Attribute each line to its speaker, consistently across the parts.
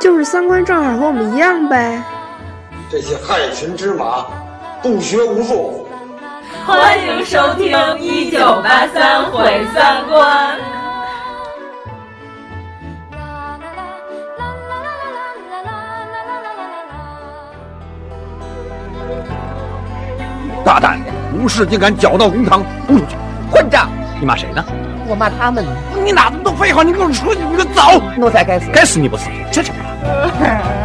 Speaker 1: 就是三观正好和我们一样呗。
Speaker 2: 这些害群之马，不学无术。
Speaker 3: 欢迎收听《一九八三毁三观》。
Speaker 4: 大胆的，无事竟敢搅闹公堂，轰出去！混账！你骂谁呢？
Speaker 5: 我骂他们呢。
Speaker 4: 你哪这么多废话？你给我出去！你给我走！
Speaker 5: 奴才该死！
Speaker 4: 该死你不死！这什么？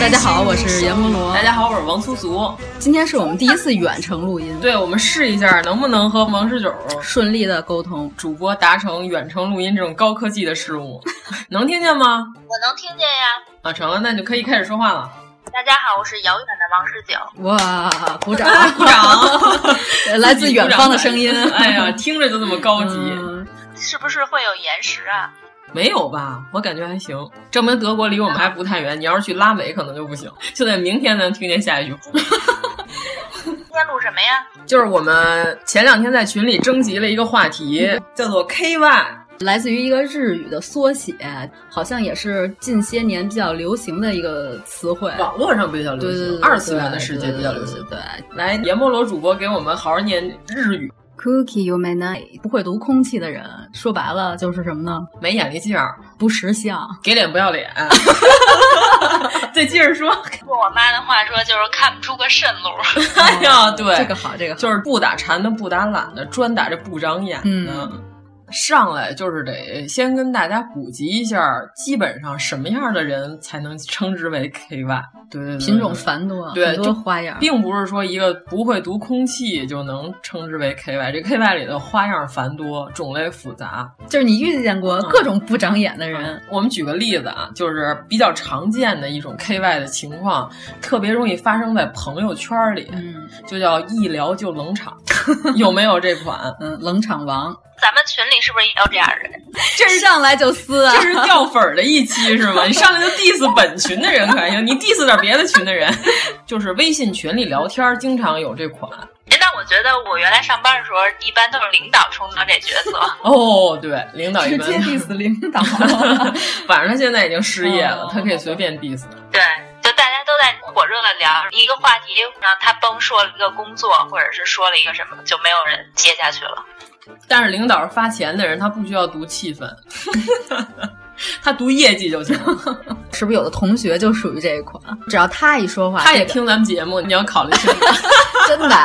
Speaker 6: 大家好，我是阎梦罗。
Speaker 3: 大家好，我是王苏苏。
Speaker 6: 今天是我们第一次远程录音，
Speaker 3: 对，我们试一下能不能和王十九
Speaker 6: 顺利的沟通。
Speaker 3: 主播达成远程录音这种高科技的事 物，能听见吗？
Speaker 7: 我能听见呀。
Speaker 3: 啊，成了，那你就可以开始说话了。
Speaker 7: 大家好，我是遥远的王十九。
Speaker 6: 哇，鼓掌，
Speaker 3: 啊鼓掌，
Speaker 6: 来自远方的声音。
Speaker 3: 哎 呀，听着就这么高级，
Speaker 6: 嗯、
Speaker 7: 是不是会有延时啊？
Speaker 3: 没有吧？我感觉还行，证明德国离我们还不太远。你要是去拉美，可能就不行。就得明天才能听见下一句话。
Speaker 7: 今天录什么呀？
Speaker 3: 就是我们前两天在群里征集了一个话题，
Speaker 6: 嗯
Speaker 3: 叫做 KY，
Speaker 6: 来自于一个日语的缩写，好像也是近些年比较流行的一个词汇。
Speaker 3: 网络上比较流行，二次元的世界比较流行。
Speaker 6: 对，
Speaker 3: 来，阎摩罗主播给我们好好念日语。
Speaker 6: Cookie you may not 不会读空气的人，说白了就是什么呢？
Speaker 3: 没眼力劲儿，
Speaker 6: 不识相，
Speaker 3: 给脸不要 脸。再接着说，
Speaker 7: 用我妈的话说就是看不出个甚路。
Speaker 3: 哎呀，对，
Speaker 6: 这个好，这个
Speaker 3: 就是不打馋的，不打懒的，专打这不长眼的。
Speaker 6: 嗯
Speaker 3: 上来就是得先跟大家普及一下，基本上什么样的人才能称之为 KY？对对对，
Speaker 6: 品种繁多，
Speaker 3: 对
Speaker 6: 很多花样，
Speaker 3: 并不是说一个不会读空气就能称之为 KY。这 KY 里的花样繁多，种类复杂，
Speaker 6: 就是你遇见过各种不长眼的人。嗯嗯、
Speaker 3: 我们举个例子啊，就是比较常见的一种 KY 的情况，特别容易发生在朋友圈里，
Speaker 6: 嗯、
Speaker 3: 就叫一聊就冷 场，有没有这款？
Speaker 6: 嗯，冷场王。
Speaker 7: 咱们群里是不是也有这样的人？
Speaker 6: 这是上来就撕啊！
Speaker 3: 这是掉粉儿的一期是吗？你上来就 diss 本群的人可行，你 diss 点别的群的人。 就是微信群里聊天，经常有这款。
Speaker 7: 哎，那我觉得我原来上班的时候，一般都是领导充当这角色。
Speaker 3: 哦，对，领导
Speaker 6: 直接 diss 领导。
Speaker 3: 反正他现在已经失业了，哦、他可以随便 diss。
Speaker 7: 对。就大家都在火热的聊一个话题，然后他崩说了一个工作，或者是说了一个什么，就没有人接下去了。
Speaker 3: 但是领导是发钱的人，他不需要读气氛， 他读业绩就行。
Speaker 6: 是不是有的同学就属于这一款？只要他一说话，
Speaker 3: 他也听咱们节目，你要考虑 清楚。
Speaker 6: 真 的，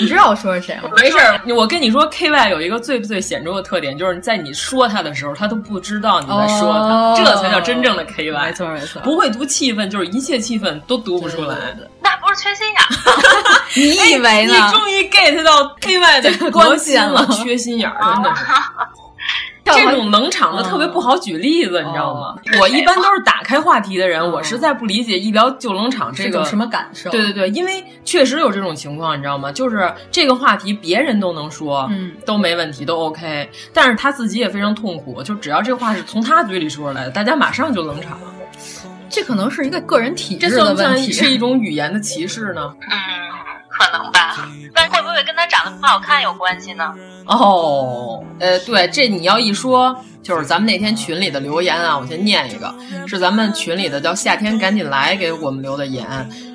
Speaker 6: 你知道我说是谁吗？
Speaker 3: 没事儿，我跟你说，KY 有一个最最显著的特点，就是在你说他的时候，他都不知道你在说他，
Speaker 6: 哦、
Speaker 3: 这才叫真正的 KY。
Speaker 6: 没错没错，
Speaker 3: 不会读气氛，就是一切气氛都读不出来。
Speaker 7: 那不是缺心眼、
Speaker 6: 啊，你以为
Speaker 3: 呢？你终于 get 到 KY 的关键哎了，缺心眼儿，真的是。 这种嗯冷场的特别不好举例子，你知道吗？我一般都是打开话题的人，我实在不理解一聊就冷场这个
Speaker 6: 什么感受。
Speaker 3: 对对对，因为确实有这种情况，你知道吗？就是这个话题别人都能说，
Speaker 6: 嗯，
Speaker 3: 都没问题，都 OK，但是他自己也非常痛苦，就只要这话是从他嘴里说出来的，大家马上就冷场。
Speaker 6: 这可能是一个个人体质的问题，
Speaker 3: 是一 种语言的歧视呢？
Speaker 7: 嗯，可能吧。但会不会跟他长得不好看有关系呢？
Speaker 3: 哦，呃，对，这你要一说，就是咱们那天群里的留言啊，我先念一个，是咱们群里的叫夏天赶紧来给我们留的言，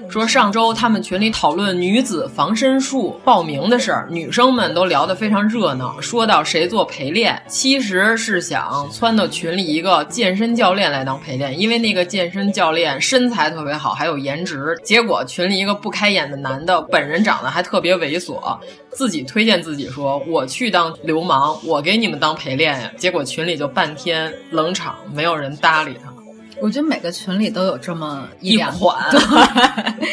Speaker 3: 说上周他们群里讨论女子防身术报名的事儿，女生们都聊得非常热闹，说到谁做陪练，其实是想撺掇群里一个健身教练来当陪练，因为那个健身教练身材特别好，还有颜值。结果群里一个不开眼的男的，本人长得还特别猥琐，自己推荐自己说我去当流氓，我给你们当陪练呀。结果群里就半天冷场，没有人搭理他。
Speaker 6: 我觉得每个群里都有这么
Speaker 3: 一
Speaker 6: 两
Speaker 3: 款
Speaker 6: 对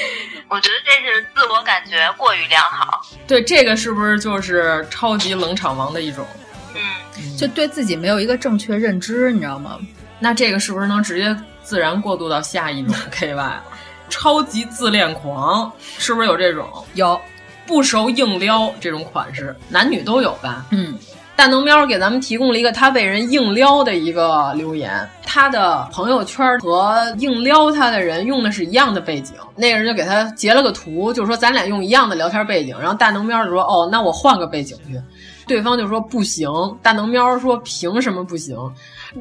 Speaker 7: 我觉得这是自我感觉过于良好。
Speaker 3: 对，这个是不是就是超级冷场王的一种？
Speaker 7: 嗯，
Speaker 6: 就对自己没有一个正确认知，你知道吗？
Speaker 3: 那这个是不是能直接自然过渡到下 一种 KY 了？超级自恋狂是不是有这种
Speaker 6: 有，
Speaker 3: 不熟硬撩这种款式？男女都有吧？
Speaker 6: 嗯，
Speaker 3: 大能喵给咱们提供了一个他被人硬撩的一个留言，他的朋友圈和硬撩他的人用的是一样的背景，那个人就给他截了个图，就说咱俩用一样的聊天背景，然后大能喵就说哦，那我换个背景去，对方就说不行，大能喵说凭什么不行？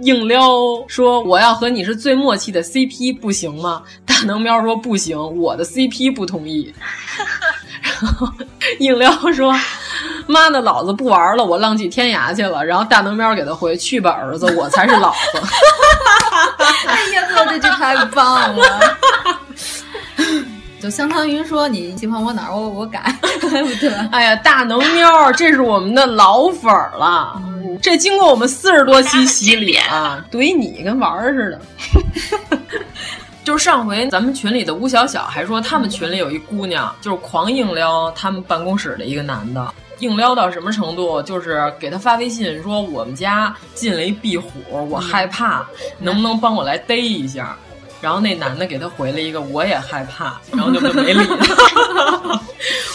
Speaker 3: 硬撩说我要和你是最默契的 CP 不行吗？大能喵说不行，我的 CP 不同意。然后 硬撩说：“妈的，老子不玩了，我浪迹天涯去了。”然后大能喵给他回：“去吧，儿子，我才是老子。
Speaker 6: 哎呀，做这句太棒了。就相当于说你喜欢我哪儿，我我改，对吧”？
Speaker 3: 哎呀，大能喵，这是我们的老粉儿了。
Speaker 6: 嗯
Speaker 3: 这经过我们四十多
Speaker 6: 哎
Speaker 3: 期洗礼啊，怼你跟玩儿似的。就是上回咱们群里的吴小小还说，他们群里有一姑娘，就是狂硬撩他们办公室的一个男的，硬撩到什么程度？就是给他发微信说我们家进了一壁虎，
Speaker 6: 嗯
Speaker 3: 我害怕，能不能帮我来逮一下？然后那男的给他回了一个我也害怕，然后就就没理 他。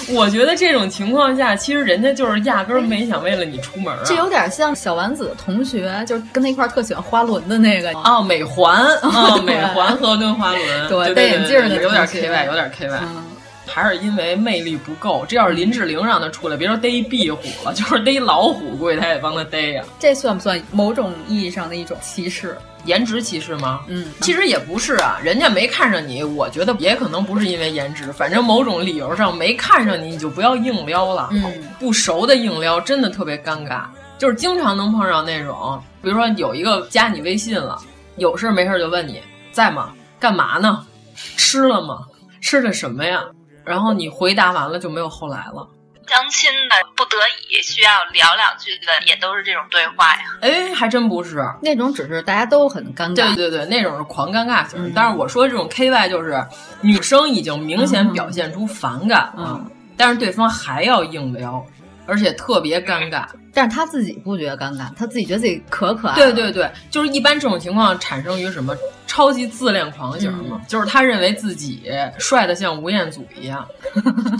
Speaker 3: 我觉得这种情况下，其实人家就是压根儿没想为了你出门、啊。
Speaker 6: 这有点像小丸子同学，就是跟他一块儿特喜欢花轮的那个。
Speaker 3: 哦，美环哦，
Speaker 6: 对
Speaker 3: 美环和跟花轮，
Speaker 6: 对
Speaker 3: 对
Speaker 6: 戴眼镜儿
Speaker 3: 对
Speaker 6: 那
Speaker 3: 有点
Speaker 6: 同
Speaker 3: K
Speaker 6: 学
Speaker 3: Y，有点 K Y，、
Speaker 6: 嗯
Speaker 3: 还是因为魅力不够。这要是林志玲让他出来，别说逮一壁虎了，就是逮一老虎，估计他也帮他逮呀、
Speaker 6: 这算不算某种意义上的一种歧视？
Speaker 3: 颜值歧视吗？
Speaker 6: 嗯
Speaker 3: 其实也不是啊，人家没看上你，我觉得也可能不是因为颜值，反正某种理由上没看上你，你就不要硬撩了。
Speaker 6: 嗯，
Speaker 3: 不熟的硬撩真的特别尴尬，就是经常能碰上那种，比如说有一个加你微信了，有事没事就问你在吗？干嘛呢？吃了吗？吃的什么呀？然后你回答完了就没有后来了。
Speaker 7: 相亲的不得已需要聊两句的，也都是这种对话呀。
Speaker 3: 哎，还真不是，
Speaker 6: 那种只是大家都很尴
Speaker 3: 对
Speaker 6: 尬。
Speaker 3: 对对，那种是狂尴尬型。
Speaker 6: 嗯
Speaker 3: 但是我说这种 KY 就是女生已经明显表现出反感了，
Speaker 6: 嗯
Speaker 3: 但是对方还要硬撩，而且特别尴尬。
Speaker 6: 但是他自己不觉得尴尬，他自己觉得自己可可爱。
Speaker 3: 对，对对，就是一般这种情况产生于什么超级自恋狂型嘛，
Speaker 6: 嗯
Speaker 3: 就是他认为自己帅的像吴彦祖一 样，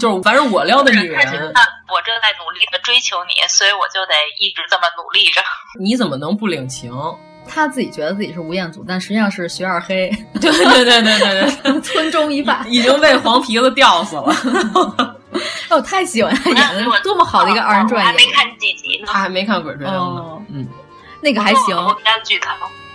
Speaker 3: 就是反正我撩的女
Speaker 7: 他觉得
Speaker 3: 人，
Speaker 7: 我正在努力的追求你，所以我就得一直这么努力 着。
Speaker 3: 你怎么能不领情？
Speaker 6: 他自己觉得自己是吴彦祖，但实际上是徐二黑，
Speaker 3: 对对对对对对。
Speaker 6: 村中一霸。
Speaker 3: 已经被黄皮子吊死 了，
Speaker 6: 哦，太喜欢他演
Speaker 7: 我
Speaker 6: 了，多么好的一个二人
Speaker 7: 我
Speaker 6: 转
Speaker 7: 还没
Speaker 6: 演员，
Speaker 7: 看几集呢
Speaker 3: 他，啊还没看《鬼吹灯》
Speaker 6: 哦
Speaker 3: 呢。嗯，
Speaker 6: 那个还行。
Speaker 7: 我不要剧透。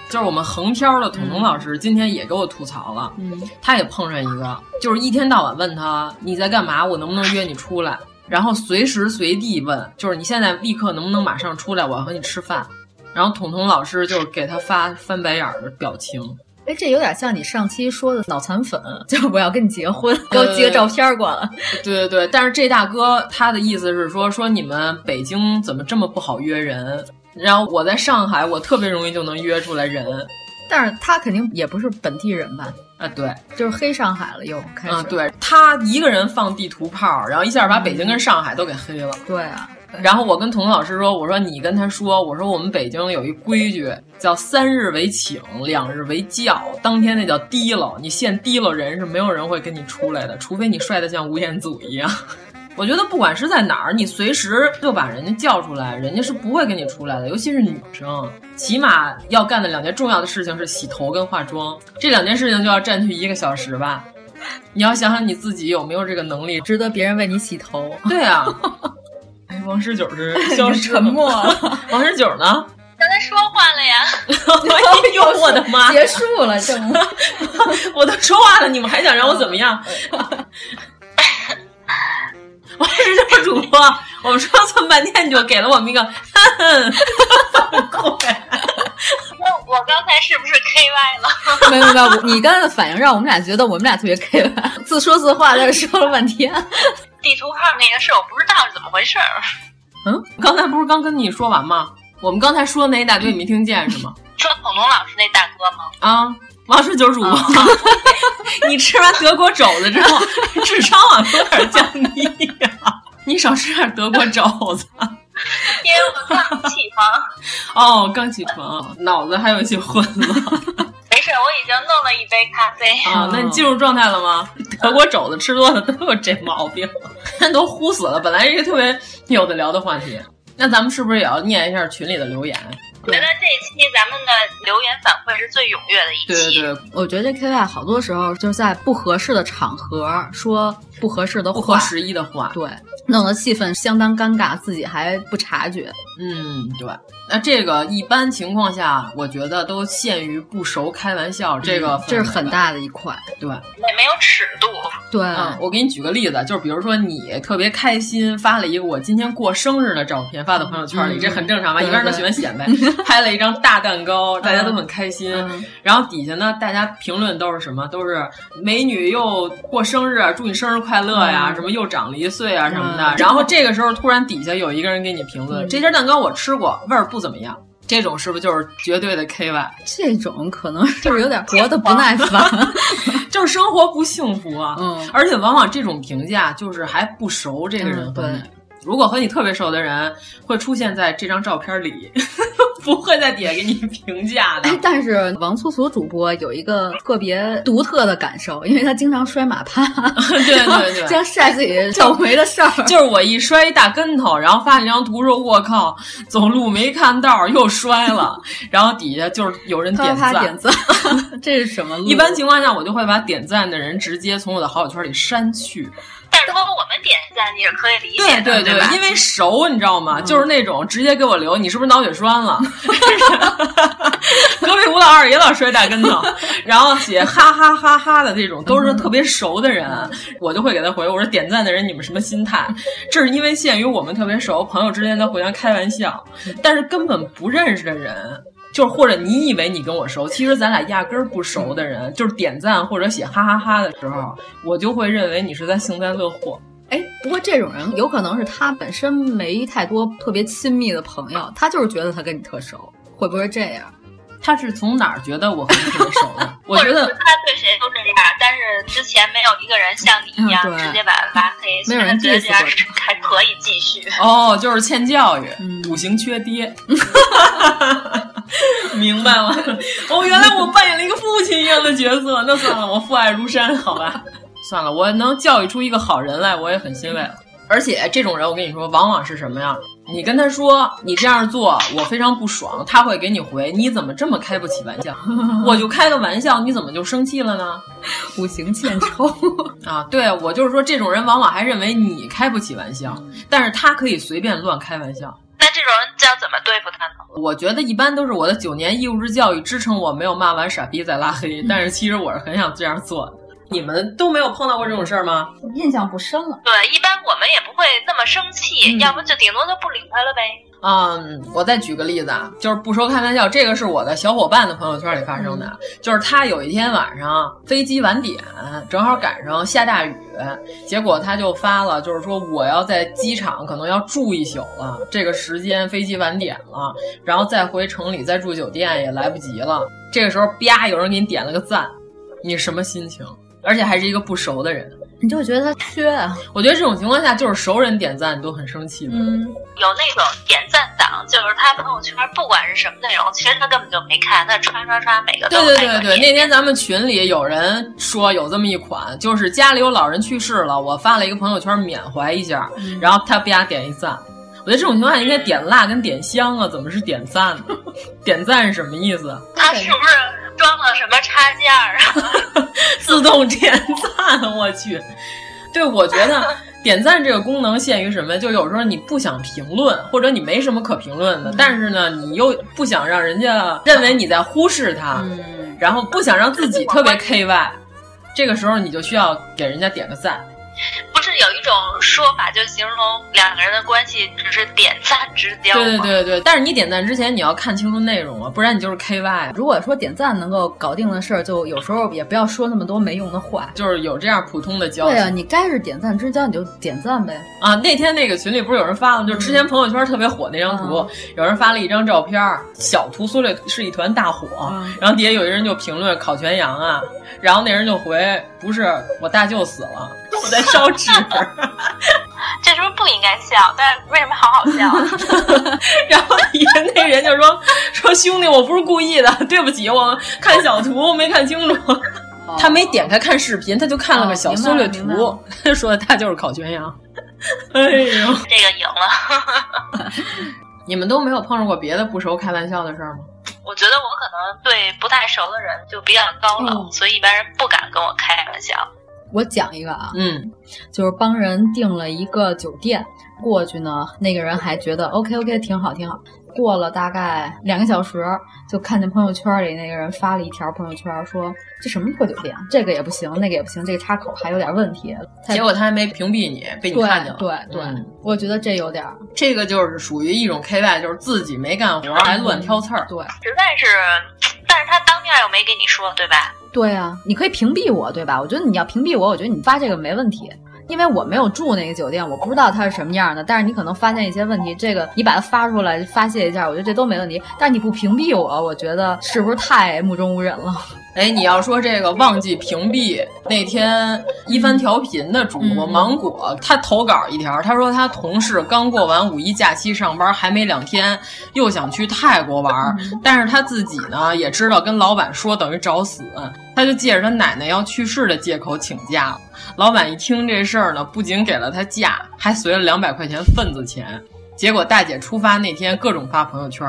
Speaker 3: 就是我们横漂的彤彤老师今天也给我吐槽了，
Speaker 6: 嗯，
Speaker 3: 他也碰上一个，就是一天到晚问他你在干嘛，我能不能约你出来，然后随时随地问，就是你现在立刻能不能马上出来，我要和你吃饭。然后彤彤老师就给他发翻白眼儿的表情，
Speaker 6: 哎，这有点像你上期说的脑残粉，就是我要跟你结婚，给我寄个照片过来。
Speaker 3: 对对对，但是这大哥他的意思是说说你们北京怎么这么不好约人，然后我在上海我特别容易就能约出来人
Speaker 6: 但是他肯定也不是本地人吧，
Speaker 3: 啊，对，
Speaker 6: 就是黑上海了又开始。
Speaker 3: 嗯对，他一个人放地图炮，然后一下把北京跟上海都给黑了。
Speaker 6: 对啊，
Speaker 3: 然后我跟童老师说，我说你跟他说，我说我们北京有一规矩叫三日为请，两日为叫，当天那叫提了，你现提了人是没有人会跟你出来的，除非你帅得像吴彦祖一样。 我觉得不管是在哪儿，你随时就把人家叫出来，人家是不会跟你出来的，尤其是女生，起码要干的两件重要的事情是洗头跟化妆，这两件事情就要占据一个小时吧。你要想想你自己有没有这个能力。
Speaker 6: 值得别人为你洗头。
Speaker 3: 对啊， 哎，王十九是消失了
Speaker 6: 沉默了。
Speaker 3: 王十九呢？
Speaker 7: 刚才说话了呀，
Speaker 3: 哎呦我的妈！
Speaker 6: 结束了，这不
Speaker 3: 我都说话了，你们还想让我怎么样？
Speaker 6: 嗯
Speaker 3: 我是这个主播，我们说了这么半天，你就给了我们一 个反馈。
Speaker 7: 那我刚才是不是 K Y 了？
Speaker 6: 没有没有，我你刚才的反应让我们俩觉得我们俩特别 K 吧， 自说自话在这说了半天。
Speaker 7: 地图炮那个事儿我不知道是怎么回事儿，
Speaker 3: 嗯，刚才不是刚跟你说完吗？我们刚才说的那一大堆，你没听见是吗？
Speaker 7: 说孔龙老师那大哥吗？
Speaker 3: 啊，王室九主播， 你吃完德国肘子 之后，智商往有点降低呀、你少吃点德国肘子
Speaker 7: 因为我刚起床，
Speaker 3: 哦，刚起床，脑子还有一些混乱
Speaker 7: 没事儿，我已经弄了一杯咖啡。
Speaker 3: 啊。那你进入状态了吗？德国肘子吃多了都有这毛病， 都呼死了。本来是一个特别有的聊的话题，那咱们是不是也要念一下群里的留言？
Speaker 7: 我觉得这一期咱们的留言反馈是最踊跃的一
Speaker 3: 对对
Speaker 7: 期，
Speaker 3: 对，
Speaker 6: 我觉得这 K Y 好多时候就是在不合适的场合说不合适的
Speaker 3: 不
Speaker 6: 话，
Speaker 3: 合时宜的话，
Speaker 6: 对，弄得气氛相当尴尬， 自己还不察觉。
Speaker 3: 嗯，对。那这个一般情况下，我觉得都限于不熟开玩笑，这个
Speaker 6: 嗯这是
Speaker 3: 范围
Speaker 6: 很
Speaker 3: 的
Speaker 6: 大的一嗯块，
Speaker 3: 对。
Speaker 7: 也没有尺度。
Speaker 6: 对，
Speaker 3: 嗯，我给你举个例子，就是比如说你特别开心，发了一个我今天过生日的照片，发到朋友圈里，
Speaker 6: 嗯
Speaker 3: 这很正常吧？
Speaker 6: 对
Speaker 3: 一般人都喜欢显摆，拍了一张大蛋糕，大家都很开心。
Speaker 6: 嗯
Speaker 3: 然后底下呢，大家评论都是什么？都是美女又过生日，啊祝你生日快乐呀，
Speaker 6: 嗯
Speaker 3: 什么又长了一岁啊什么的。
Speaker 6: 嗯
Speaker 3: 然后这个时候突然底下有一个人给你评论，
Speaker 6: 嗯
Speaker 3: 这家蛋糕我吃过，味儿不怎么样。这种是不是就是绝对的 KY？
Speaker 6: 这种可能就是有点活得不耐 烦。
Speaker 3: 就是生活不幸福啊？
Speaker 6: 嗯
Speaker 3: 而且往往这种评价就是还不熟这个人
Speaker 6: 嗯
Speaker 3: 和
Speaker 6: 对
Speaker 3: 你。如果和你特别熟的人会出现在这张照片里， 不会在底下给你评价的
Speaker 6: 哎。，但是王粗俗主播有一个特别独特的感受，因为他经常摔马趴，
Speaker 3: 对对 对
Speaker 6: 经常晒自己倒霉的事儿。
Speaker 3: 就是我一摔一大跟头，然后发了一张图说：“我靠，走路没看道儿，又摔了。”然后底下就是有人
Speaker 6: 啪
Speaker 3: 点
Speaker 6: 啪
Speaker 3: 赞。
Speaker 6: 点赞， 这是什么路？
Speaker 3: 一般情况下，我就会把点赞的人直接从我的好友圈里删去。
Speaker 7: 但是如果我们点赞，你是可以理解
Speaker 3: 对
Speaker 7: 的，
Speaker 3: 对
Speaker 7: 吧？嗯
Speaker 3: 因为熟，你知道吗？就是那种直接给我留，你是不是脑血栓了？ 隔壁吴老二也老摔大跟头，然后写哈哈哈哈的这种，都
Speaker 7: 嗯
Speaker 3: 是特别熟的人，我就会给他回我说点赞的人你们什么心态？这是因为限于我们特别熟，朋友之间在互相开玩笑，
Speaker 7: 嗯
Speaker 3: 但是根本不认识的人。就是或者你以为你跟我熟，其实咱俩压根儿不熟的人，就是点赞或者写哈哈哈的时候，我就会认为你是在幸灾乐祸。
Speaker 6: 哎，不过这种人有可能是他本身没太多特别亲密的朋友，他就是觉得他跟你特熟，会不会这样？
Speaker 3: 他是从哪儿觉得我和你特别熟的？我
Speaker 7: 或
Speaker 3: 觉
Speaker 7: 者
Speaker 3: 得
Speaker 7: 是他对谁都这样，但是之前没有一个人像你一样、
Speaker 6: 嗯对
Speaker 7: 直接把他拉黑，
Speaker 6: 没
Speaker 7: 所以
Speaker 6: 有
Speaker 7: 他
Speaker 6: 人
Speaker 7: 觉得
Speaker 6: diss
Speaker 7: 这样是还可以继续。
Speaker 3: 哦，就是欠教育，
Speaker 6: 嗯
Speaker 3: 五行缺 爹。明白了，哦，原来我扮演了一个父亲一样的角色，那算了，我父爱如山，好吧，算了，我能教育出一个好人来，我也很欣慰了。而且这种人，我跟你说，往往是什么呀？你跟他说你这样做我非常不爽，他会给你回你怎么这么开不起玩笑？我就开个玩笑，你怎么就生气了呢？
Speaker 6: 五行欠抽，
Speaker 3: 啊，对我就是说，这种人往往还认为你开不起玩笑，但是他可以随便乱开玩笑。
Speaker 7: 那这种人要怎么对付他呢？
Speaker 3: 我觉得一般都是我的九年义务制教育支撑我没有骂完傻逼再拉黑，但是其实我是很想这样做的。你们都没有碰到过这种事儿吗？
Speaker 6: 印象不深了。
Speaker 7: 对，一般我们也不会那么生气，要不就顶多就不理他了呗。
Speaker 3: 嗯，我再举个例子啊，就是不说开玩笑，这个是我的小伙伴的朋友圈里发生
Speaker 6: 嗯
Speaker 3: 的，就是他有一天晚上飞机晚点，正好赶上下大雨，结果他就发了，就是说我要在机场可能要住一宿了，这个时间飞机晚点了，然后再回城里再住酒店也来不及了。这个时候啪，有人给你点了个赞，你什么心情？而且还是一个不熟的人，
Speaker 6: 你就觉得他缺啊，
Speaker 3: 我觉得这种情况下就是熟人点赞你都很生气的。
Speaker 6: 嗯，
Speaker 7: 有那种点赞党，就是他朋友圈不管是什么内容，其实他根本就没看，他刷刷刷每个都
Speaker 3: 对对对对，
Speaker 7: 点
Speaker 3: 那天咱们群里有人说有这么一款，就是家里有老人去世了，我发了一个朋友圈缅怀一下，
Speaker 7: 嗯
Speaker 3: 然后他啪点一赞。我觉得这种情况下应该点蜡跟点香啊，怎么是点赞呢？点赞是什么意思？啊
Speaker 7: 他是不是装了什么插件儿啊？
Speaker 3: 自动点赞，我去。对，我觉得点赞这个功能限于什么？就有时候你不想评论，或者你没什么可评论的，但是呢，你又不想让人家认为你在忽视他，
Speaker 6: 嗯，
Speaker 3: 然后不想让自己特别 KY，这个时候你就需要给人家点个赞。
Speaker 7: 不是有一种说法，就形容两个人的关系只是点赞之交吗？
Speaker 3: 对对对对，但是你点赞之前你要看清楚内容啊，不然你就是 KY 啊。
Speaker 6: 如果说点赞能够搞定的事儿，就有时候也不要说那么多没用的话。
Speaker 3: 就是有这样普通的交
Speaker 6: 对
Speaker 3: 情
Speaker 6: 啊，你该是点赞之交，你就点赞呗。
Speaker 3: 啊，那天那个群里不是有人发了吗，就之前朋友圈特别火那张图，
Speaker 6: 嗯
Speaker 3: 有人发了一张照片儿，小屠苏这是一团大火，
Speaker 6: 嗯
Speaker 3: 然后底下有一人就评论烤全羊啊，然后那人就回不是我大舅死了，我在烧 纸，
Speaker 7: 这是不是不应该笑？但是为什么好好笑？
Speaker 3: 然后底下那人就说说兄弟我不是故意的，对不起，我看小图没看清楚，他没点开看视频，他就看了个小缩略
Speaker 6: 哦明白了明白
Speaker 3: 图
Speaker 6: 了，
Speaker 3: 他说他就是烤全羊，哎呦，
Speaker 7: 这个赢了。
Speaker 3: 你们都没有碰上过别的不熟开玩笑的事儿吗？
Speaker 7: 我觉得我可能对不太熟的人就比较高冷，
Speaker 3: 嗯
Speaker 7: 所以一般人不敢跟我开玩笑。
Speaker 6: 我讲一个啊，
Speaker 3: 嗯
Speaker 6: 就是帮人订了一个酒店过去呢，那个人还觉得 OK OK 挺好挺好。过了大概两个小时，就看见朋友圈里那个人发了一条朋友圈说：“这什么破酒店？啊这个也不行，那个也不行，这个插口还有点问题。他”
Speaker 3: 结果他还没屏蔽你，被你
Speaker 6: 对
Speaker 3: 看见了。
Speaker 6: 对对、
Speaker 3: 嗯
Speaker 6: 我觉得这有点儿
Speaker 3: 这个就是属于一种 KY，就是自己没干活还乱挑刺儿。
Speaker 6: 对
Speaker 7: 实在是，但是他当面又没跟你说，对吧？
Speaker 6: 对啊，你可以屏蔽我，对吧？我觉得你要屏蔽我，我觉得你发这个没问题，因为我没有住那个酒店，我不知道它是什么样的。但是你可能发现一些问题，这个你把它发出来发泄一下，我觉得这都没问题。但是你不屏蔽我，我觉得是不是太目中无人了？
Speaker 3: 哎，你要说这个忘记屏蔽，那天一番调频的主播
Speaker 6: 嗯
Speaker 3: 芒果，他投稿一条，他说他同事刚过完五一假期上班，还没两天，又想去泰国玩儿，
Speaker 6: 嗯
Speaker 3: 但是他自己呢也知道跟老板说等于找死，他就借着他奶奶要去世的借口请假了。老板一听这事儿呢，不仅给了他假，还随了两百块钱份子钱。结果大姐出发那天各种发朋友圈，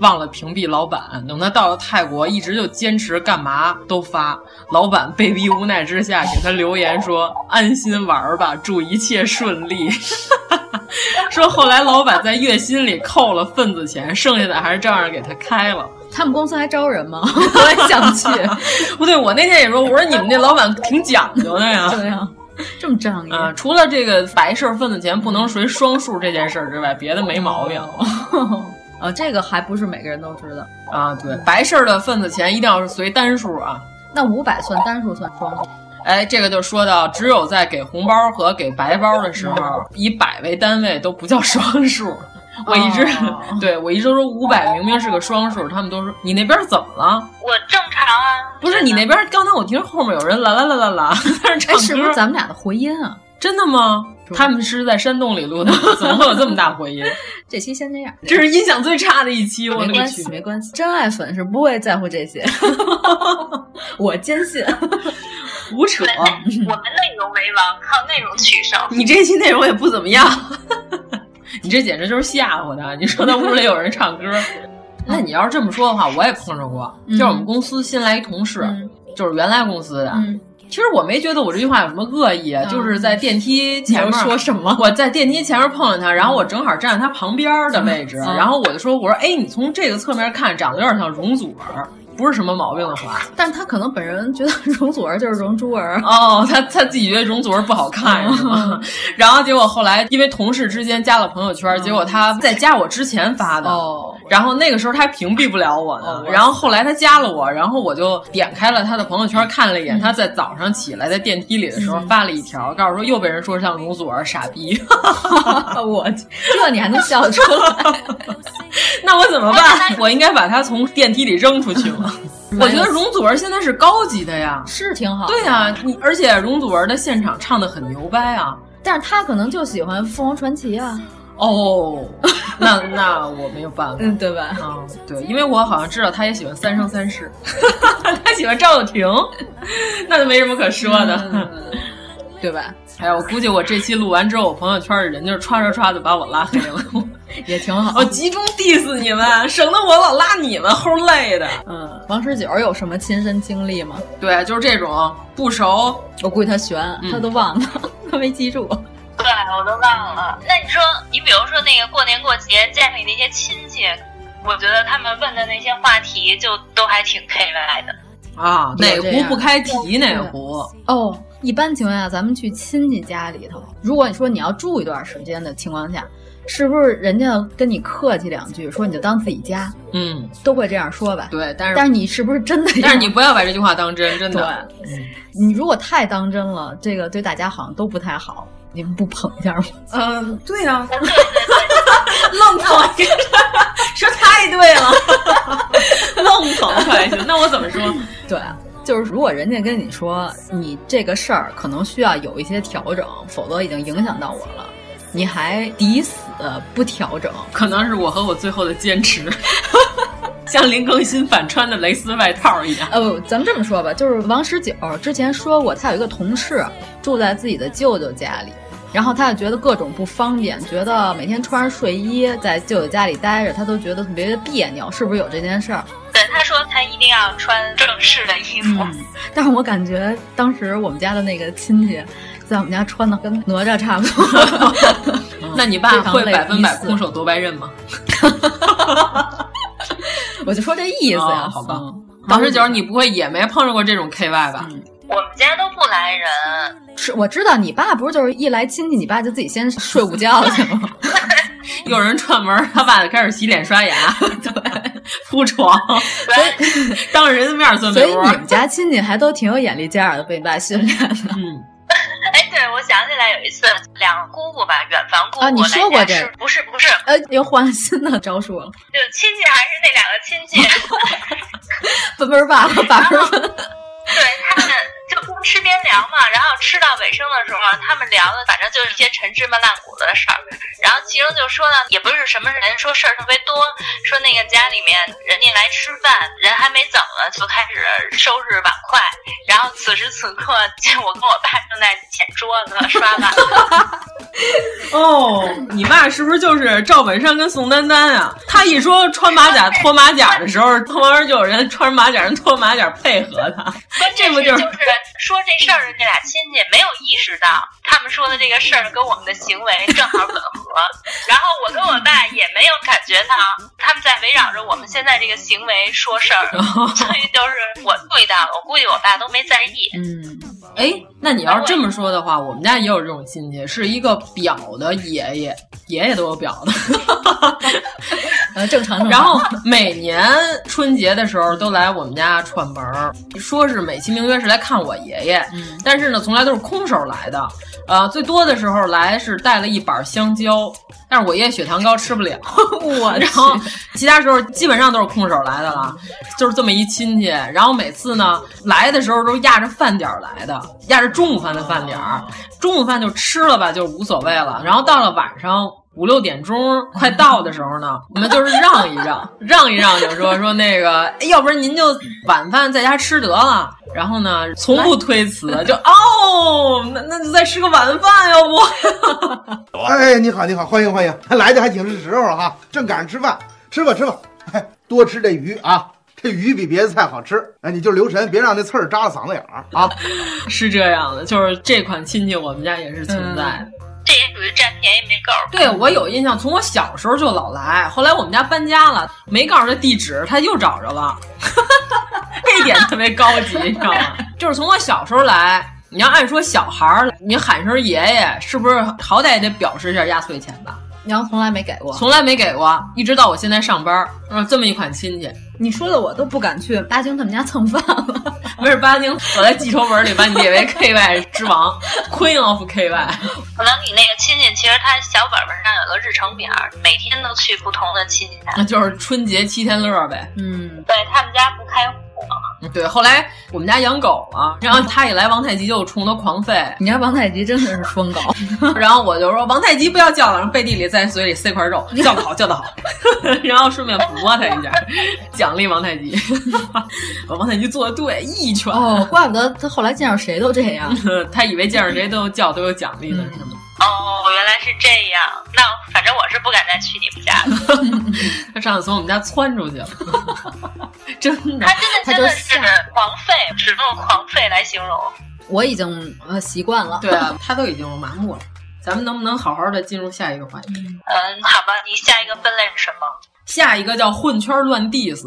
Speaker 3: 忘了屏蔽老板。等她到了泰国，一直就坚持干嘛都发。老板被逼无奈之下给她留言说：“安心玩儿吧，祝一切顺利。” 说后来老板在月薪里扣了份子钱，剩下的还是照样给她开了。
Speaker 6: 他们公司还招人吗？ 我也想去。
Speaker 3: 不对，我那天也说，我说你们这老板挺讲究的 呀。
Speaker 6: 对呀，这么仗义。
Speaker 3: 啊，除了这个白事儿份子钱不能随双数这件事儿之外，别的没毛病。
Speaker 6: 呃，这个还不是每个人都知道。
Speaker 3: 啊，对，白事儿的份子钱一定要是随单数啊。
Speaker 6: 那五百算单数算双数？
Speaker 3: 哎，这个就说到，只有在给红包和给白包的时
Speaker 6: 嗯
Speaker 3: 候，以百为单位都不叫双 数。我一直、
Speaker 6: 哦
Speaker 3: 对我一直都说五百明明是个双数，他们都说你那边怎么了？
Speaker 7: 我正常啊，
Speaker 3: 不是你那边，刚才我听后面有人啦啦啦啦啦， 在那唱
Speaker 6: 哎，
Speaker 3: 歌，
Speaker 6: 是不是咱们俩的回音啊？
Speaker 3: 真的吗？
Speaker 6: 是
Speaker 3: 他们是在山洞里录的，怎么会有这么大回音？
Speaker 6: 这期先这样。
Speaker 3: 这是音响最差的一期，我
Speaker 6: 没
Speaker 3: 勒个
Speaker 6: 关
Speaker 3: 去
Speaker 6: 系，！没关系，真爱粉是不会在乎这些， 我坚信。
Speaker 3: 胡扯！
Speaker 7: 我们内容为王，靠内容取胜。
Speaker 3: 你这期内容也不怎么样， 你这简直就是吓唬他！你说他屋里有人唱歌， 那你要是这么说的话，我也碰着过，
Speaker 6: 嗯
Speaker 3: 就是我们公司新来一同事，
Speaker 6: 嗯
Speaker 3: 就是原来公司的。
Speaker 6: 嗯，
Speaker 3: 其实我没觉得我这句话有什么恶意，
Speaker 6: 嗯
Speaker 3: 就是在电梯前面
Speaker 6: 你要说
Speaker 3: 什么？我在电梯前面碰见他，然后我正好站在他旁边的位置，
Speaker 6: 嗯
Speaker 3: 然后我就说：“我说，哎，你从这个侧面看，长得有点像容祖儿，不是什么毛病的话。”
Speaker 6: 但是他可能本人觉得 容祖儿就是容珠儿，
Speaker 3: 哦，他他自己觉得容祖儿不好看是吗？ 然后结果后来因为同事之间加了朋友圈，结果他在加我之前发的。
Speaker 6: 哦，
Speaker 3: 然后那个时候他还屏蔽不了我呢
Speaker 6: 哦，
Speaker 3: 然后后来他加了我，然后我就点开了他的朋友圈看了一眼，他在早上起来在电梯里的时候发了一条，告诉说又被人说像容祖儿傻逼，
Speaker 6: 我去这你还能笑得出来？
Speaker 3: 那嗯我怎么办？我应该把他从电梯里扔出去吗？ 我觉得容祖儿现在是高级的呀，
Speaker 6: 是挺好，
Speaker 3: 对。呀、你而且容祖儿的现场唱的很牛掰啊，
Speaker 6: 但是他可能就喜欢凤凰传奇啊，
Speaker 3: 哦，那那我没有办法。
Speaker 6: 嗯，对吧？
Speaker 3: 嗯，对，因为我好像知道他也喜欢《三生三 世》，他喜欢赵又廷，那就没什么可说的。
Speaker 6: 对吧？
Speaker 3: 哎呀，我估计我这期录完之后，我朋友圈的人就是唰唰唰的把我拉黑了。
Speaker 6: 也挺好
Speaker 3: 我。哦集中 diss 你们，省得我老拉你们齁累的。
Speaker 6: 嗯，王十九有什么亲身经历吗？
Speaker 3: 对，就是这种不熟，嗯
Speaker 6: 我估计他悬，他都忘了，他没记住。
Speaker 7: 对，了，我都忘了。那你说，你比如说那个过年过节家里那些亲戚，我觉得他们问的那些话题就都还挺配外的。
Speaker 3: 啊，哪
Speaker 6: 有这
Speaker 3: 壶
Speaker 6: 样
Speaker 3: 不开提哪壶。
Speaker 6: 哦，一般情况下，咱们去亲戚家里头，如果你说你要住一段时间的情况下，是不是人家跟你客气两句，说你就当自己家，
Speaker 3: 嗯，
Speaker 6: 都会这样说吧？
Speaker 3: 对，但是
Speaker 6: 但是你是不是真的要？
Speaker 3: 但是你不要把这句话当真，真
Speaker 6: 对
Speaker 3: 的。，
Speaker 6: 你如果太当真了，这个对大家好像都不太好。你们不捧一下吗？
Speaker 3: 嗯，对 呀、
Speaker 7: 对对对，
Speaker 3: 愣捧，说太对了，愣捧还行。那我怎么说？
Speaker 6: 对，啊就是如果人家跟你说你这个事儿可能需要有一些调整，否则已经影响到我了，你还抵死不调整，
Speaker 3: 可能是我和我最后的坚持， 像林更新反穿的蕾丝外套 一样。
Speaker 6: 呃，不咱们这么说吧，就是王十九之前说过，他有一个同事住在自己的舅舅家里，然后他就觉得各种不方便，觉得每天穿着睡衣在舅舅家里待着，他都觉得特别别扭，是不是有这件事儿？
Speaker 7: 对，他说他一定要穿正式的衣服。
Speaker 6: 嗯， 但是我感觉当时我们家的那个亲戚，在我们家穿的跟哪吒差不多。
Speaker 3: 那你爸会百分百
Speaker 6: 非常类似
Speaker 3: 空手夺白刃吗？
Speaker 6: 我就说这意思呀、
Speaker 3: 哦好吧
Speaker 6: 嗯。
Speaker 3: 王十九，你不会也没碰着过这种 KY 吧？
Speaker 7: 我们家都不来人，
Speaker 6: 是我知道你爸不是就是一来亲戚，你爸就自己先睡午觉了去吗？
Speaker 3: 有人串门，他爸就开始洗脸刷 牙，对，铺床， 当着人的面 钻
Speaker 6: 所
Speaker 3: 被
Speaker 6: 以
Speaker 3: 窝
Speaker 6: 你。们家亲戚还都挺有眼力见儿的，被你爸训练的。
Speaker 3: 嗯，
Speaker 7: 哎，对，我想起来有一次，两个姑姑吧，远房姑姑
Speaker 6: 啊你说过
Speaker 7: 来
Speaker 6: 这
Speaker 7: 家
Speaker 6: 个
Speaker 7: 是不是不是，
Speaker 6: 呃，又换了新的招 数了，
Speaker 7: 就亲戚还是那两个亲戚，
Speaker 6: 奔奔儿 爸和爸奔儿爸
Speaker 7: 对他们就边吃边聊嘛，然后吃到尾声的时候，他们聊的反正就是一些陈芝麻烂谷子的事儿，然后其中就说呢，也不是什么人，说事儿特别多，说那个家里面人家来吃饭，人还没走呢，就开始收拾碗筷，然后此时此刻，我跟我爸正在捡桌子刷碗，
Speaker 3: 哦，你爸是不是就是赵本山跟宋丹丹啊？他一说穿马甲脱马甲的时候，旁边就有人穿着马甲人脱马甲配合他，
Speaker 7: 关键
Speaker 3: 这不
Speaker 7: 是
Speaker 3: 就
Speaker 7: 就是是说这事儿的那俩亲戚没有意识到他们说的这个事儿跟我们的行为正好吻合，然后我跟我爸也没有感觉到他们在围绕着我们现在这个行为说事儿，
Speaker 3: 哦
Speaker 7: 所以就是我注意到了，我估计我爸都没在意。
Speaker 6: 嗯，
Speaker 3: 哎，那你要是这么说的话，我们家也有这种亲戚，是一个表的爷爷，爷爷都有表的。
Speaker 6: 呃，正 常正常。
Speaker 3: 然后每年春节的时候都来我们家串门儿，说是美其名曰是来看我爷爷，
Speaker 6: 嗯
Speaker 3: 但是呢，从来都是空手来的。呃，最多的时候来是带了一板香蕉，但是我爷爷血糖高吃不 了。 我然后其他时候基本上都是空手来的了，就是这么一亲戚。然后每次呢来的时候都压着饭点儿来的，压着中午饭的饭点儿。中午饭就吃了吧，就无所谓了。然后到了晚上五六点钟快到的时候呢，我们就是让一让，让一让，就说说那个，哎要不然您就晚饭在家吃得了。然后呢，从不推辞，就哦，那那就再吃个晚饭，要不？
Speaker 5: 哎，你好，你好，欢迎欢迎， 来的还挺是时候哈、正赶上吃饭，吃吧吃吧，哎，多吃这鱼啊，这鱼比别的菜好吃，哎，你就留神，别让那刺儿扎了嗓子眼儿啊。
Speaker 3: 是这样的，就是这款亲戚我们家也是存在的。
Speaker 7: 这也属于占便宜没够。
Speaker 3: 对我有印象，从我小时候就老来，后来我们家搬家了，没告诉他地址，他又找着了， 这一点特别高级，你知道吗？ 就是从我小时候来，你要按说小孩儿，你喊声爷爷，是不是好歹也得表示一下压岁钱吧？
Speaker 6: 然后从来没给过，
Speaker 3: 从来没给过，一直到我现在上班，嗯，这么一款亲戚，
Speaker 6: 你说的我都不敢去八星他们家蹭饭了。
Speaker 3: 没事，八经，我在记仇本里把你列为 KY 之王 ，Queen of KY。
Speaker 7: 可能你那个亲戚其实他小本本上有个日程表，每天都去不同的亲戚家，
Speaker 3: 那就是春节七天乐呗。
Speaker 6: 嗯，
Speaker 7: 对他们家不开户。
Speaker 3: 对，后来我们家养狗了，然后他一来，王太极就冲他狂吠，
Speaker 6: 你家王太极真的是疯狗，
Speaker 3: 然后我就说王太极不要叫了，然后背地里在嘴里塞块肉，叫得好，叫得好， 然后顺便抚摸他一下，奖励王太极。 王太极做的对，一拳。
Speaker 6: 哦，怪不得他后来见着谁都这样。
Speaker 3: 他以为见着谁都叫都有奖励呢，是吗？
Speaker 7: 哦，原来是这样。那反正我是不敢再去你们家了。
Speaker 3: 他上次从我们家窜出去了，真的
Speaker 7: 他。真的
Speaker 6: 他
Speaker 7: 真
Speaker 6: 就
Speaker 7: 的是
Speaker 6: 吓
Speaker 7: 狂吠，只能用狂吠来形容。
Speaker 6: 我已经呃习惯了。
Speaker 3: 对啊，他都已经麻木了。咱们能不能好好的进入下一个话题？
Speaker 7: 嗯，好吧，你下一个分类是什么？
Speaker 3: 下一个叫混圈乱 diss，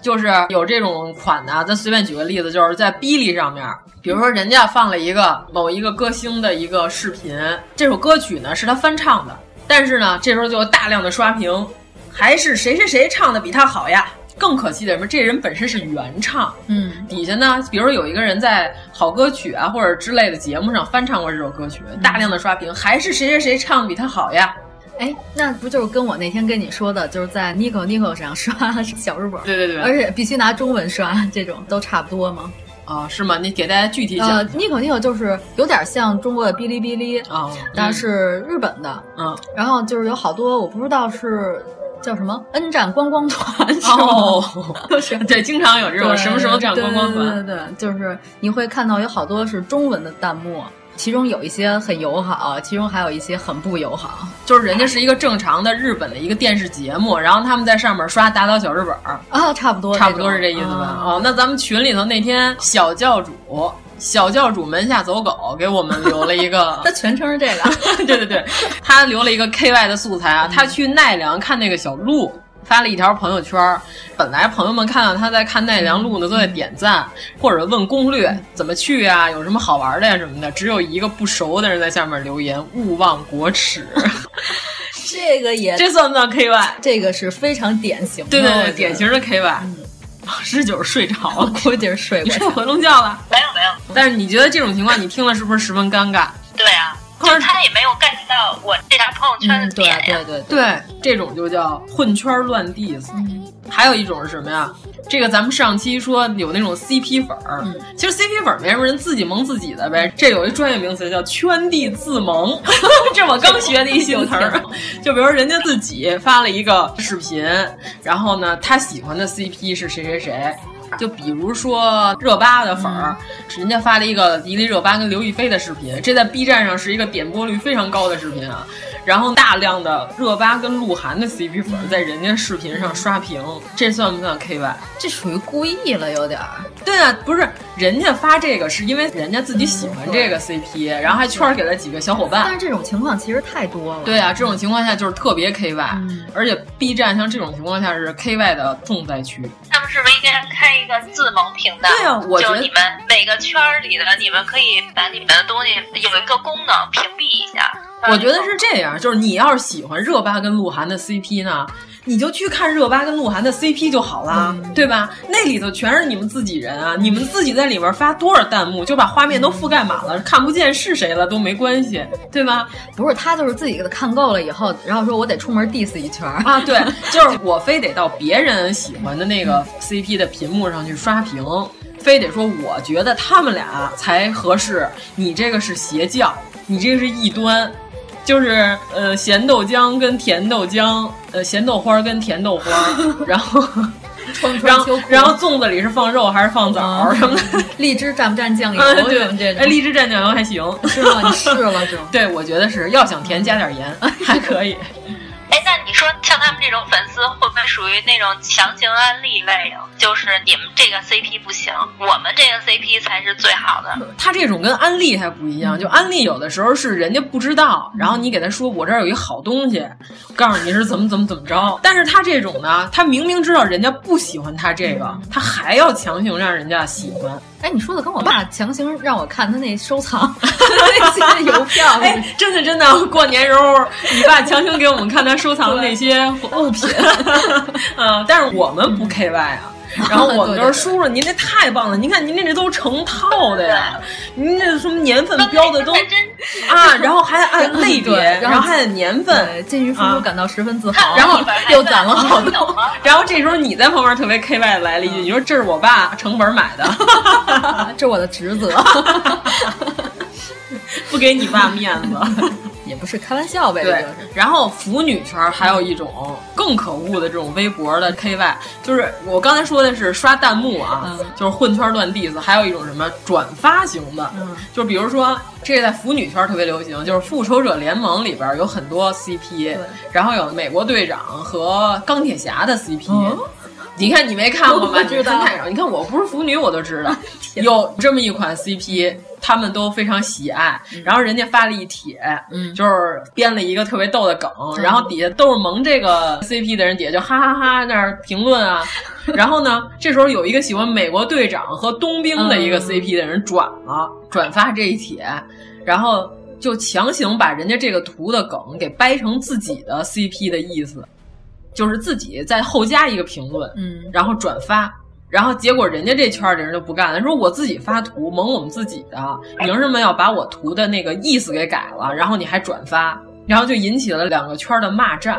Speaker 3: 就是有这种款的啊。咱随便举个例子，就是在哔哩上面，比如说人家放了一个某一个歌星的一个视频，这首歌曲呢是他翻唱的，但是呢这时候就有大量的刷屏，还是谁谁谁唱的比他好呀。更可气的是什么？这人本身是原唱，
Speaker 6: 嗯，
Speaker 3: 底下呢，比如说有一个人在好歌曲啊或者之类的节目上翻唱过这首歌曲，大量的刷屏，还是谁谁谁唱的比他好呀。
Speaker 6: 哎，那不就是跟我那天跟你说的，就是在 Nico Nico 上刷小日本，
Speaker 3: 对对对，
Speaker 6: 而且必须拿中文刷，这种都差不多吗？
Speaker 3: 啊、是吗？你给大家具体讲
Speaker 6: 呃，Nico Nico 就是有点像中国的哔哩哔哩，
Speaker 3: 啊，
Speaker 6: 但是日本的，
Speaker 3: 嗯，
Speaker 6: 然后就是有好多我不知道是叫什么 N 站观光团，是吗
Speaker 3: 哦， 对，经常有这种
Speaker 6: 对
Speaker 3: 什么什么站观光
Speaker 6: 对
Speaker 3: 团，
Speaker 6: 对对对，就是你会看到有好多是中文的弹幕，其中有一些很友好，其中还有一些很不友好。
Speaker 3: 就是人家是一个正常的日本的一个电视节目，然后他们在上面刷打倒小日本儿，
Speaker 6: 啊，差不多，
Speaker 3: 差不多是这意思吧？
Speaker 6: 啊
Speaker 3: 哦，那咱们群里头那天小教主。小教主门下走狗给我们留了一个
Speaker 6: 它全称是这 个。啊
Speaker 3: 对对对，他留了一个 K Y 的素材啊，他去奈良看那个小鹿。发了一条朋友圈儿，本来朋友们看到他在看奈良鹿呢，都在点赞或者问攻略怎么去啊，有什么好玩的呀、什么的。只有一个不熟的人在下面留言：“勿忘国耻。
Speaker 6: 这个”也
Speaker 3: 这算不算 K Y？
Speaker 6: 这个是非常典型的，
Speaker 3: 对对
Speaker 6: 我觉
Speaker 3: 对，
Speaker 6: 得嗯
Speaker 3: 典型的 K Y。老 师就是睡着
Speaker 6: 我
Speaker 3: 了，
Speaker 6: 估计是睡
Speaker 3: 你
Speaker 6: 过
Speaker 3: 睡回笼觉了。
Speaker 7: 没有没有，
Speaker 3: 但是你觉得这种情况，你听了是不是十分尴尬？
Speaker 7: 对啊，就是他也没有 get 到我这条朋友圈
Speaker 6: 嗯，
Speaker 7: 的
Speaker 6: 对
Speaker 7: 点呀。
Speaker 6: 对对对，嗯
Speaker 3: 对，啊这种就叫混圈乱 diss。还有一种是什么呀？这个咱们上期说有那种 CP 粉儿，
Speaker 6: 嗯
Speaker 3: 其实 CP 粉儿没什么人自己蒙自己的呗。这有一专业名词叫圈地自 萌，这我刚学的一新词儿。 就比如人家自己发了一个视频，然后呢，他喜欢的 CP 是谁谁谁。就比如说热巴的粉儿，
Speaker 6: 嗯
Speaker 3: 人家发了一个迪丽热巴跟刘亦菲的视频，这在 B 站上是一个点播率非常高的视频啊。然后大量的热巴跟鹿晗的 CP 粉儿在人家视频上刷屏，这算不算 KY？
Speaker 6: 这属于故意了，有点儿。
Speaker 3: 对啊，不是人家发这个是因为人家自己喜欢这个 CP，、然后还圈儿给了几个小伙
Speaker 6: 但
Speaker 3: 伴。
Speaker 6: 是这种情况其实太多了。
Speaker 3: 对啊，这种情况下就是特别 KY，、
Speaker 6: 嗯
Speaker 3: 而且 B 站像这种情况下是 KY 的重灾区。
Speaker 7: 他们是不是应该开一个自萌频道？
Speaker 3: 对啊我觉
Speaker 7: 就
Speaker 3: 得
Speaker 7: 是你们每个圈儿里的，你们可以把你们的东西有一个功能屏蔽一下。嗯
Speaker 3: 我觉得是这样，就是你要是喜欢热巴跟鹿晗的 CP 呢，你就去看热巴跟鹿晗的 CP 就好啦，对吧？那里头全是你们自己人啊，你们自己在里面发多少弹幕，就把画面都覆盖满了，看不见是谁了都没关系，对吧？
Speaker 6: 不是他就是自己给他看够了以后，然后说我得出门 diss 一圈儿。
Speaker 3: 啊，对，就是我非得到别人喜欢的那个 CP 的屏幕上去刷屏，非得说我觉得他们俩才合适，你这个是邪教，你这个是异端。就是呃，咸豆浆跟甜豆浆，呃，咸豆花跟甜豆花， 然后，然
Speaker 6: 秋
Speaker 3: 后
Speaker 6: 裤
Speaker 3: 然后粽子里是放肉还是放枣儿什么的？
Speaker 6: 荔枝蘸不蘸酱 油
Speaker 3: 啊，
Speaker 6: 什么嗯这
Speaker 3: 对，哎，
Speaker 6: 种，
Speaker 3: 荔枝蘸酱油还行。？
Speaker 6: 是吗？你试了这种
Speaker 3: 对，我觉得是要想甜加点盐 还可以。
Speaker 7: 哎，那你说像他们这种粉丝，会不会属于那种强行安利类啊？就是你们这个 CP 不行，我们这个 CP 才是最好的。
Speaker 3: 他这种跟安利还不一样，就安利有的时候是人家不知道，然后你给他说我这儿有一好东西，告诉你是怎么怎么怎么着。但是他这种呢，他明明知道人家不喜欢他这个，他还要强行让人家喜欢。
Speaker 6: 哎，你说的跟我爸强行让我看他那收藏 那些邮票，
Speaker 3: 哎，真的真的，过年时候你爸强行给我们看他收藏的那些物 品，嗯，但是我们不 KY 啊。然后我们都是叔叔，您这太棒了！您看您这这都成套的呀，您这什么年份标的都
Speaker 7: 还真
Speaker 3: 啊，然后还按类别，
Speaker 6: 对然后
Speaker 3: 然后还按年份
Speaker 6: 对，，金鱼叔
Speaker 3: 啊
Speaker 6: 叔感到十分自豪，
Speaker 3: 然后
Speaker 6: 又攒了好
Speaker 7: 哎你懂
Speaker 6: 多。
Speaker 7: 吗？
Speaker 3: 然后这时候你在旁边特别 K Y 来了
Speaker 6: 嗯
Speaker 3: 一句，你说这是我爸成本 买的，
Speaker 6: 这我的职 责，
Speaker 3: 不给你爸面子。
Speaker 6: 也不是开玩笑呗，这
Speaker 3: 对
Speaker 6: 就是。，
Speaker 3: 然后腐女圈还有一种更可恶的这种微博的 K Y，就是我刚才说的是刷弹幕啊，
Speaker 6: 嗯
Speaker 3: 就是混圈乱 diss，还有一种什么转发型的，
Speaker 6: 嗯
Speaker 3: 就比如说这个在腐女圈特别流行，就是复仇者联盟里边有很多 CP，然后有美国队长和钢铁侠的 CP。
Speaker 6: 嗯
Speaker 3: 你看，你没看过吗？
Speaker 6: 我不知道
Speaker 3: 你看太少。你看，我不是腐女，我都知道有这么一款 CP，他们都非常喜爱。
Speaker 6: 嗯
Speaker 3: 然后人家发了一帖，嗯，就是编了一个特别逗的梗，然后底下都是萌这个 CP 的人，底下就哈哈哈那儿评论啊。然后呢，这时候有一个喜欢美国队长和冬兵的一个 CP 的人转了，转发这一帖，然后就强行把人家这个图的梗给掰成自己的 CP 的意思，就是自己再后加一个评论，
Speaker 6: 嗯，
Speaker 3: 然后转发。然后结果人家这圈儿的人就不干了，说我自己发图蒙我们自己的，凭什么要把我图的那个意思给改了？然后你还转发，然后就引起了两个圈儿的骂战。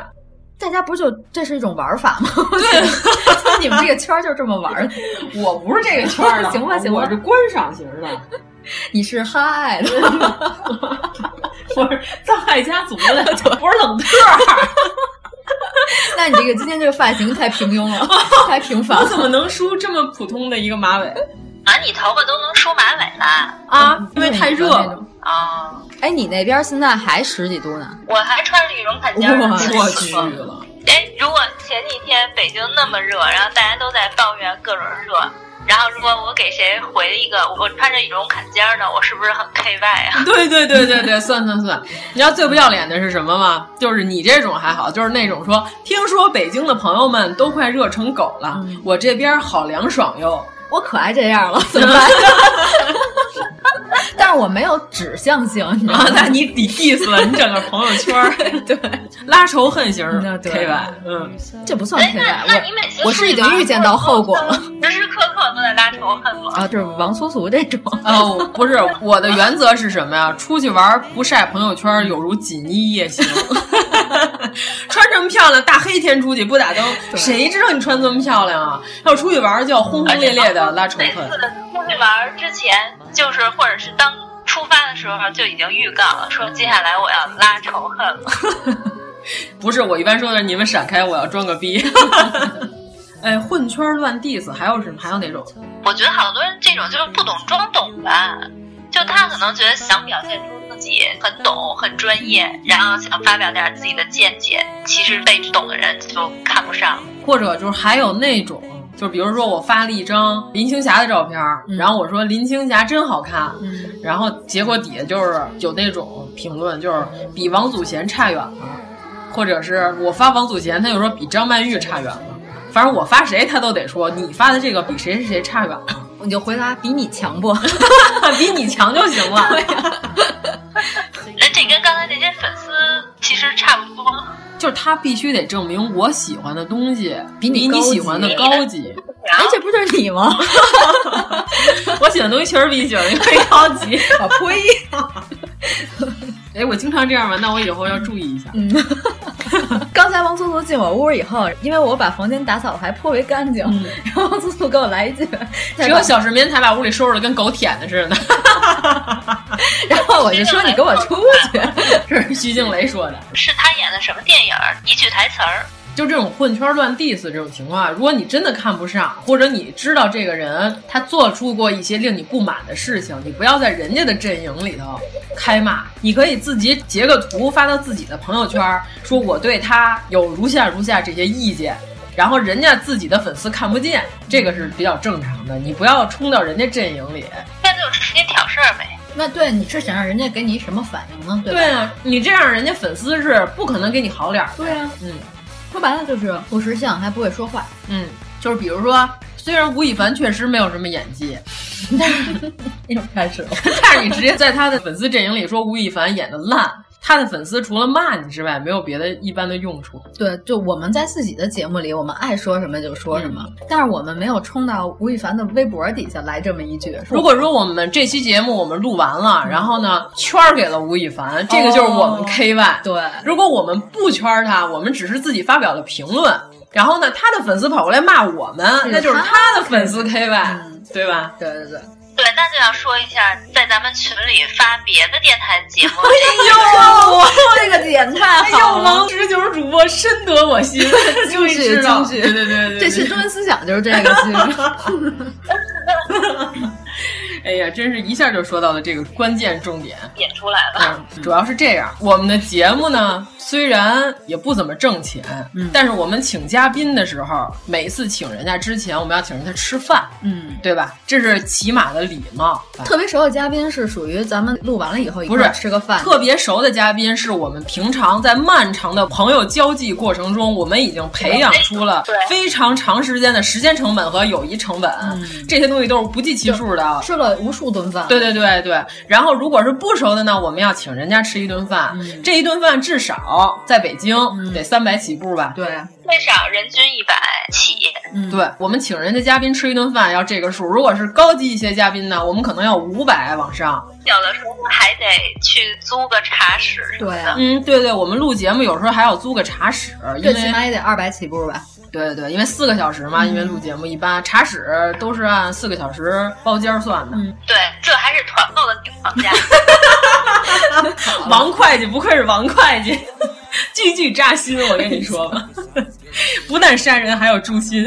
Speaker 6: 大家不就这是一种玩法 吗？对，你们这个圈儿就这么玩 儿。
Speaker 3: 我不是这个圈儿的，
Speaker 6: 行吧行吧
Speaker 3: 我是观赏型的，
Speaker 6: 你是哈爱 的，
Speaker 3: 我是葬爱家族的，我是冷特儿。
Speaker 6: 那你这个今天这个发型太平 庸了，太平凡
Speaker 3: 我
Speaker 6: 了。
Speaker 3: 怎么能梳这么普通的一个马尾
Speaker 7: 啊，你头发都能梳马尾了
Speaker 3: 啊？因为太热了。
Speaker 7: 啊！
Speaker 6: 哎，你那边现在还十几度呢？
Speaker 7: 我还穿着羽绒坎肩儿呢。
Speaker 3: 我去了，
Speaker 7: 哎，如果前几天北京那么热，然后大家都在抱怨各种热，然后如果我给谁回一个我穿着羽绒坎肩儿呢，我是不是很 K Y 啊？
Speaker 3: 对对对对对，算算算，你知道最不要脸的是什么吗？就是你这种还好，就是那种说，听说北京的朋友们都快热成狗了，我这边好凉爽哟。
Speaker 6: 我可爱这 样了，怎么办？但是我没有指向性，啊你知道
Speaker 3: 然
Speaker 6: 吗
Speaker 3: 后？那 你你 diss 了你整个朋友圈儿，
Speaker 6: 对，
Speaker 3: 拉仇恨型
Speaker 6: 那对
Speaker 3: K Y，嗯，
Speaker 6: 这不算
Speaker 7: 哎，
Speaker 6: 陪
Speaker 7: 那
Speaker 6: 伴。
Speaker 7: 那你每次
Speaker 6: 我我是已经预见到后果了，
Speaker 7: 时时刻刻都在拉仇恨吗？
Speaker 6: 啊，就是王苏苏这种。
Speaker 3: 哦，不是，我的原则是什么呀？出去玩儿不晒朋友圈，有如锦衣夜行。 穿这么漂亮，大黑天出去不打灯，谁知道你穿这么漂亮啊？要出去玩儿就要轰轰烈烈的拉仇
Speaker 7: 每
Speaker 3: 恨
Speaker 7: 次。出去玩儿之前，就是或者是当出发的时候，就已经预告了，说接下来我要拉仇恨了。
Speaker 3: 不是，我一般说的是你们闪开，我要装个 逼。哎，混圈儿乱 diss，还有什么？还有哪种？
Speaker 7: 我觉得好多人这种就是不懂装懂吧，就他可能觉得想表现出自己很懂、很专业，然后想发表点自己的见解，其实被懂的人就看不上。
Speaker 3: 或者就是还有那种，就比如说我发了一张林青霞的照片儿，
Speaker 6: 嗯
Speaker 3: 然后我说林青霞真好看，
Speaker 6: 嗯，
Speaker 3: 然后结果底下就是有那种评论，就是比王祖贤差远了，或者是我发王祖贤，他就说比张曼玉差远了。反正我发谁，他都得说你发的这个比谁谁谁差远了，
Speaker 6: 你就回答比你强不？
Speaker 3: 比你强就行了。
Speaker 7: 那这跟刚才那些粉丝其实差不多。
Speaker 3: 就是他必须得证明我喜欢的东西
Speaker 6: 比你
Speaker 3: 你
Speaker 6: 高级
Speaker 3: 喜欢的高级，
Speaker 7: 然
Speaker 6: 哎
Speaker 7: 后，
Speaker 6: 这不就是你吗？
Speaker 3: 我喜欢的东西确实比你喜欢的东西高 级。
Speaker 6: 我呸！
Speaker 3: 哎，我经常这样吗？那我以后要注意一下。
Speaker 6: 嗯， 刚才王苏苏进我屋以后，因为我把房间打扫的还颇为干净，
Speaker 3: 嗯
Speaker 6: 然后王苏苏给我来一句，
Speaker 3: 只有小市民才把屋里收拾的跟狗舔的似的，
Speaker 6: 然后我就说你给我出去，
Speaker 3: 这是徐静蕾说的。
Speaker 7: 是他演的什么电影儿？一句台词儿。
Speaker 3: 就这种混圈乱 diss 这种情况啊，如果你真的看不上，或者你知道这个人他做出过一些令你不满的事情，你不要在人家的阵营里头开骂，你可以自己截个图发到自己的朋友圈，说我对他有如下如下这些意见。然后人家自己的粉丝看不见，这个是比较正常的。你不要冲到人家阵营里。
Speaker 7: 现在就直接挑事儿呗。
Speaker 6: 那对你是想让人家给你什么反应呢？对吧？
Speaker 3: 对啊，你这样人家粉丝是不可能给你好脸儿的。
Speaker 6: 对啊，
Speaker 3: 嗯
Speaker 6: 说白了就是不识相还不会说话，
Speaker 3: 嗯，就是比如说，虽然吴亦凡确实没有什么演技，
Speaker 6: 又开始了。
Speaker 3: 但是你直接在他的粉丝阵营里说吴亦凡演的烂，他的粉丝除了骂你之外，没有别的一般的用处。
Speaker 6: 对，就我们在自己的节目里，我们爱说什么就说什么，但是我们没有冲到吴亦凡的微博底下来这么一句。说
Speaker 3: 如果说我们这期节目我们录完了，
Speaker 6: 嗯
Speaker 3: 然后呢圈儿给了吴亦凡，这个就是我们
Speaker 6: 哦
Speaker 3: K Y。
Speaker 6: 对，
Speaker 3: 如果我们不圈儿他，我们只是自己发表了评论，然后呢他的粉丝跑过来骂我们，那就是他的粉丝 K Y，
Speaker 6: 嗯
Speaker 3: 对吧？
Speaker 6: 对对对，
Speaker 7: 对，那就要说一下，在咱们群里发别的电台节 目，
Speaker 3: 我
Speaker 6: 这个点太
Speaker 3: 哎
Speaker 6: 哎好
Speaker 3: 呦，
Speaker 6: 了
Speaker 3: 王。直就是主播，深得我 心，终于知道，
Speaker 6: 京
Speaker 3: 对
Speaker 6: 剧
Speaker 3: 对对对对，
Speaker 6: 这期中心思想就是这个，其实
Speaker 3: 哎哎呀，真是一下就说到了这个关键重点。
Speaker 7: 点出来了。
Speaker 3: 嗯，主要是这样，我们的节目呢，虽然也不怎么挣钱，
Speaker 6: 嗯
Speaker 3: 但是我们请嘉宾的时候，每次请人家之前，我们要请人家吃饭，
Speaker 6: 嗯，
Speaker 3: 对吧？这是起码的礼貌。
Speaker 6: 特别熟的嘉宾是属于咱们录完了以后一
Speaker 3: 不
Speaker 6: 块
Speaker 3: 是
Speaker 6: 儿吃个饭，
Speaker 3: 特别熟的嘉宾是我们平常在漫长的朋友交际过程中，我们已经培养出了
Speaker 6: 对
Speaker 3: 非常长时间的时间成本和友谊成本，
Speaker 6: 嗯
Speaker 3: 这些东西都是不计其数的。
Speaker 6: 吃了无数顿饭。
Speaker 3: 对对对对，然后如果是不熟的呢，我们要请人家吃一顿饭，
Speaker 6: 嗯
Speaker 3: 这一顿饭至少在北京、得三百起步吧？
Speaker 6: 对，嗯
Speaker 7: 最少人均一百起，
Speaker 3: 对我们请人家嘉宾吃一顿饭要这个数，如果是高级一些嘉宾呢，我们可能要五百往上。
Speaker 7: 有的时候还得去租个茶室什么的。
Speaker 3: 嗯，对对，我们录节目有时候还要租个茶室，因
Speaker 6: 啊最
Speaker 3: 为
Speaker 6: 起码嗯也得二百起步吧？
Speaker 3: 对对对，因为四个小时嘛，因为录节目一般茶室都是按四个小时包间儿
Speaker 6: 嗯
Speaker 3: 算的。
Speaker 7: 对，这还是团购的情况下，
Speaker 3: 王会计不愧是王会计，句句扎心，我跟你说 吧，不但杀人还要诛心。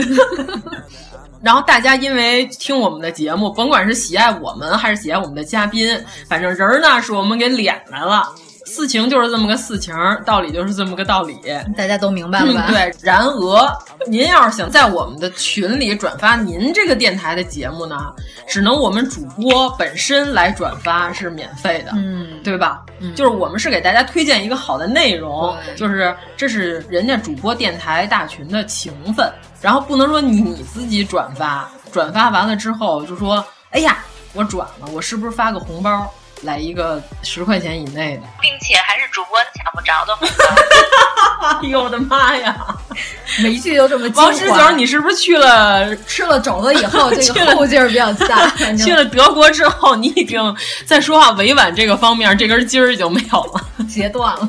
Speaker 3: 然后大家因为听我们的节目，甭管是喜爱我们还是喜爱我们的嘉宾，反正人儿呢是我们给敛来了。事情就是这么个事情，道理就是这么个道理。
Speaker 6: 大家都明白了吧？
Speaker 3: 嗯。对，然而您要是想在我们的群里转发您这个电台的节目呢，只能我们主播本身来转发是免费的。
Speaker 6: 嗯，
Speaker 3: 对吧？就是我们是给大家推荐一个好的内容，
Speaker 6: 对
Speaker 3: 就是这是人家主播电台大群的情分，然后不能说你自己转发，转发完了之后就说，哎呀，我转了，我是不是发个红包来一个十块钱以内的？
Speaker 7: 并且还是主播抢不着的。
Speaker 3: 哎呦我的妈呀！
Speaker 6: 每一句都这么精华。
Speaker 3: 王十九，你是不是去 了
Speaker 6: 吃了肘子以后，这
Speaker 3: 去
Speaker 6: 个
Speaker 3: 了
Speaker 6: 后劲儿比较 大。反正
Speaker 3: 去了德国之后，你已经在说话委婉这个方面这根筋儿已经没有了。
Speaker 6: 截断了。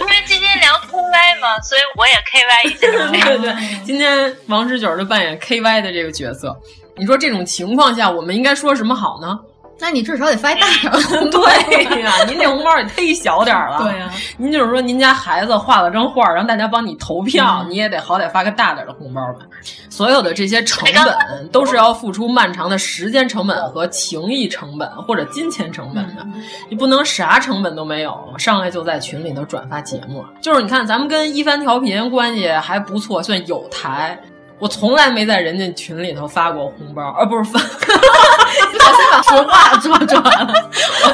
Speaker 7: 因为今天聊 KY 嘛，所以我也 KY 一下。
Speaker 3: 对 对，今天王十九就扮演 KY 的这个角色。你说这种情况下，我们应该说什么好 呢？
Speaker 6: 那你至少得发一大点儿
Speaker 3: 对呀、您这红包也忒小 点儿了。
Speaker 6: 对啊呀
Speaker 3: 您就是说您家孩子画了张画，让大家帮你投票，
Speaker 6: 嗯
Speaker 3: 你也得好歹发个大点儿的红包吧。所有的这些成本都是要付出漫长的时间成本和情谊成本或者金钱成本的，
Speaker 6: 嗯
Speaker 3: 你不能啥成本都没有，上来就在群里头转发节目。就是你看，咱们跟一帆调频关系还不错，算有台。我从来没在人家群里头发过红包，而、不是 发，
Speaker 6: 你好像把头发抓抓了，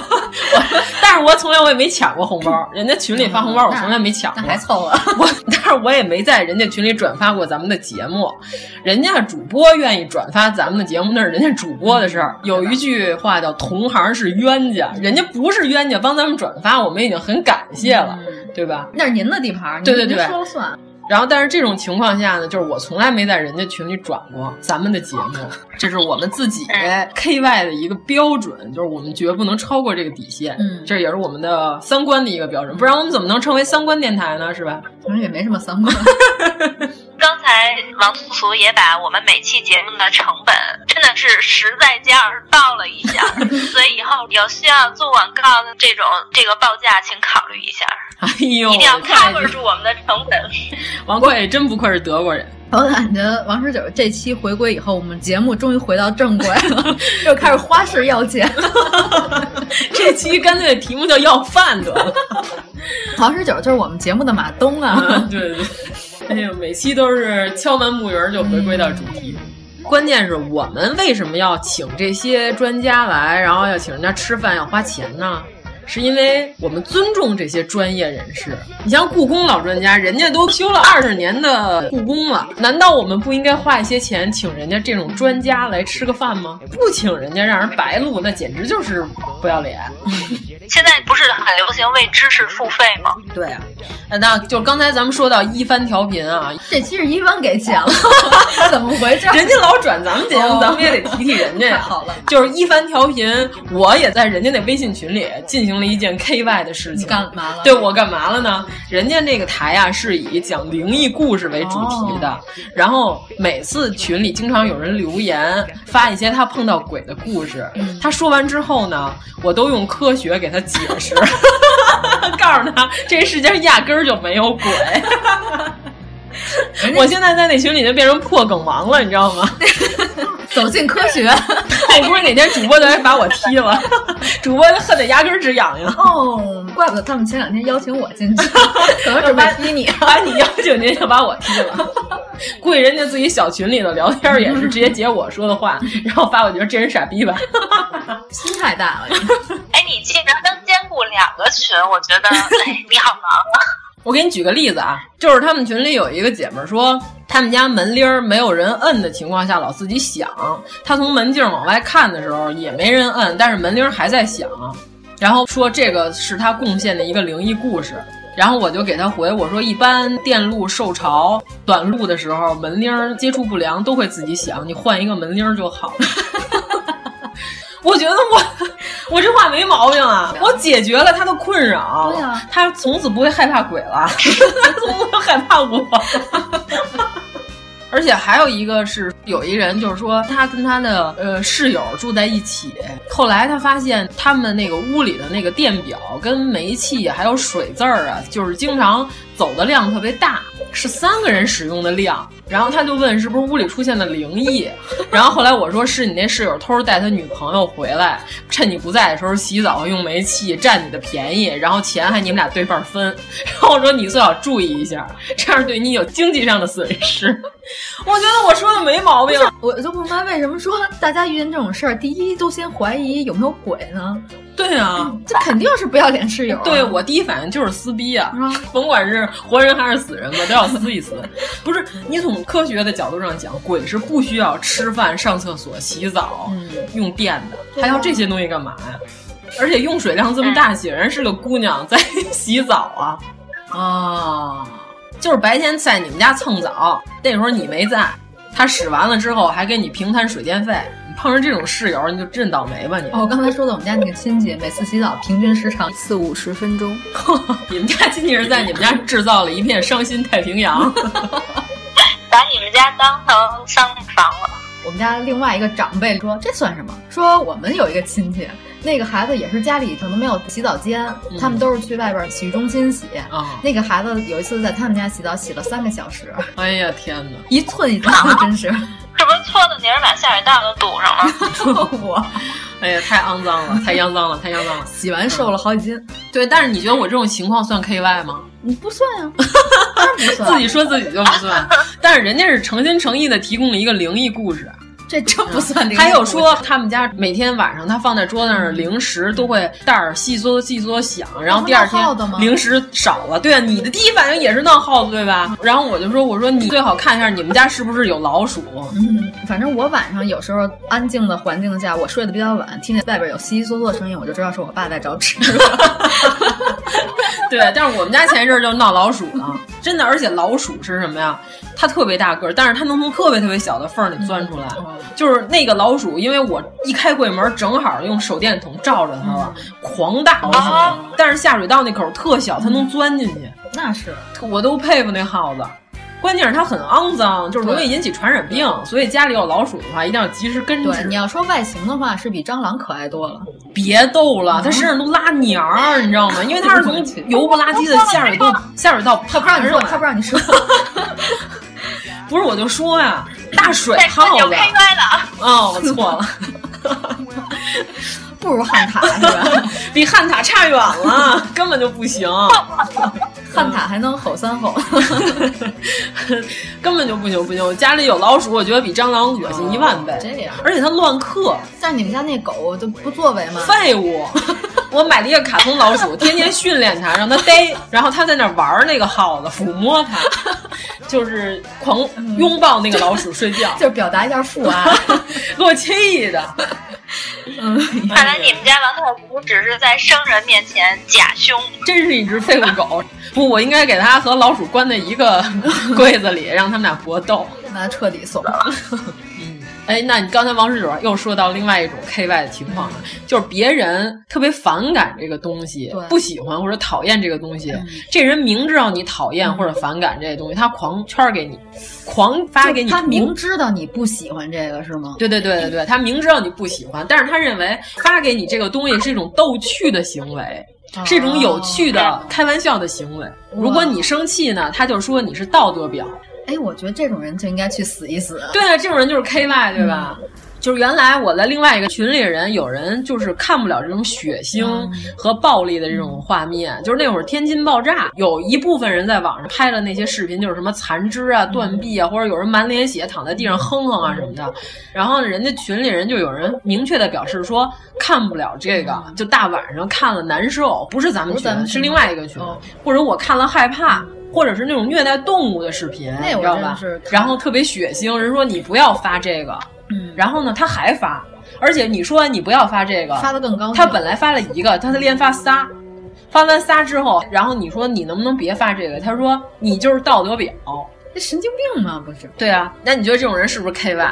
Speaker 3: 我但是我从来我也没抢过红包，人家群里发红包我从来没抢过，
Speaker 6: 那还凑合。
Speaker 3: 我，但是我也没在人家群里转发过咱们的节目，人家主播愿意转发咱们的节目，那是人家主播的事儿。
Speaker 6: 嗯
Speaker 3: 有一句话叫“同行是冤家”，人家不是冤家，帮咱们转发，我们已经很感谢了，
Speaker 6: 嗯
Speaker 3: 对吧？
Speaker 6: 那是您的地盘儿，您
Speaker 3: 对对对
Speaker 6: 您说了算。
Speaker 3: 然后，但是这种情况下呢，就是我从来没在人家群里转过咱们的节目，这是我们自己
Speaker 7: 哎
Speaker 3: KY 的一个标准，就是我们绝不能超过这个底线。
Speaker 6: 嗯
Speaker 3: 这也是我们的三观的一个标准，不然我们怎么能称为三观电台呢？是吧？
Speaker 6: 反正也没什么三观。
Speaker 7: 刚才王素素也把我们每期节目的成本真的是实在价儿 报了一下，所以以后有需要做广告的这种这个报价，请考虑一下，
Speaker 3: 哎呦，
Speaker 7: 一定要
Speaker 3: 我看
Speaker 7: cover 住我们的成本。
Speaker 3: 王贵也真不愧是德国人，
Speaker 6: 我感觉王十九这期回归以后，我们节目终于回到正轨了，又开始花式要钱。
Speaker 3: 这期干脆题目叫要饭得了。
Speaker 6: 王十九就是我们节目的马东啊。
Speaker 3: 对对对，哎呦，每期都是敲门木鱼儿就回归到主题。关键是我们为什么要请这些专家来，然后要请人家吃饭要花钱呢？是因为我们尊重这些专业人士。你像故宫老专家，人家都修了二十年的故宫了，难道我们不应该花一些钱请人家这种专家来吃个饭吗？不请人家让人白录，那简直就是不要脸。
Speaker 7: 现在不是很流行为知识付费吗？
Speaker 3: 对啊，呃那就刚才咱们说到一番调频啊，
Speaker 6: 这期是一帆给钱了，怎么回 事？
Speaker 3: 人家老转咱们节目，
Speaker 6: 哦
Speaker 3: 咱们也得提提人家呀。
Speaker 6: 太好了，
Speaker 3: 就是一番调频，我也在人家那微信群里进行了一件 KY 的事
Speaker 6: 你
Speaker 3: 情。
Speaker 6: 干嘛了？
Speaker 3: 对我干嘛了呢？人家那个台啊是以讲灵异故事为主题
Speaker 6: 哦
Speaker 3: 的，然后每次群里经常有人留言发一些他碰到鬼的故事，
Speaker 6: 嗯
Speaker 3: 他说完之后呢，我都用科学给他解 释，告诉他这世界上压根儿就没有鬼。
Speaker 6: 哎
Speaker 3: 我现在在那群里就变成破梗王了，你知道吗？
Speaker 6: 走进科学。
Speaker 3: 我估计哎哪天主播就来把我踢了，主播恨得牙根直痒痒。
Speaker 6: 哦，怪不得他们前两天邀请我进去， 可能准备踢你，
Speaker 3: 把你邀请进去就把我踢了。估计人家自己小群里头聊天也是直接截我说的话，然后发我觉得这人傻逼吧，
Speaker 6: 心太大了。
Speaker 7: 哎，你竟然能兼顾两个群，我觉得哎，你好忙啊。
Speaker 3: 我给你举个例子啊，就是他们群里有一个姐们儿说，他们家门铃儿没有人摁的情况下老自己响，她从门镜往外看的时候也没人摁，但是门铃儿还在响，然后说这个是她贡献的一个灵异故事。然后我就给他回我说，一般电路受潮、短路的时候，门铃儿接触不良都会自己响，你换一个门铃儿就好了。我觉得我 我这话没毛病啊，我解决了他的困扰，
Speaker 6: 对啊
Speaker 3: 他从此不会害怕鬼了， 他从此不会害怕我。 而且还有一个是，有一人就是说，他跟他的呃室友住在一起，后来他发现他们那个屋里的那个电表跟煤气还有水渍儿啊，就是经常走的量特别大，是三个人使用的量。然后他就问是不是屋里出现了灵异，然后后来我说是你那室友偷偷带他女朋友回来，趁你不在的时候洗澡用煤气占你的便宜，然后钱还你们俩对半分。然后我说你最好注意一下，这样对你有经济上的损失。我觉得我说的没毛病。
Speaker 6: 我就不明白为什么说大家遇见这种事儿，第一都先怀疑有没有鬼呢？
Speaker 3: 对啊，
Speaker 6: 这肯定是不要脸室友啊、
Speaker 3: 对我第一反应就是撕逼啊
Speaker 6: 嗯，
Speaker 3: 甭管是活人还是死人吧，都要撕一撕。不是，你从科学的角度上讲，鬼是不需要吃饭、上厕所、洗澡、
Speaker 6: 嗯
Speaker 3: 用电的，还要这些东西干嘛呀？而且用水量这么
Speaker 6: 嗯
Speaker 3: 大，显然是个姑娘在 洗澡啊啊！就是白天在你们家蹭澡，那时候你没在，他使完了之后还给你平摊水电费，你碰上这种室友你就真倒霉吧你！
Speaker 6: 哦，我刚才说的我们家那个亲戚，每次洗澡平均时长
Speaker 8: 四五十分钟，
Speaker 3: 你们家亲戚人在你们家制造了一片伤心太平 洋，
Speaker 7: 把你们家当成丧房了。
Speaker 6: 我们家另外一个长辈说：“这算什么？”说我们有一个亲戚，那个孩子也是家里可能没有洗澡间，
Speaker 3: 嗯
Speaker 6: 他们都是去外边洗浴中心洗。
Speaker 3: 啊
Speaker 6: 那个孩子有一次在他们家洗澡，洗了三个小时，
Speaker 3: 哎呀天哪！
Speaker 6: 一寸一寸的， 真是
Speaker 7: 是不是搓的泥儿把下水道都堵上 了？
Speaker 6: 我
Speaker 3: 哎呀，太肮脏了，太肮脏了，太肮脏了。嗯
Speaker 6: 洗完瘦了好几斤，
Speaker 3: 对，但是你觉得我这种情况算 K Y 吗？
Speaker 6: 你不算呀、 当然不算，
Speaker 3: 啊自己说自己就不 算，但是人家是诚心诚意的提供了一个灵异故事。
Speaker 6: 这真啊不算灵异故事。
Speaker 3: 啊还有说他们家每天晚上他放在桌子上的零食都会袋儿细嗦细嗦响，
Speaker 6: 哦
Speaker 3: 然后第二天
Speaker 6: 闹耗子吗
Speaker 3: 零食少了。对啊，你的第一反应也是闹耗子对吧？然后我就说我说你最好看一下你们家是不是有老鼠。
Speaker 6: 嗯，反正我晚上有时候安静的环境下，我睡得比较晚，听见外边有窸窸窣窣的声音，我就知道是我爸在找吃的。
Speaker 3: 对，但是我们家前一阵儿就闹老鼠了，真的，而且老鼠是什么呀？它特别大个儿，但是它能从特别特别小的缝儿里 钻出来。
Speaker 6: 嗯哦
Speaker 3: 就是那个老鼠，因为我一开柜门，正好用手电筒照着它了，
Speaker 6: 嗯
Speaker 3: 狂大老
Speaker 7: 啊
Speaker 3: 鼠，但是下水道那口儿特小，它能钻进去，
Speaker 6: 那是，
Speaker 3: 我都佩服那耗子。关键是它很肮脏，就是容易引起传染病，所以家里有老鼠的话，一定要及时根治。
Speaker 6: 对，你要说外形的话，是比蟑螂可爱多了。
Speaker 3: 别逗
Speaker 6: 嗯
Speaker 3: 了，它身上都拉黏儿，你知道吗？因为它是 从油不拉几的下水道下水道
Speaker 6: 他不让你说，
Speaker 3: 爬上来
Speaker 6: 他不让你说。
Speaker 3: 不是，我就说呀，大水
Speaker 7: 这
Speaker 3: 耗
Speaker 7: 就
Speaker 3: 子，
Speaker 7: K Y 了，
Speaker 3: 哦，我错了，
Speaker 6: 不如汉塔是吧？
Speaker 3: 比汉塔差远了，根本就不行，
Speaker 6: 汉塔还能 吼三吼，
Speaker 3: 根本就不行不行。我家里有老鼠，我觉得比蟑螂恶心一万
Speaker 7: 哦
Speaker 3: 倍，
Speaker 6: 这样。
Speaker 3: 而且它乱克，
Speaker 6: 像你们家那狗就不作为吗？
Speaker 3: 废物。 我买了一个卡通老鼠，天天训练它，让它逮，然后它在那玩那个耗子，抚摸它，就是狂
Speaker 7: 嗯
Speaker 3: 拥抱那个老鼠睡觉，
Speaker 6: 就是表达一下啊父爱。
Speaker 3: 给我气的。嗯，
Speaker 7: 看来你们家王太福只是在生人面前假凶。
Speaker 3: 真是一只废物狗。不，我应该给它和老鼠关在一个 柜子里，让它们俩搏斗。
Speaker 6: 那彻底 怂了，
Speaker 3: 哎，那你刚才王室友又说到另外一种 K Y 的情况了，就是别人特别反感这个东西
Speaker 6: 嗯对，嗯
Speaker 3: 不喜欢或者讨厌这个东西，这人明知道你讨厌或者反感这些东西，他狂圈给你，狂发给你图，
Speaker 6: 他明嗯知道你不喜欢这个是吗？
Speaker 3: 对对对对对，他明知道你不喜欢，但是他认为发给你这个东西是一种逗趣的行为，是一
Speaker 6: 哦啊嗯
Speaker 3: 种有趣的开玩笑的行为。如果你生气呢，他就说你是道德婊；
Speaker 6: 哎，我觉得这种人就应该去死一死。
Speaker 3: 对啊，这种人就是 K Y 对吧？
Speaker 6: 嗯
Speaker 3: 就是原来我在另外一个群里的人，有人就是看不了这种血腥
Speaker 6: 嗯
Speaker 3: 和暴力的这种画面，就是那会儿天津爆炸，有一部分人在网上拍了那些视频，就是什么残肢
Speaker 6: 嗯
Speaker 3: 啊、断臂啊，或者有人满脸血躺在地上哼哼啊什么的。然后呢，人家群里人就有人明确的表示说看不了这个，就大晚上看了难受，不是咱们
Speaker 6: 嗯不是咱
Speaker 3: 群，
Speaker 6: 们
Speaker 3: 是
Speaker 6: 群啊哦
Speaker 3: 另外一个群，或者我看了害怕。或者是那种虐待动物的视频，
Speaker 6: 那
Speaker 3: 你
Speaker 6: 我
Speaker 3: 知道
Speaker 6: 真
Speaker 3: 吧
Speaker 6: 是？看
Speaker 3: 然后特别血腥，人说你不要发这个，
Speaker 6: 嗯，
Speaker 3: 然后呢，他还发，而且你说你不要发这个，
Speaker 6: 发的更高兴。
Speaker 3: 他本来发了一个，他连发仨，发完仨之后，然后你说你能不能别发这个？他说你就是道德婊。
Speaker 6: 这神经病吗？不是，
Speaker 3: 对啊，那你觉得这种人是不是 KY？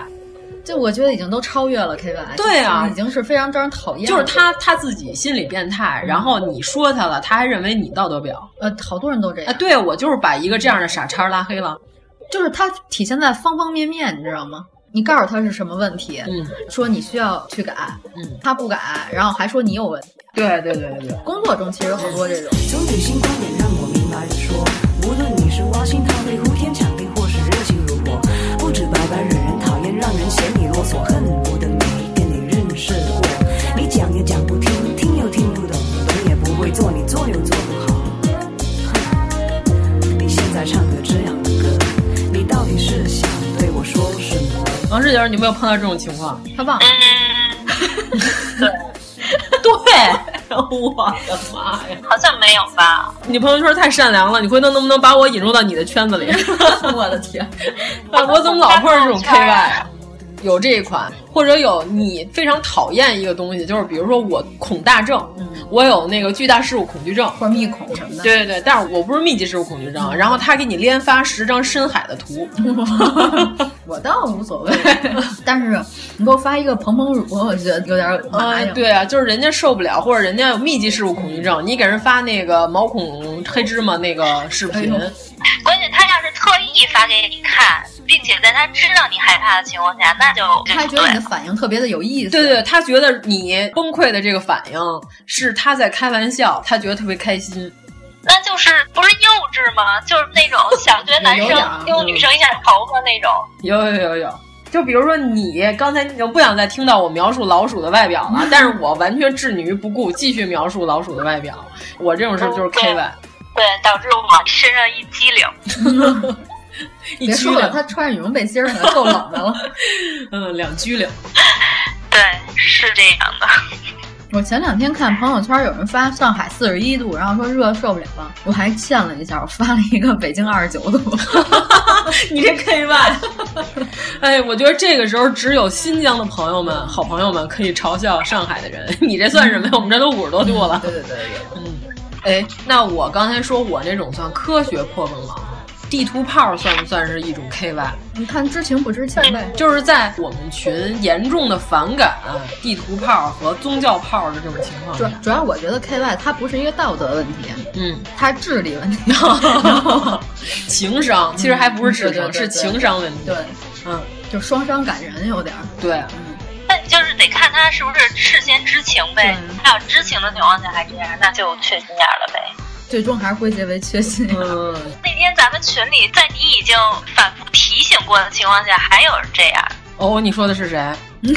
Speaker 6: 就我觉得已经都超越了 K Y。
Speaker 3: 对啊
Speaker 6: 已经是非常招人讨厌。
Speaker 3: 就是，他他自己心理变态，然后你说他了，他还认为你道德婊
Speaker 6: 呃，好多人都这
Speaker 3: 啊？
Speaker 6: 样。
Speaker 3: 对啊，我就是把一个这样的傻叉拉黑了。
Speaker 6: 就是它体现在方方面面，你知道吗？你告诉他是什么问题，
Speaker 3: 嗯
Speaker 6: 说你需要去改，
Speaker 3: 嗯，
Speaker 6: 他不改，然后还说你有问题。
Speaker 3: 对对对对对。
Speaker 6: 工作中其实有好多这种。
Speaker 9: 从最新观点让我明白了说，无论你是挖心掏肺、呼天抢地，或是热情如火，不止白白惹人讨厌，让人嫌你啰嗦，恨不得每一个你认识过。你讲也讲不听，听又听不懂，懂也不会做，你做又做不好。你现在唱的这样的歌，你到底是想对我说什么？
Speaker 3: 王志角，你有没有碰到这种情况？
Speaker 6: 他忘了， 嗯
Speaker 3: 对， 我的妈呀！
Speaker 7: 好像没有吧？
Speaker 3: 你朋友圈太善良了，你回头能不能把我引入到你的圈子 里？
Speaker 6: 我的天，
Speaker 3: 啊我怎么老碰上这种 KY？啊有这一款，或者有你非常讨厌一个东西，就是比如说我恐大症，我有那个巨大事物恐惧症，
Speaker 6: 或者密恐什么的。
Speaker 3: 嗯对对对，嗯但是我不是密集事务恐惧症，然后他给你连发十张深海的 图，
Speaker 6: 我倒无所 谓，但是你给我发一个蓬蓬乳，我觉得有点麻
Speaker 3: 哎
Speaker 6: 呀。，
Speaker 3: 对啊，就是人家受不了，或者人家有密集事务恐惧症，你给人发那个毛孔黑芝麻那个视频，
Speaker 6: 哎呦
Speaker 7: 关键他要是特意发给你看，并且在他知道你害怕的情况下，那就
Speaker 6: 他还
Speaker 7: 就
Speaker 6: 觉
Speaker 7: 不
Speaker 6: 得
Speaker 7: 对
Speaker 6: 你的
Speaker 7: 了。
Speaker 6: 反应特别的有意思。
Speaker 3: 对对，他觉得你崩溃的这个反应是他在开玩笑，他觉得特别开心。
Speaker 7: 那就是不是幼稚吗？就是那种想对男
Speaker 6: 有点儿
Speaker 7: 生揪女生一下头发那种。
Speaker 3: 有有有有，就比如说你刚才你就不想再听到我描述老鼠的外表了，但是我完全置你于不顾，继续描述老鼠的外表。我这种事儿就是
Speaker 6: 哦
Speaker 3: K 外，
Speaker 7: 对，导致我身上一激灵。
Speaker 3: 一
Speaker 6: 别
Speaker 3: 拘
Speaker 6: 说了，
Speaker 3: 留，
Speaker 6: 他穿着羽绒背心儿可能够冷的了。
Speaker 3: 嗯，两拘留。
Speaker 7: 对，是这样的。
Speaker 6: 我前两天看朋友圈有人发上海四十一度，然后说热受不了了，我还欠了一下，我发了一个北京二十九度。
Speaker 3: 你这 K 外，哎，我觉得这个时候只有新疆的朋友们、好朋友们可以嘲笑上海的人。你这算什么呀？我们这都五十多度了。
Speaker 6: 对对对对，
Speaker 3: 嗯，哎，那我刚才说我这种算科学破梗吗？地图炮算不算是一种 K Y？
Speaker 6: 你看知情不知情呗。
Speaker 3: 就是在我们群严重的反感地图炮和宗教炮的这种情况
Speaker 6: 主
Speaker 3: 下，
Speaker 6: 主要我觉得 K Y 它不是一个道德问题，
Speaker 3: 嗯，
Speaker 6: 它是智力问题。
Speaker 3: 情商其实还不是智商，
Speaker 6: 嗯对对对
Speaker 3: 是情商问题。
Speaker 6: 对，
Speaker 3: 嗯，
Speaker 6: 就双伤感人有点儿。嗯
Speaker 3: 对，
Speaker 7: 那你就是得看他是不是事先知情呗
Speaker 6: 对。
Speaker 7: 他要知情的情况下还这样，那就缺心眼儿了呗。
Speaker 6: 最终还是归结为缺心眼儿。
Speaker 3: 嗯，
Speaker 7: 那天咱们群里，在你已经反复提醒过的情况下，还有人这样，
Speaker 3: 哦，你说的是 谁？对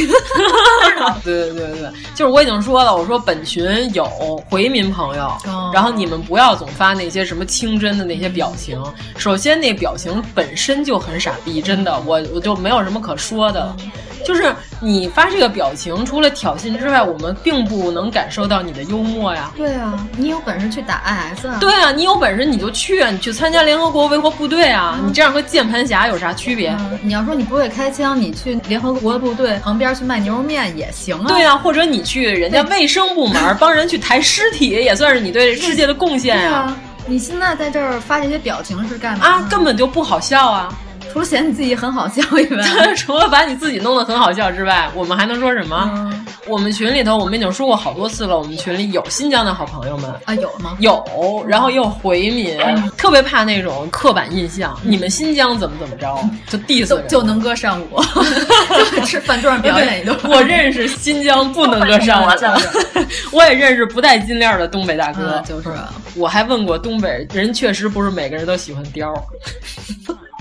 Speaker 3: 对对对，就是我已经说了，我说本群有回民朋友，
Speaker 6: 哦
Speaker 3: 然后你们不要总发那些什么清真的那些表情。首先，那表情本身就很傻逼，真的，我我就没有什么可说的了。就是你发这个表情，除了挑衅之外，我们并不能感受到你的幽默呀。
Speaker 6: 对啊，你有本事去打 IS 啊？
Speaker 3: 对啊，你有本事你就去啊，你去参加联合国维和部队啊，你这样和键盘侠有啥区别？
Speaker 6: 嗯。你要说你不会开枪，你去联合国部队旁边去卖牛肉面也行啊。
Speaker 3: 对呀、或者你去人家卫生部门儿帮人去抬尸体，也算是你对世界的贡献
Speaker 6: 对
Speaker 3: 呀、
Speaker 6: 啊，你现在在这儿发这些表情是干嘛？
Speaker 3: 啊，根本就不好笑啊！
Speaker 6: 除了嫌你自己很好笑以 外，
Speaker 3: 除了把你自己弄得很好笑之外，我们还能说什么？
Speaker 6: 嗯
Speaker 3: 我们群里头，我们已经说过好多次了，我们群里有新疆的好朋友们。
Speaker 6: 啊有吗？
Speaker 3: 有，
Speaker 6: 嗯
Speaker 3: 然后也有回民，特别怕那种刻板印象。你们新疆怎么怎么着，就 diss
Speaker 6: 就
Speaker 3: 人
Speaker 6: 嗯就能歌 善舞，就吃饭桌上表演一顿。嗯
Speaker 3: 我认识新疆不能歌善舞 的， 我也认识不戴金链的东北大哥。
Speaker 6: 嗯就是 啊
Speaker 3: 我还问过东北人，确实不是每个人都喜欢貂儿。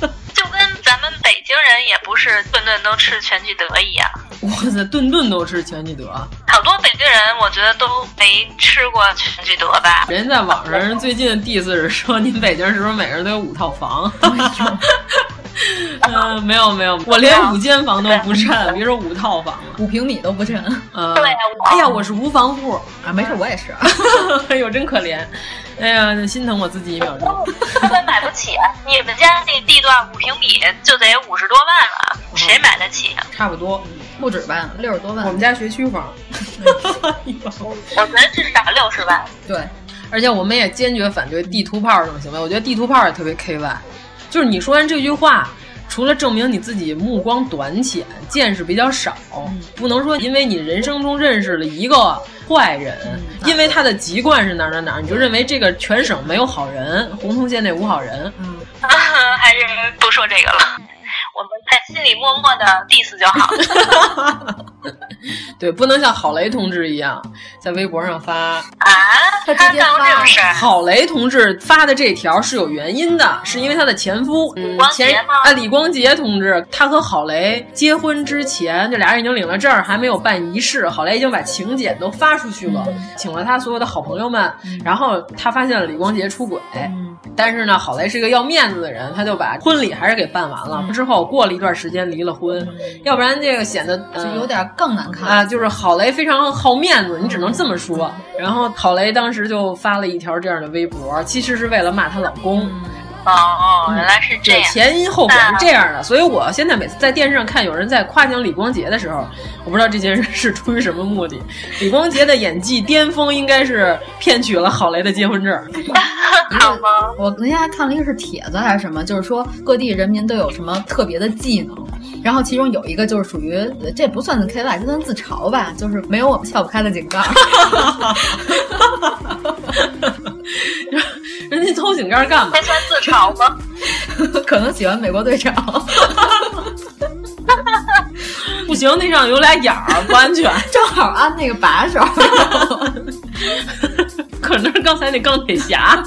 Speaker 7: 就跟北京人也不是顿顿都吃全聚德一样。
Speaker 3: 哇塞，顿顿都吃全聚德，
Speaker 7: 好多北京人我觉得都没吃过全聚德吧。
Speaker 3: 人家在网上人最近的 diss 是说，你们北京是不是每个人都有五套房？嗯，没有没有，我连五间房都不占，别说五套房了，
Speaker 6: 五平米都不占。
Speaker 3: 嗯，
Speaker 7: 对呀我
Speaker 3: 哎呀，我是无房户
Speaker 6: 啊，没事，我也是。
Speaker 3: 哎呦，真可怜，哎呀，心疼我自己一秒钟。
Speaker 7: 根本买不起。啊你们家那地段五平米就得五十多万了，谁买得起啊？
Speaker 3: 差不哎多，
Speaker 6: 不止吧，六十多万。
Speaker 3: 我们家学区 房。
Speaker 7: 我觉得至少六十万。
Speaker 3: 对，而且我们也坚决反对地图炮这种行为。我觉得地图炮也特别 K Y，就是你说完这句话，除了证明你自己目光短浅、见识比较少，不能说因为你人生中认识了一个坏人，因为他的籍贯是哪儿哪儿哪儿，你就认为这个全省没有好人，洪洞县内无好人。嗯，
Speaker 7: 还是不说这个了，我们在心里默默的 diss 就 好了。
Speaker 3: 对，不能像郝雷同志一样在微博上发
Speaker 7: 啊，他
Speaker 6: 直接
Speaker 7: 干过这种事儿，
Speaker 3: 郝雷同志发的这条是有原因的，是因为他的前夫，嗯
Speaker 7: 光，
Speaker 3: 前
Speaker 7: 洁吗
Speaker 3: 啊李光洁同志，他和郝雷结婚之前，这俩人已经领了证儿，还没有办仪式，郝雷已经把请柬都发出去了，请了他所有的好朋友们，然后他发现了李光洁出轨。
Speaker 6: 嗯
Speaker 3: 但是呢，郝雷是个要面子的人，他就把婚礼还是给办完了。之后过了一段时间离了婚，要不然这个显得、
Speaker 6: 嗯就
Speaker 3: 呃、
Speaker 6: 有点更难看。
Speaker 3: 啊，就是郝雷非常好面子，你只能这么说。
Speaker 6: 嗯
Speaker 3: 然后郝雷当时就发了一条这样的微博，其实是为了骂她老公。
Speaker 6: 嗯
Speaker 7: 哦，原来是这
Speaker 3: 对，
Speaker 7: 样。啊
Speaker 3: 前因后果是这样的，所以我现在每次在电视上看有人在夸奖李光洁的时候，我不知道这些人是出于什么目的。李光洁的演技巅峰应该是骗取了郝雷的结婚证儿。
Speaker 7: 好吗？
Speaker 6: 我那天还看了一个是帖子还是什么，就是说各地人民都有什么特别的技能，然后其中有一个就是属于呃这不算 K Y，这算自嘲吧，就是没有我们撬不开的井盖儿。
Speaker 3: 人家偷井盖干嘛
Speaker 7: 这？算自嘲吗？
Speaker 6: 可能喜欢美国队长，
Speaker 3: 不行，那上有俩眼儿，不安全。
Speaker 6: 正好安那个把手。
Speaker 3: 可能是刚才那钢铁侠，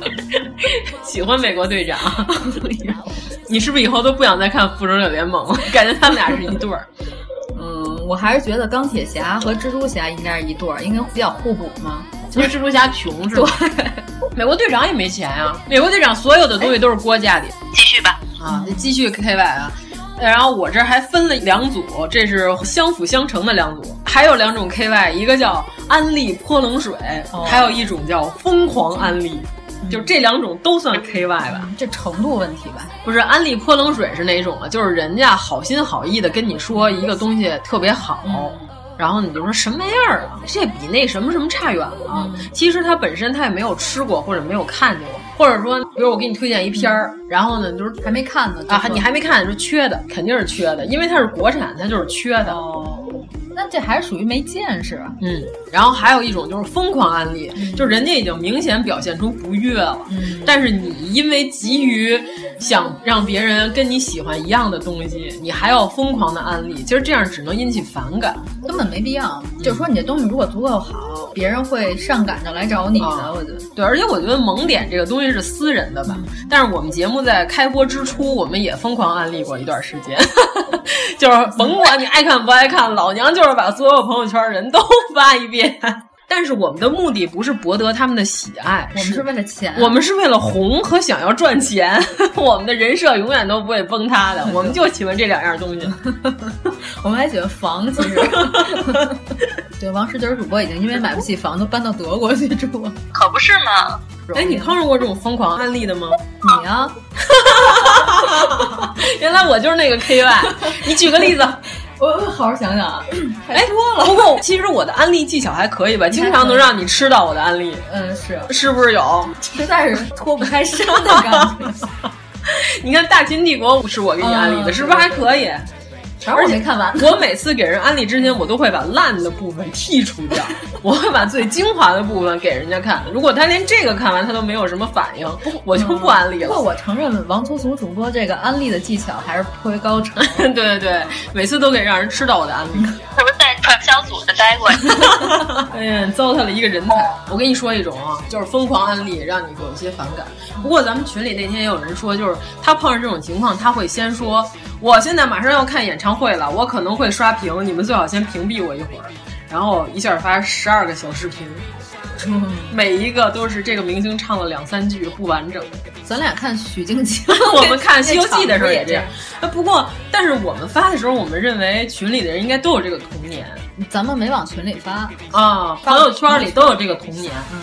Speaker 3: 喜欢美国队长。你是不是以后都不想再看《复仇者联盟》了？感觉他们俩是一对儿。
Speaker 6: 嗯，我还是觉得钢铁侠和蜘蛛侠应该是一对儿，应该比较互补嘛。
Speaker 3: 因为蜘蛛侠穷是吧？美国队长也没钱啊。美国队长所有的东西都是郭家里
Speaker 7: 继续吧。
Speaker 3: 啊，继续 KY 啊。然后我这还分了两组，这是相辅相成的两组，还有两种 KY，一个叫安利泼冷水，还有一种叫疯狂安利，就这两种都算 KY 吧。
Speaker 6: 这程度问题吧，
Speaker 3: 不是安利泼冷水是哪种啊？就是人家好心好意的跟你说一个东西特别好，然后你就说什么样儿啊？这比那什么什么差远了。啊其实他本身他也没有吃过或者没有看见过，或者说，比如我给你推荐一片儿，然后呢，你就是
Speaker 6: 还没看呢
Speaker 3: 啊，你还没看，你说缺的，肯定是缺的，因为它是国产，它就是缺的。
Speaker 6: 哦，那这还是属于没见识。啊
Speaker 3: 嗯，然后还有一种就是疯狂安利，就是人家已经明显表现出不悦了，
Speaker 6: 嗯
Speaker 3: 但是你因为急于想让别人跟你喜欢一样的东西，你还要疯狂的安利，其实这样只能引起反感。
Speaker 6: 根本没必要。就是说，你这东西如果足够好，别人会上赶着来找你的。
Speaker 3: 啊
Speaker 6: 我觉得，嗯
Speaker 3: 对，而且我觉得萌点这个东西是私人的吧，但是我们节目在开播之初，我们也疯狂安利过一段时间， 就是甭管你爱看不爱看，老娘就是把所有朋友圈人都 发一遍。但是我们的目的不是博得他们的喜爱，
Speaker 6: 我们是为了钱，
Speaker 3: 我们是为了红和想要赚钱，我们的人设永远都不会崩塌的，我们就喜欢这两样东西。
Speaker 6: 我们还喜欢房，其实。对，王十九主播已经因为买不起房，都搬到德国去住了。
Speaker 7: 可不是嘛，
Speaker 3: 哎，你碰上过这种疯狂案例的吗？
Speaker 6: 你啊，
Speaker 3: 原来我就是那个 KY，你举个例子。
Speaker 6: 我我好好想想啊，
Speaker 3: 哎，多了。不过其实我的安利技巧还可以吧，经常能让你吃到我的安利，
Speaker 6: 嗯，是，
Speaker 3: 是不是有？
Speaker 6: 实在是脱不开身的感觉。
Speaker 3: 你看《大秦帝国》是我给你安利的，
Speaker 6: 嗯
Speaker 3: 是不是还可以？
Speaker 6: 反正我没看完，
Speaker 3: 我每次给人安利之前，我都会把烂的部分剔除掉， 我会把最精华的部分给人家看。如果他连这个看完他都没有什么反应，我就不安利
Speaker 6: 不过
Speaker 3: 了。
Speaker 6: 我承认，王粗俗主播这个安利的技巧还是颇为高超。
Speaker 3: 对对对，每次都给让人吃到我的安利。
Speaker 7: 是不是在传销组织待 过。
Speaker 3: 哎呀，糟蹋了一个人才！我跟你说一种啊，就是疯狂安利，让你有一些反感。不过咱们群里那天也有人说，就是他碰上这种情况，他会先说：“我现在马上要看演唱会了，我可能会刷屏，你们最好先屏蔽我一会儿。”然后一下发十二个小视频，
Speaker 6: 嗯
Speaker 3: 每一个都是这个明星唱了两三句不完整。，
Speaker 6: 咱俩看许静清
Speaker 3: 我们看《西游记》的时候也
Speaker 6: 这
Speaker 3: 这样。哎，不过但是我们发的时候，我们认为群里的人应该都有这个童年
Speaker 6: 样，咱们没往群里发，
Speaker 3: 啊，朋友圈里都有这个童年。嗯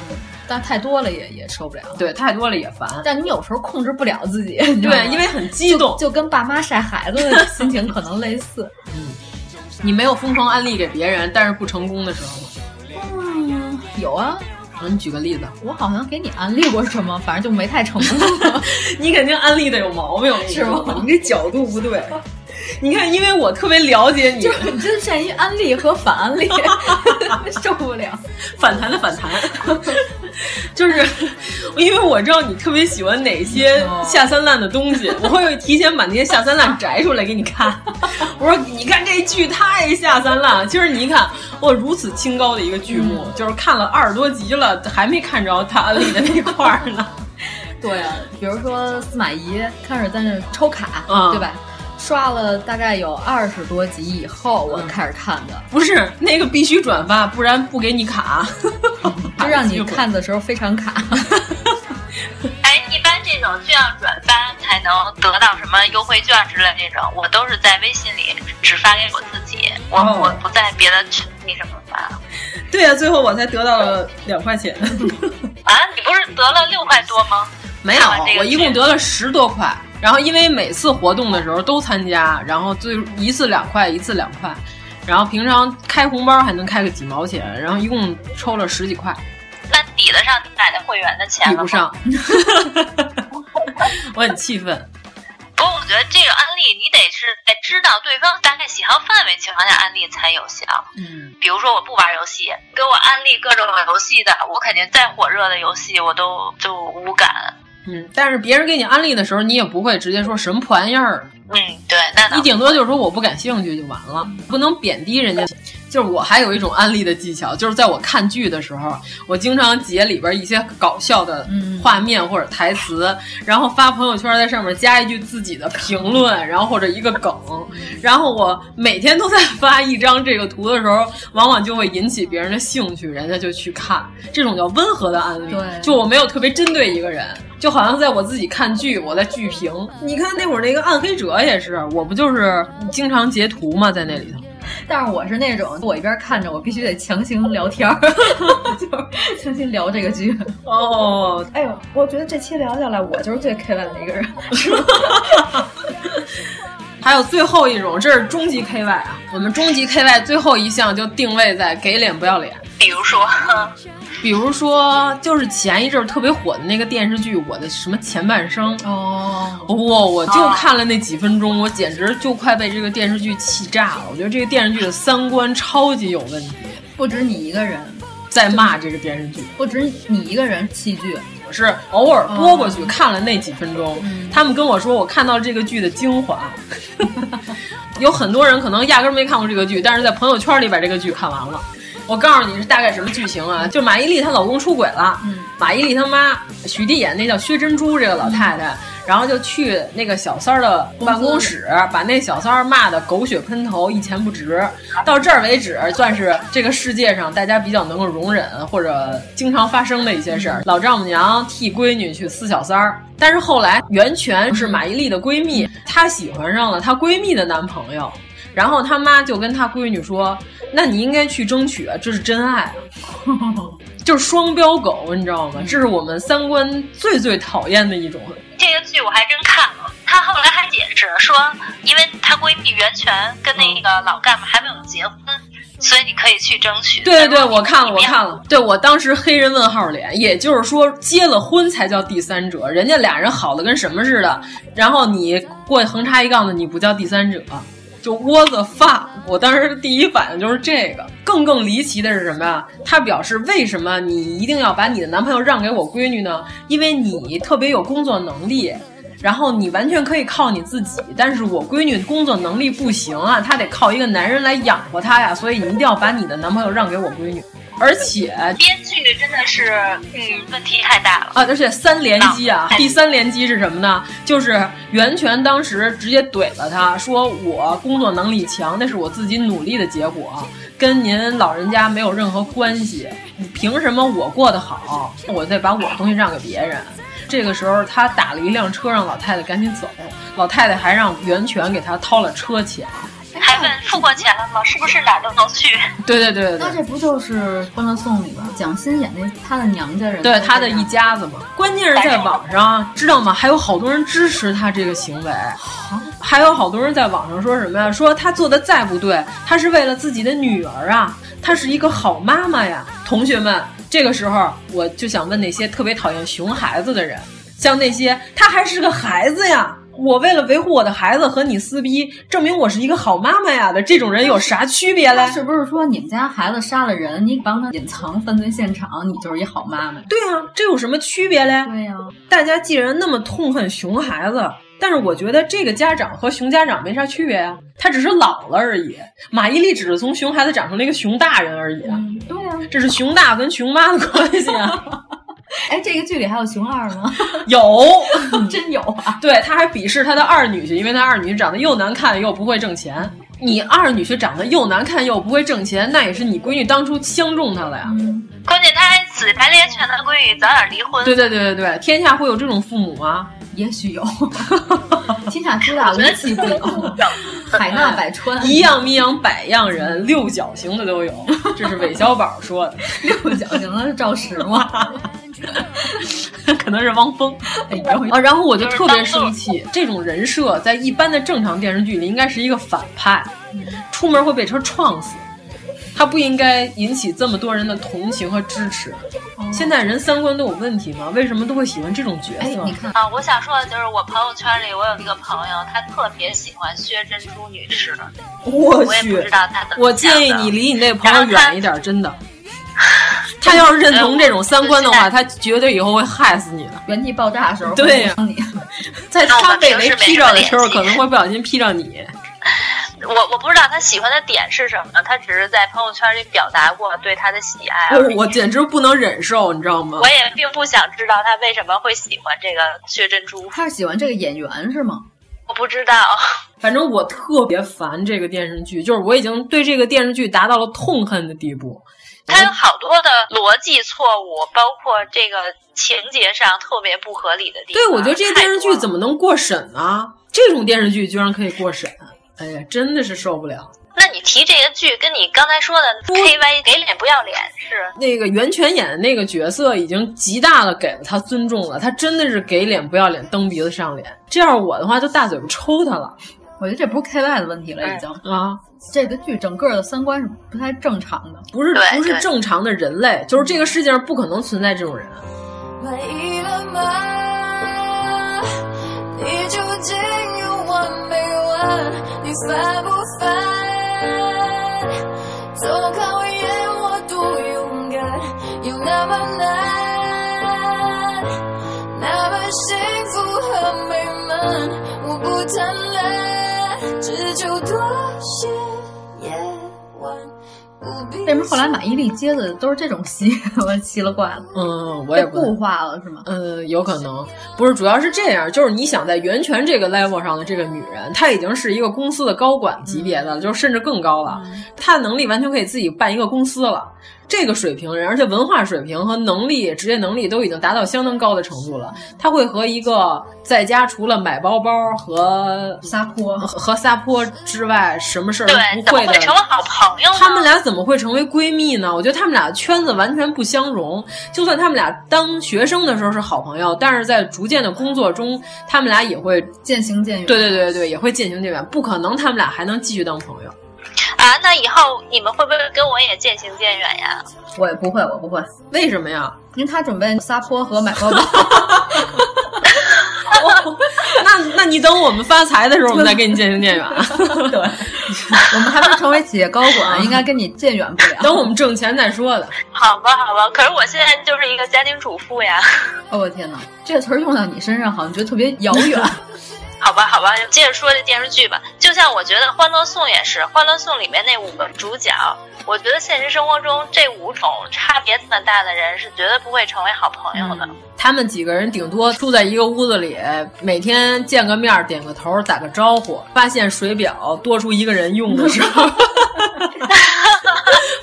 Speaker 6: 但太多了也也受不了。
Speaker 3: 对，太多了也烦。嗯
Speaker 6: 但你有时候控制不了自己，你知道吗
Speaker 3: 对，因为很激动，
Speaker 6: 就跟爸妈晒孩子的心情可能类似。
Speaker 3: 你没有疯狂安利给别人，但是不成功的时候吗？
Speaker 6: 嗯，有啊，
Speaker 3: 你举个例子，
Speaker 6: 我好像给你安利过什么，反正就没太成 功。
Speaker 3: 你肯定安利的有毛病，
Speaker 6: 是吗
Speaker 3: 你这角度不对。你看，因为我特别了解你
Speaker 6: 就，是真善于安利和反安 利，受不了。
Speaker 3: 反弹的反弹， 就是因为我知道你特别喜欢哪些
Speaker 6: 嗯
Speaker 3: 下三滥的东 西，我会提前把那些下三滥摘出来给你看。我说，你看这剧太下三滥了。其实你一看，哇，如此清高的一个剧目，
Speaker 6: 嗯
Speaker 3: 就是看了二十多集了，还没看着他安利的那块儿 呢。
Speaker 6: 对啊，比如说司马懿开始在那抽卡，
Speaker 3: 嗯
Speaker 6: 对吧？刷了大概有二十多集以后，我开始看的，
Speaker 3: 不是那个必须转发，不然不给你卡。
Speaker 6: 就 让你看的时候非常 卡。
Speaker 7: 哎，一般这种需要转发才能得到什么优惠券之类这种，我都是在微信里只发给我自己，我、
Speaker 3: 哦
Speaker 7: 我不在别的群里什么发。
Speaker 3: 对啊，最后我才得到了两块 钱，
Speaker 7: 啊，你不是得了六块多吗？
Speaker 3: 没有
Speaker 7: 看完这，个
Speaker 3: 我一共得了十多块。然后因为每次活动的时候都参加，然后最一次两块，一次两块，然后平常开红包还能开个几毛钱，然后一共抽了十几块，
Speaker 7: 那抵得上你买的会员的钱
Speaker 3: 抵
Speaker 7: 了吗
Speaker 3: 不上。 我很气愤，
Speaker 7: 不过我觉得这个安利你得是在知道对方大概喜好范围情况下安利才有效。
Speaker 3: 嗯，
Speaker 7: 比如说我不玩游戏，给我安利各种游戏的，我肯定再火热的游戏我都就无感。
Speaker 3: 嗯，但是别人给你安利的时候，你也不会直接说什么破玩意儿，
Speaker 7: 嗯，对，那倒
Speaker 3: 你顶多就是说我不感兴趣就完了，不能贬低人家。就是我还有一种安利的技巧，就是在我看剧的时候，我经常截里边一些搞笑的画面或者台词，然后发朋友圈，在上面加一句自己的评论，然后或者一个梗，然后我每天都在发一张这个图的时候，往往就会引起别人的兴趣，人家就去看。这种叫温和的安利，
Speaker 6: 对
Speaker 3: 就我没有特别针对一个人，就好像在我自己看剧，我在剧评。你看那会儿那个《暗黑者》也是，我不就是经常截图嘛，在那里头。
Speaker 6: 但是我是那种，我一边看着，我必须得强行聊天 儿，就是强行聊这个剧。
Speaker 3: 哦，
Speaker 6: 哎呦，我觉得这期聊下来，我就是最 K 万的一个人。
Speaker 3: 还有最后一种，这是终极 KY 啊。我们终极 KY 最后一项就定位在给脸不要脸。
Speaker 7: 比 如说，
Speaker 3: 比如说，就是前一阵儿特别火的那个电视剧《我的什么前半生》
Speaker 6: 哦，
Speaker 3: 哇、我就看了那几分钟，我简直就快被这个电视剧气炸了。我觉得这个电视剧的三观超级有问题，
Speaker 6: 不止你一个人，
Speaker 3: 在骂这个电视剧。
Speaker 6: 不止你一个人弃剧，
Speaker 3: 我是偶尔拨过去看了那几分钟，他们跟我说我看到这个剧的精华。 有很多人可能压根儿没看过这个剧，但是在朋友圈里把这个剧看完了。我告诉你是大概什么剧情啊？就马伊琍她老公出轨了，马伊琍她妈许娣演那叫薛珍珠这个老太太，然后就去那个小三儿的办公室，把那小三儿骂的狗血喷头，一钱不值。到这儿为止，算是这个世界上大家比较能够容忍或者经常发生的一些事儿。老丈母娘替闺女去撕小三儿，但是后来袁泉是马伊琍的闺蜜，她喜欢上了她闺蜜的男朋友。然后她妈就跟她闺女说：“那你应该去争取啊，这是真爱啊。”就是双标狗，你知道吗？这是我们三观最最讨厌的一种。
Speaker 7: 这个剧我还真看了。她后来还解释说，因为她闺蜜袁泉跟那个老干部还没有结婚，所以你可以去争取。
Speaker 3: 对对，我看了，我看了。对我当时黑人问号脸，也就是说结了婚才叫第三者，人家俩人好的跟什么似的，然后你过横插一杠子，你不叫第三者，就 what the fuck！我当时第一反应就是这个。更更离奇的是什么呀？他表示为什么你一定要把你的男朋友让给我闺女呢？因为你特别有工作能力。然后你完全可以靠你自己，但是我闺女工作能力不行啊，她得靠一个男人来养活她呀，所以你一定要把你的男朋友让给我闺女。而且
Speaker 7: 编剧真的是，嗯，问题太大了
Speaker 3: 啊！而且三连击啊，第三连击是什么呢？就是袁泉当时直接怼了他，说我工作能力强，那是我自己努力的结果，跟您老人家没有任何关系。你凭什么我过得好，我再把我的东西让给别人？这个时候，他打了一辆车，让老太太赶紧走。老太太还让袁泉给他掏了车钱。
Speaker 7: 还问付过钱了吗？是不是哪都能去？
Speaker 3: 对对对对
Speaker 6: 那这不就是《欢乐颂》里边蒋欣演那她的娘家人，
Speaker 3: 对她的一家子嘛？关键是在网上，知道吗？还有好多人支持她这个行为，还有好多人在网上说什么呀？说她做的再不对，她是为了自己的女儿啊，她是一个好妈妈呀。同学们，这个时候我就想问那些特别讨厌熊孩子的人，像那些她还是个孩子呀。我为了维护我的孩子和你撕逼，证明我是一个好妈妈呀的这种人有啥区别嘞？
Speaker 6: 是不是说你们家孩子杀了人，你帮他隐藏犯罪现场，你就是一好妈妈？
Speaker 3: 对啊，这有什么区别嘞？
Speaker 6: 对呀、啊，
Speaker 3: 大家既然那么痛恨熊孩子，但是我觉得这个家长和熊家长没啥区别啊，他只是老了而已。马伊琍只是从熊孩子长成了一个熊大人而已。
Speaker 6: 嗯、对呀、啊，
Speaker 3: 这是熊大跟熊妈的关系啊。
Speaker 6: 哎，这个剧里还有熊二 吗？
Speaker 3: 有，
Speaker 6: 真有啊！
Speaker 3: 对，他还鄙视他的二女婿，因为他二女婿长得又难看又不会挣钱。你二女婿长得又难看又不会挣钱，那也是你闺女当初相中他的呀。
Speaker 6: 嗯、
Speaker 7: 关键他还死白脸劝他闺女早点离婚。
Speaker 3: 对对对对对，天下会有这种父母吗？
Speaker 6: 也许有，天下之大无奇不有，海纳 百川，
Speaker 3: 一样米养百样人，六角形的 都有。这是韦小宝说的，
Speaker 6: 六角形的是赵石吗？
Speaker 3: 可能是汪峰，哎呦 啊！然后我就特别生气，这种人设在一般的正常电视剧里应该是一个反派，
Speaker 7: 嗯
Speaker 3: 出门会被车撞死，他不应该引起这么多人的同情和支持。
Speaker 7: 哦
Speaker 3: 现在人三观都有问题吗？为什么都会喜欢这种角色？
Speaker 6: 哎、你看
Speaker 7: 啊，我想说的就是我朋友圈里我有一个朋友，他特别喜欢薛珍珠女士，
Speaker 3: 我
Speaker 7: 也不知道他怎么。
Speaker 3: 我建议你离你那朋友远一点，真 的。他要是认
Speaker 7: 哎
Speaker 3: 同这种三观的话，他绝对以后会害死你的。
Speaker 6: 原地爆炸的时候，
Speaker 3: 对呀、
Speaker 6: 啊，
Speaker 3: 在他被雷劈着的时候，可能会不小心劈着你。
Speaker 7: 我我不知道他喜欢的点是什么，他只是在朋友圈里表达过对他的喜爱。
Speaker 3: 我我简直不能忍受，你知道吗？
Speaker 7: 哎我也并不想知道他为什么会喜欢这个薛珍珠。
Speaker 6: 他是喜欢这个演员是吗？
Speaker 7: 我不知道。
Speaker 3: 反正我特别烦这个电视剧，就是我已经对这个电视剧达到了痛恨的地步。
Speaker 7: 它有好多的逻辑错误，包括这个情节上特别不合理的地方。
Speaker 3: 对，我觉得这电视剧怎么能过审啊？这种电视剧居然可以过审，哎呀，真的是受不了。
Speaker 7: 那你提这个剧，跟你刚才说的 K Y 给脸不要脸是
Speaker 3: 那个袁泉演的那个角色，已经极大的给了他尊重了。他真的是给脸不要脸，蹬鼻子上脸。这要是我的话，就大嘴巴抽他了。
Speaker 6: 我觉得这不是 K Y 的问题了，已经
Speaker 3: 啊，
Speaker 6: 这个剧整个的三观是不太正常的，
Speaker 3: 不是不是正常的人类，就是这个世界上不可能存在这种人。
Speaker 10: 累了吗？你究竟有完没完？你烦不烦？总考验我多勇敢，有那么难？哪怕幸福很美满，我不贪婪。只求多些夜晚。
Speaker 6: 为什么后来马伊琍接的都是这种戏？我奇了怪了。
Speaker 3: 嗯，我也不
Speaker 6: 固化了是吗？
Speaker 3: 嗯，有可能不是，主要是这样，就是你想在袁泉这个 level 上的这个女人，她已经是一个公司的高管级别的，嗯、就是甚至更高了。嗯、她的能力完全可以自己办一个公司了。这个水平人，而且文化水平和能力、职业能力都已经达到相当高的程度了。他会和一个在家除了买包包和
Speaker 6: 撒泼
Speaker 3: 和撒泼之外什么事儿都
Speaker 7: 不会的，会成为好朋友。
Speaker 3: 他们俩怎么会成为闺蜜呢？我觉得他们俩圈子完全不相容。就算他们俩当学生的时候是好朋友，但是在逐渐的工作中，他们俩也会
Speaker 6: 渐行渐远。
Speaker 3: 对对对对，也会渐行渐远，不可能他们俩还能继续当朋友。
Speaker 7: 啊，那以后你们会不会跟我也渐行渐远呀？
Speaker 6: 我也不会，我不会。
Speaker 3: 为什么呀？
Speaker 6: 因为他准备撒泼和买 包包。
Speaker 3: 那那你等我们发财的时候，我们再跟你渐行渐远。啊
Speaker 6: 对，我们还没成为企业高 管，应该跟你渐远不了。
Speaker 3: 等我们挣钱再说的。
Speaker 7: 好吧，好吧，可是我现在就是一个家庭主妇呀。
Speaker 6: 哦，我天哪，这个词儿用到你身上，好像觉得特别遥 远。
Speaker 7: 好吧，好吧，接着说这电视剧吧。就像我觉得《欢乐颂》也是，《欢乐颂》里面那五个主角，我觉得现实生活中这五种差别这么大的人是绝对不会成为好朋友的。
Speaker 3: 他们几个人顶多住在一个屋子里，每天见个面儿点个头儿打个招呼。发现水表多出一个人用的时候，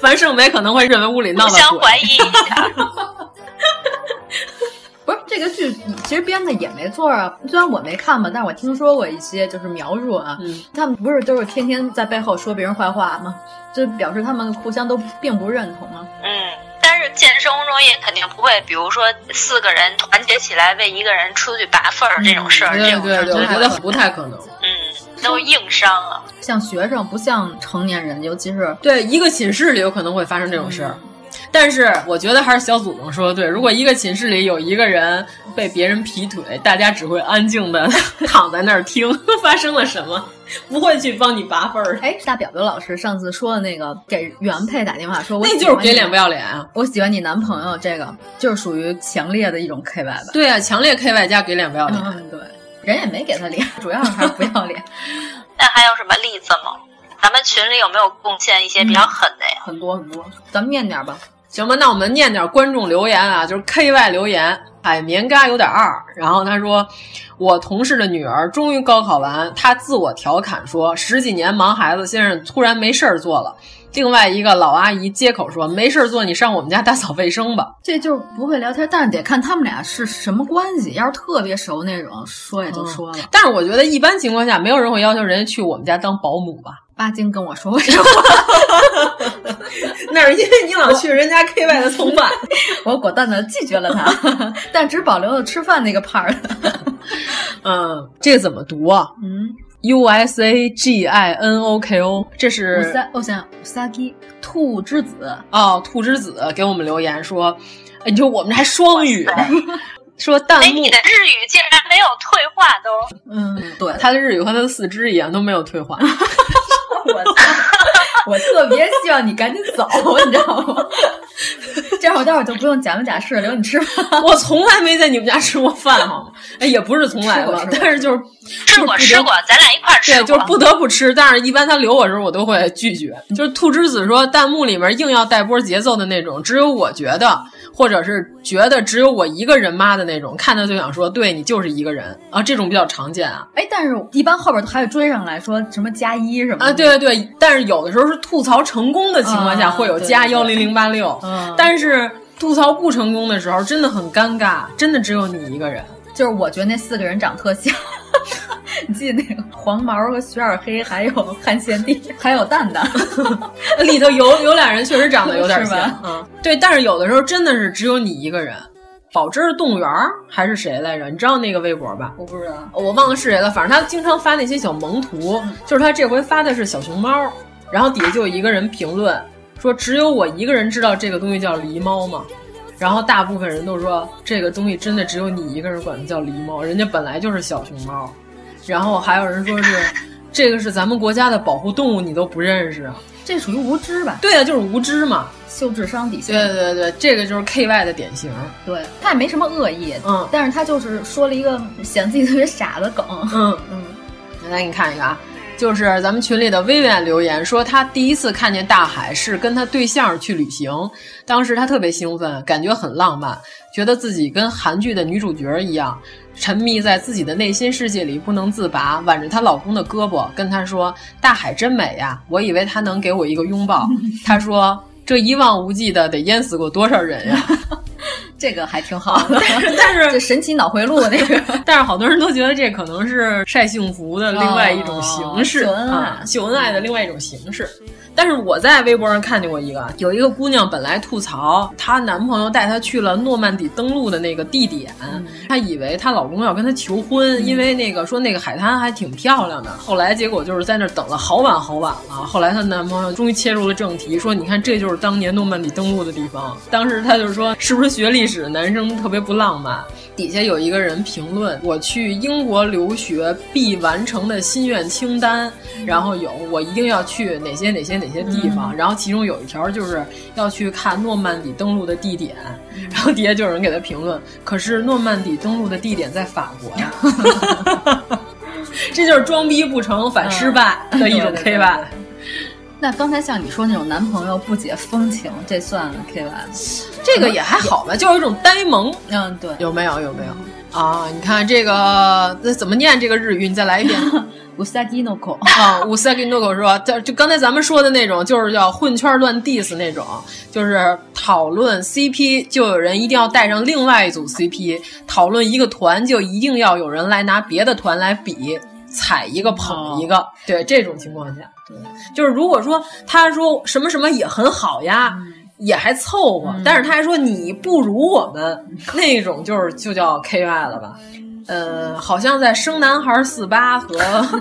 Speaker 3: 樊胜美可能会认为屋里闹
Speaker 7: 互
Speaker 3: 了
Speaker 7: 相
Speaker 3: 鬼
Speaker 7: 怀疑一下，
Speaker 6: 不是这个剧，其实编的也没错啊。虽然我没看吧，但是我听说过一些就是描述啊，
Speaker 3: 嗯
Speaker 6: 他们不是都是天天在背后说别人坏话吗？就表示他们互相都并不认同啊。
Speaker 7: 嗯。但是现实生活中也肯定不会，比如说四个人团结起来为一个人出去拔粪儿这种事儿，这
Speaker 3: 对
Speaker 7: 种事
Speaker 3: 对
Speaker 7: 儿
Speaker 3: 对，
Speaker 6: 啊
Speaker 3: 我觉得不太可能。
Speaker 7: 都是硬伤啊。
Speaker 6: 像学生不像成年人，尤其是
Speaker 3: 对一个寝室里有可能会发生这种事
Speaker 6: 嗯
Speaker 3: 儿。但是我觉得还是小祖宗说的对，如果一个寝室里有一个人被别人劈腿，大家只会安静的 躺在那儿听 发生了什么，不会去帮你拔粪儿。
Speaker 6: 哎，大表表老师上次说的那个给原配打电话说我喜
Speaker 3: 那
Speaker 6: 欢你，
Speaker 3: 就是给脸不要脸啊！
Speaker 6: 我喜欢你男朋友，这个就是属于强烈的一种 KY 吧。
Speaker 3: 对啊，强烈 KY 加给脸不要脸。
Speaker 6: 嗯，对，人也没给他脸，主要是还是不要脸。
Speaker 7: 那还有什么例子吗？咱们群里有没有贡献一些比较狠的呀？
Speaker 6: 很多很多，咱们念点吧。
Speaker 3: 行吧，那我们念点观众留言啊，就是 KY 留言，海绵嘎有点二。然后他说，我同事的女儿终于高考完，她自我调侃说，十几年忙孩子，现在突然没事儿做了。另外一个老阿姨接口说，没事儿做，你上我们家打扫卫生吧。
Speaker 6: 这就是不会聊天，但是得看他们俩是什么关系。要是特别熟那种，说
Speaker 3: 嗯
Speaker 6: 也就说了。
Speaker 3: 但是我觉得一般情况下，没有人会要求人家去我们家当保姆吧？
Speaker 6: 巴金跟我说过这话，
Speaker 3: 那是因为你老去人家 KY 的从犯。
Speaker 6: 我果断的拒绝了他，但只保留了吃饭那个 part。
Speaker 3: 嗯，这怎么读啊
Speaker 6: 嗯，
Speaker 3: ？U S A G I N O K O，这是
Speaker 6: 五三，我想五三一兔之子，
Speaker 3: 哦，兔之子给我们留言说，哎你说我们还双语， 说弹
Speaker 7: 哎，
Speaker 3: 幕
Speaker 7: 你，的日语竟然没有退化都，
Speaker 6: 嗯，对，
Speaker 3: 他的日语和他的四肢一样都没有退化。
Speaker 6: 我特别希望你赶紧走，你知道吗？这样我待会儿就不用假模假式留你吃饭。
Speaker 3: 我从来没在你们家吃过饭，好吗？哎，也不是从来吧，
Speaker 6: 吃过吃过
Speaker 3: 但是就是
Speaker 7: 吃过吃过，咱俩一块儿吃
Speaker 3: 对，
Speaker 7: 过。
Speaker 3: 就是不得不吃。但是一般他留我的时候，我都会拒绝。就是兔之子说，弹幕里面硬要带波节奏的那种，只有我觉得，或者是觉得只有我一个人妈的那种，看他就想说，对你就是一个人啊，这种比较常见啊。
Speaker 6: 哎，但是一般后边还有追上来说什么加一什么的
Speaker 3: 啊，对对对，但是有的时候是吐槽成功的情况下
Speaker 6: 啊
Speaker 3: 会有
Speaker 6: 对
Speaker 3: 加
Speaker 6: 对
Speaker 3: 幺零零八六
Speaker 6: 嗯，
Speaker 3: 但是吐槽不成功的时候真的很尴尬，真的只有你一个人。
Speaker 6: 就是我觉得那四个人长特像， 你记得那个黄毛和徐二黑，还有汉献帝，还有蛋 蛋，
Speaker 3: 里头有有俩人确实长得有点
Speaker 6: 是
Speaker 3: 像
Speaker 6: 吧，
Speaker 3: 嗯，对，但是有的时候真的是只有你一个人。保真儿动物园儿还是谁来着？你知道那个微博吧？
Speaker 6: 我不知道。
Speaker 3: 我忘了是谁了，反正他经常发那些小萌图，就是他这回发的是小熊猫，然后底下就有一个人评论说：“只有我一个人知道这个东西叫狸猫吗？”然后大部分人都说这个东西真的只有你一个人管它叫狸猫，人家本来就是小熊猫。然后还有人说是这个是咱们国家的保护动物，你都不认识啊？
Speaker 6: 这属于无知吧？
Speaker 3: 对啊，就是无知嘛。
Speaker 6: 秀智商底线。
Speaker 3: 对对对，这个就是 K Y 的典型。
Speaker 6: 对他也没什么恶意，
Speaker 3: 嗯
Speaker 6: 但是他就是说了一个显自己特别傻的梗，
Speaker 3: 嗯
Speaker 6: 嗯，
Speaker 3: 来你看一个啊，就是咱们群里的薇薇安留言说，她第一次看见大海是跟她对象去旅行，当时她特别兴奋，感觉很浪漫，觉得自己跟韩剧的女主角一样，沉迷在自己的内心世界里不能自拔，挽着她老公的胳膊跟他说：“大海真美呀！”我以为他能给我一个拥抱，他说。这一望无际的得淹死过多少人呀！
Speaker 6: 这个还挺好的。
Speaker 3: 哦但是
Speaker 6: 这神奇脑回路那个，
Speaker 3: 但是好多人都觉得这可能是晒幸福的另外一种形式、
Speaker 6: 哦秀恩爱
Speaker 3: 啊，秀恩爱的另外一种形式。但是我在微博上看见过一个，有一个姑娘本来吐槽她男朋友带她去了诺曼底登陆的那个地点，
Speaker 6: 嗯
Speaker 3: 她以为她老公要跟她求婚，因为那个说那个海滩还挺漂亮的。后来结果就是在那儿等了好晚好晚了，后来她男朋友终于切入了正题，说你看这就是当年诺曼底登陆的地方。当时她就说是不是学历史男生特别不浪漫？底下有一个人评论：“我去英国留学必完成的心愿清单，然后有我一定要去哪些哪些哪些地方，然后其中有一条就是要去看诺曼底登陆的地点。”然后底下就有人给他评论：“可是诺曼底登陆的地点在法国呀。” 这就是装逼不成反失败的一种
Speaker 6: 嗯对对
Speaker 3: K
Speaker 6: 对
Speaker 3: Y。
Speaker 6: 那刚才像你说那种男朋友不解风情，这算 K Y
Speaker 3: 这个也还好吧，就是一种呆萌。
Speaker 6: 嗯，对，
Speaker 3: 有没有？有没有？啊，你看这个那怎么念这个日语？你再来一遍。
Speaker 6: 乌萨基诺口
Speaker 3: 啊，乌萨基诺口说，就就刚才咱们说的那种，就是叫混圈乱 diss 那种，就是讨论 CP 就有人一定要带上另外一组 CP，讨论一个团就一定要有人来拿别的团来比，踩一个捧一个。对这种情况下，对，就是如果说他说什么什么也很好呀。也还凑合，但是他还说你不如我们那种，就是就叫 KY 了吧？呃，好像在《生男孩四八》 和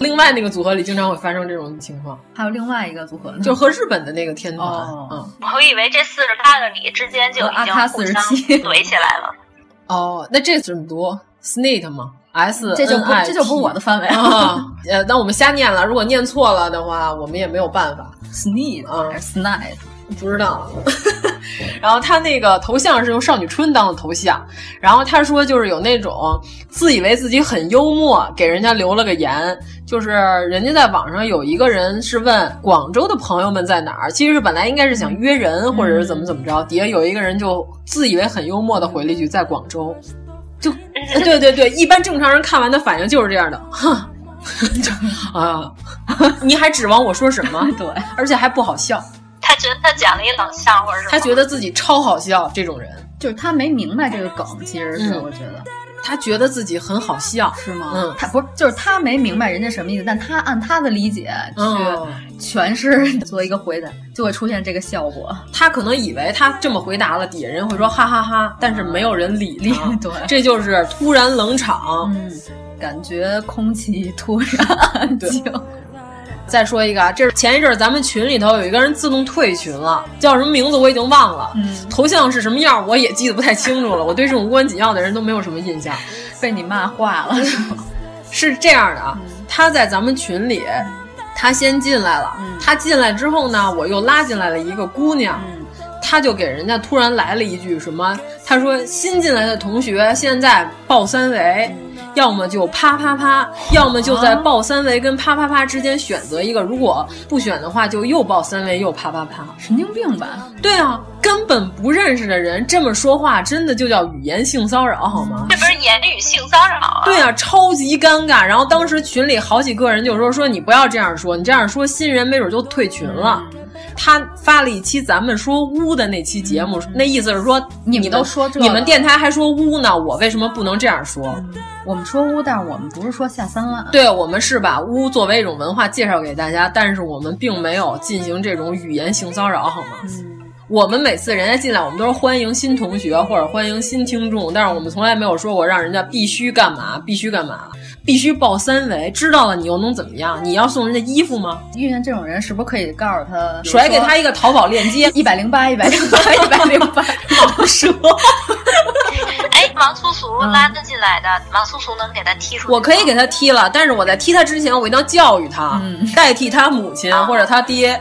Speaker 3: 另外那个组合里，经常会发生这种情况，
Speaker 6: 还有另外一个组合呢，
Speaker 3: 就和日本的那个天团，嗯，
Speaker 7: 我以为这四十八个里之间就已经互相怼起来了。
Speaker 3: 哦，那这怎么读？Snit 吗？S
Speaker 6: 这就不
Speaker 3: N I T
Speaker 6: 这就不是 我的范围
Speaker 3: 啊。呃，那我们瞎念了，如果念错了的话，我们也没有办法。嗯
Speaker 6: Sneed 还是 Snide？
Speaker 3: 不知道。 然后他那个头像是用少女春当的头像，然后他说就是有那种自以为自己很幽默，给人家留了个言，就是人家在网上有一个人是问广州的朋友们在哪儿，其实是本来应该是想约人或者是怎么怎么着，底下有一个人就自以为很幽默的回了一句在广州，就对对对，一般正常人看完的反应就是这样的， 哼。就啊，你还指望我说什么？
Speaker 6: 对，
Speaker 3: 而且还不好笑。
Speaker 7: 他觉得他讲了一冷笑话是吗？
Speaker 3: 他觉得自己超好笑，这种人
Speaker 6: 就是他没明白这个梗，其实是
Speaker 3: 嗯
Speaker 6: 我觉得。
Speaker 3: 他觉得自己很好笑，
Speaker 6: 是吗？
Speaker 3: 嗯
Speaker 6: 他不是，就是他没明白人家什么意思，但他按他的理解
Speaker 3: 嗯
Speaker 6: 去诠释做一个回答，就会出现这个效果。
Speaker 3: 他可能以为他这么回答了，底下人会说哈哈哈但是没有人理理
Speaker 6: 对
Speaker 3: 这就是突然冷场。
Speaker 6: 嗯，感觉空气突然 安静。
Speaker 3: 再说一个啊，这是前一阵儿咱们群里头有一个人自动退群了，叫什么名字我已经忘了，
Speaker 6: 嗯，
Speaker 3: 头像是什么样我也记得不太清楚了，我对这种无关紧要的人都没有什么印象。
Speaker 6: 被你骂化了，是吗
Speaker 3: 是这样的啊，
Speaker 6: 嗯
Speaker 3: 他在咱们群里，他先进来了，
Speaker 6: 嗯
Speaker 3: 他进来之后呢，我又拉进来了一个姑娘。
Speaker 6: 嗯
Speaker 3: 他就给人家突然来了一句什么？他说新进来的同学现在报三围，要么就啪啪啪，要么就在报三围跟啪啪啪之间选择一个。如果不选的话，就又报三围又啪啪啪。
Speaker 6: 神经病吧？
Speaker 3: 对啊，根本不认识的人这么说话，真的就叫语言性骚扰好吗？
Speaker 7: 这不是言语性骚扰啊？
Speaker 3: 对啊，超级尴尬。然后当时群里好几个人就说：“说你不要这样说，你这样说新人没准就退群了。
Speaker 6: 嗯
Speaker 3: 他发了一期咱们说污的那期节目，那意思是说
Speaker 6: 你
Speaker 3: 你
Speaker 6: 们
Speaker 3: 都
Speaker 6: 都说这
Speaker 3: 你们
Speaker 6: 了
Speaker 3: 电台还说污呢，我为什么不能这样说？
Speaker 6: 我们说污，但是我们不是说下三滥。
Speaker 3: 对我们是把污作为一种文化介绍给大家，但是我们并没有进行这种语言性骚扰，好吗？我们每次人家进来，我们都是欢迎新同学或者欢迎新听众，但是我们从来没有说过让人家必须干嘛，必须干嘛，必须报三围。知道了你又能怎么样？你要送人家衣服吗？
Speaker 6: 遇见这种人，是不是可以告诉他，
Speaker 3: 甩给他一个淘宝链接，
Speaker 6: 一百零八、一百零八、一百零 八，
Speaker 3: 老蛇。
Speaker 7: 哎，王苏苏拉他进来的，王苏苏能给他踢出
Speaker 3: 嗯
Speaker 7: 去吗？
Speaker 3: 我可以给他踢了，但是我在踢他之前，我一定要教育他，代替他母亲或者他爹。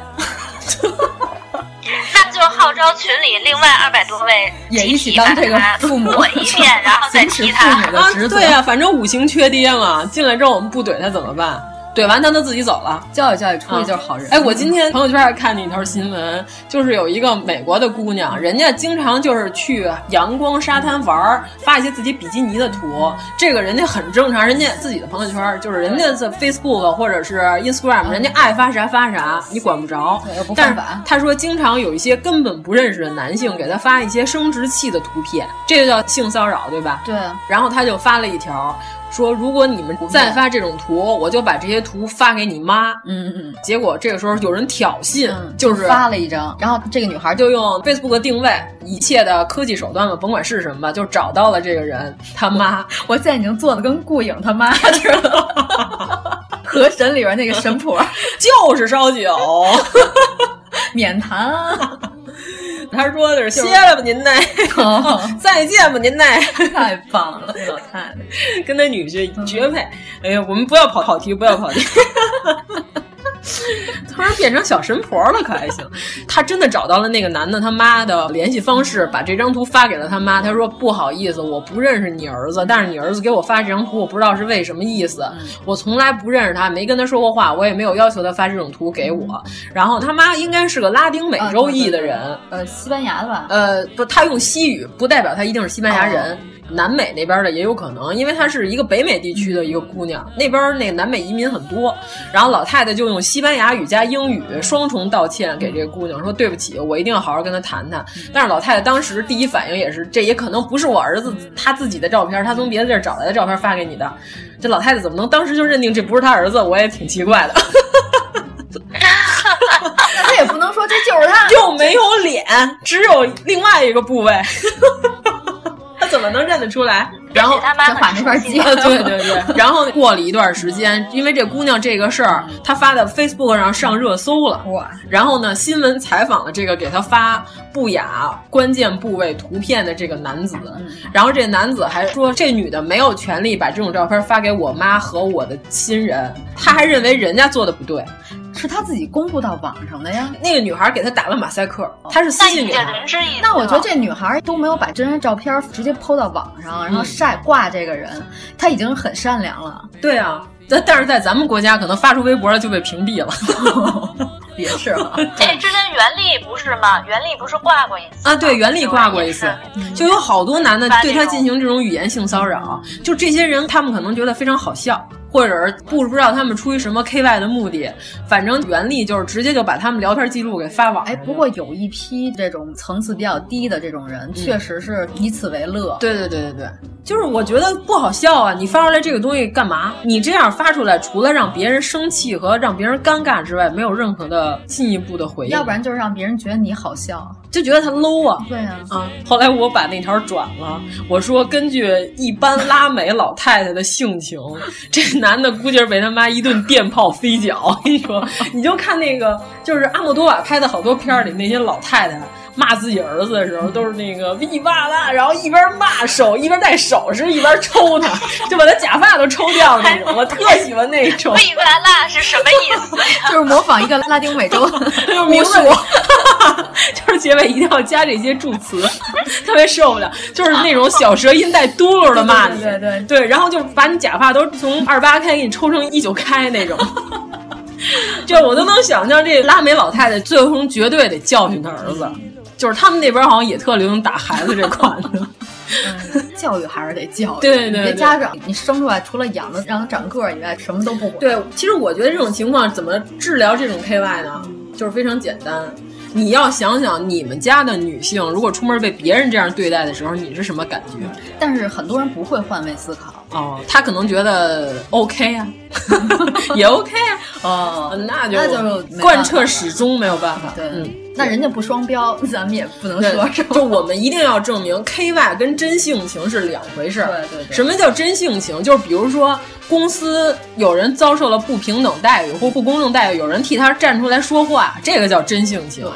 Speaker 7: 那就号召群里另外二百多位
Speaker 6: 也一起当这个
Speaker 3: 啊
Speaker 6: 父母，
Speaker 7: 滚一 遍，然 后再
Speaker 6: 行
Speaker 7: 踢
Speaker 6: 使
Speaker 7: 他
Speaker 6: 父。母的职责。
Speaker 3: 对啊呀、反正五行缺爹嘛，进来之后我们不怼他怎么办？怼完他他自己走了。
Speaker 6: 教育教育出去就是好人。
Speaker 3: 哎，我今天朋友圈还看见一条新闻，就是有一个美国的姑娘，人家经常就是去阳光沙滩玩儿，发一些自己比基尼的图，这个人家很正常，人家自己的朋友圈就是人家在 Facebook 或者是 Instagram，人家爱发啥发啥，你管不着
Speaker 6: 对又哎不。
Speaker 3: 但
Speaker 6: 犯
Speaker 3: 是
Speaker 6: 法
Speaker 3: 他说，经常有一些根本不认识的男性给他发一些生殖器的图片，这就叫性骚扰，对吧？
Speaker 6: 对，
Speaker 3: 然后他就发了一条，说如果你们再发这种图，我就把这些图发给你妈。
Speaker 6: 嗯嗯。
Speaker 3: 结果这个时候有人挑衅，就是
Speaker 6: 发了一张，然后这个女孩
Speaker 3: 就用 Facebook 定位，一切的科技手段吧，甭管是什么吧，就找到了这个人他 妈。
Speaker 6: 我现在已经做的跟顾影他妈似的，河神里边那个神婆
Speaker 3: 就是烧酒，
Speaker 6: 免谈、啊。
Speaker 3: 他说的是歇了吧您内， 再见吧您内，
Speaker 6: 太棒了，太
Speaker 3: 跟他女
Speaker 6: 嗯
Speaker 3: 婿绝配。哎呀，我们不要跑跑题，不要跑题。 突然变成小神婆了，可还行？他真的找到了那个男的他妈的联系方式，把这张图发给了他妈。他说：“不好意思，我不认识你儿子，但是你儿子给我发这张图，我不知道是为什么意思。
Speaker 6: 嗯
Speaker 3: 我从来不认识他，没跟他说过话，我也没有要求他发这种图给我。然后他妈应该是个拉丁美洲裔的人，
Speaker 6: 啊、嗯对对对呃，西班牙的吧？
Speaker 3: 呃，不，他用西语，不代表他一定是西班牙人。哦”南美那边的也有可能，因为她是一个北美地区的一个姑娘，那边那南美移民很多。然后老太太就用西班牙语加英语双重道歉给这个姑娘，说对不起，我一定要好好跟她谈谈。但是老太太当时第一反应也是，这也可能不是我儿子他自己的照片，他从别的地儿找来的照片发给你的。这老太太怎么能当时就认定这不是他儿子？我也挺奇怪的。
Speaker 6: 他也不能说这 就是他，
Speaker 3: 又没有脸，只有另外一个部 位。他怎么能认得出来？然后
Speaker 7: 他妈
Speaker 6: 把那块接
Speaker 3: 了， 对对对。 然后过了一段时间，因为这姑娘这个事儿，她发到 Facebook 上上热搜了。
Speaker 6: 哇！
Speaker 3: 然后呢，新闻采访了这个给她发不雅关键部位图片的这个男子。然后这男子还说，这女的没有权利把这种照片发给我妈和我的亲人。他还认为人家做的不对。
Speaker 6: 是他自己公布到网上的呀。
Speaker 3: 那个女孩给他打了马赛克，他是私信给他。
Speaker 7: 那
Speaker 6: 我觉得这女孩都没有把真人照片直接抛到网上，然后晒挂这个人，她已经很善良了。
Speaker 3: 对啊，但但是在咱们国家，可能发出微博了就被屏蔽了。
Speaker 6: 也是啊了，
Speaker 7: 这之前袁立不是吗？袁立不是挂过一次
Speaker 3: 啊？对，袁立挂过一 次，
Speaker 6: 啊嗯
Speaker 3: 就有好多男的对他进行这种语言性骚扰。就这些人，他们可能觉得非常好笑，或者不不知道他们出于什么 K Y 的目的。反正袁立就是直接就把他们聊天记录给发网。
Speaker 6: 哎，不过有一批这种层次比较低的这种人，确实是以此为乐。
Speaker 3: 对对对对对，就是我觉得不好笑啊！你发出来这个东西干嘛？你这样发出来，除了让别人生气和让别人尴尬之外，没有任何的。进一步的回应，
Speaker 6: 要不然就是让别人觉得你好笑，
Speaker 3: 就觉得他 low 啊。
Speaker 6: 对啊，
Speaker 3: 啊！后来我把那条转了，我说根据一般拉美老太太的性情，这男的估计是被他妈一顿电炮飞脚。跟你说，你就看那个，就是阿莫多瓦拍的好多片里那些老太太。骂自己儿子的时候都是那个一巴拉，然后一边骂手一边戴首饰一边抽他，就把他假发都抽掉那种。我特喜欢那种。
Speaker 7: 一巴拉是什么意思？
Speaker 6: 就是模仿一个拉丁美洲
Speaker 3: 民俗，就是结尾一定要加这些助词， 特别受不了。就是那种小舌音带嘟噜的骂
Speaker 6: 你， 对对
Speaker 3: 对，然后就把你假发都从二八开给你抽成一九开那种。 就我都能想象，这拉美老太太最终绝对得教训她儿子。就是他们那边好像也特流行打孩子这款的
Speaker 6: 嗯，教育还是得教育。
Speaker 3: 对对,对，
Speaker 6: 家长你生出来除了养着让他长个儿以外，什么都不管。
Speaker 3: 对，其实我觉得这种情况怎么治疗这种 KY 呢？就是非常简单，你要想想你们家的女性如果出门被别人这样对待的时候，你是什么感觉？
Speaker 6: 但是很多人不会换位思考。
Speaker 3: 哦，他可能觉得 OK 啊， 也 OK 啊，哦，
Speaker 6: 那
Speaker 3: 就
Speaker 6: 那
Speaker 3: 就贯彻始终没有办法。
Speaker 6: 对，
Speaker 3: 嗯。
Speaker 6: 啊那人家不双标， 咱们也不能说是吧。
Speaker 3: 就我们一定要证明，K Y 跟真性情是两回事儿。
Speaker 6: 对对对。
Speaker 3: 什么叫真性情？就是比如说，公司有人遭受了不平等待遇或不公正待遇，有人替他站出来说话，这个叫真性情。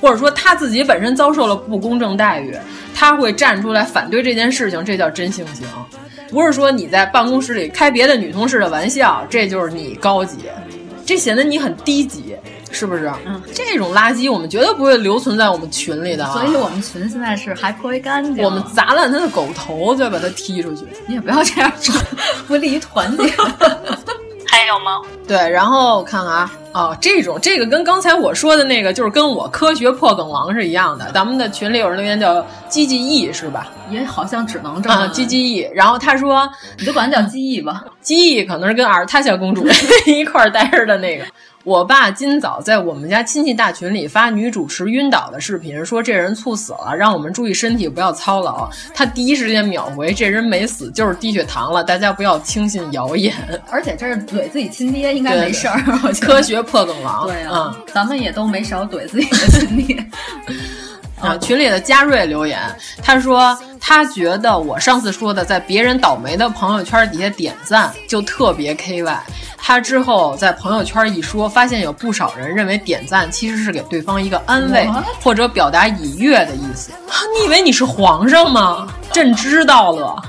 Speaker 3: 或者说他自己本身遭受了不公正待遇，他会站出来反对这件事情，这叫真性情。不是说你在办公室里开别的女同事的玩笑，这就是你高级，这显得你很低级。是不是？
Speaker 6: 嗯，
Speaker 3: 这种垃圾我们绝对不会留存在我们群里的、啊。
Speaker 6: 所以我们群现在是还颇为干净。
Speaker 3: 我们砸烂他的狗头，再把他踢出去。
Speaker 6: 你也不要这样说， 不利于团结。
Speaker 7: 还有吗？
Speaker 3: 对，然后看看啊，哦，这种这个跟刚才我说的那个，就是跟我科学破梗王是一样的。咱们的群里有人留言叫“鸡鸡翼”是吧？
Speaker 6: 也好像只能这
Speaker 3: 啊，鸡鸡翼。然后他说，
Speaker 6: 你就管他叫鸡翼吧。
Speaker 3: 鸡翼可能是跟尔塔夏公主一块儿待着的那个。我爸今早在我们家亲戚大群里发女主持晕倒的视频，说这人猝死了，让我们注意身体，不要操劳。他第一时间秒回，这人没死，就是低血糖了，大家不要轻信谣言。
Speaker 6: 而且这是怼自己亲爹，应该没事儿。我觉得
Speaker 3: 科学破梗王，
Speaker 6: 对呀、
Speaker 3: 啊，
Speaker 6: 咱们也都没少怼自己的亲 爹。
Speaker 3: 啊，群里的嘉瑞留言，他说他觉得我上次说的在别人倒霉的朋友圈底下点赞就特别 K Y，他之后在朋友圈一说，发现有不少人认为点赞其实是给对方一个安慰
Speaker 6: What？
Speaker 3: 或者表达以悦的意思。啊，你以为你是皇上吗？朕知道了，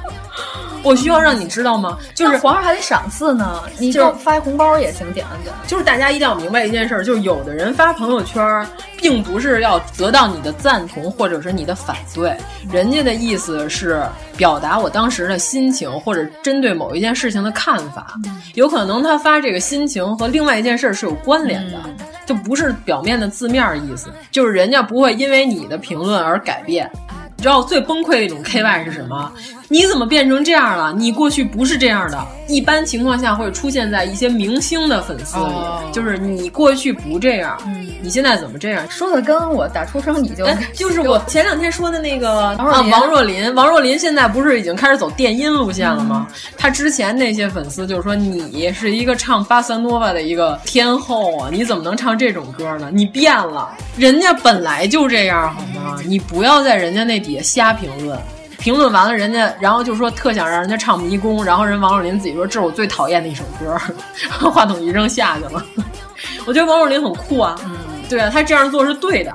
Speaker 3: 我需要让你知道吗？就是
Speaker 6: 皇上还得赏赐呢，你
Speaker 3: 就
Speaker 6: 就是发一红包也行，点按点。
Speaker 3: 就是大家一定要明白一件事儿，就是有的人发朋友圈儿，并不是要得到你的赞同或者是你的反对，人家的意思是表达我当时的心情或者针对某一件事情的看法。有可能他发这个心情和另外一件事儿是有关联的，就不是表面的字面儿意思，就是人家不会因为你的评论而改变。你知道最崩溃的一种 KY 是什么？你怎么变成这样了？你过去不是这样的。一般情况下会出现在一些明星的粉丝里，就是你过去不这样，你现在怎么这样？
Speaker 6: 说的跟我打出生你就
Speaker 3: 哎，就是我前两天说的那个
Speaker 6: 王若琳
Speaker 3: 啊，王若琳，王若琳现在不是已经开始走电音路线了
Speaker 6: 嗯
Speaker 3: 吗？她之前那些粉丝就是说你是一个唱巴萨诺瓦的一个天后啊，你怎么能唱这种歌呢？你变了，人家本来就这样好吗？你不要在人家那底下瞎评论。评论完了，人家然后就说特想让人家唱《迷宫》，然后人王若琳自己说这是我最讨厌的一首歌， 话筒一扔下去了。 我觉得王若琳很酷啊，
Speaker 6: 嗯
Speaker 3: 对啊，她这样做是对的。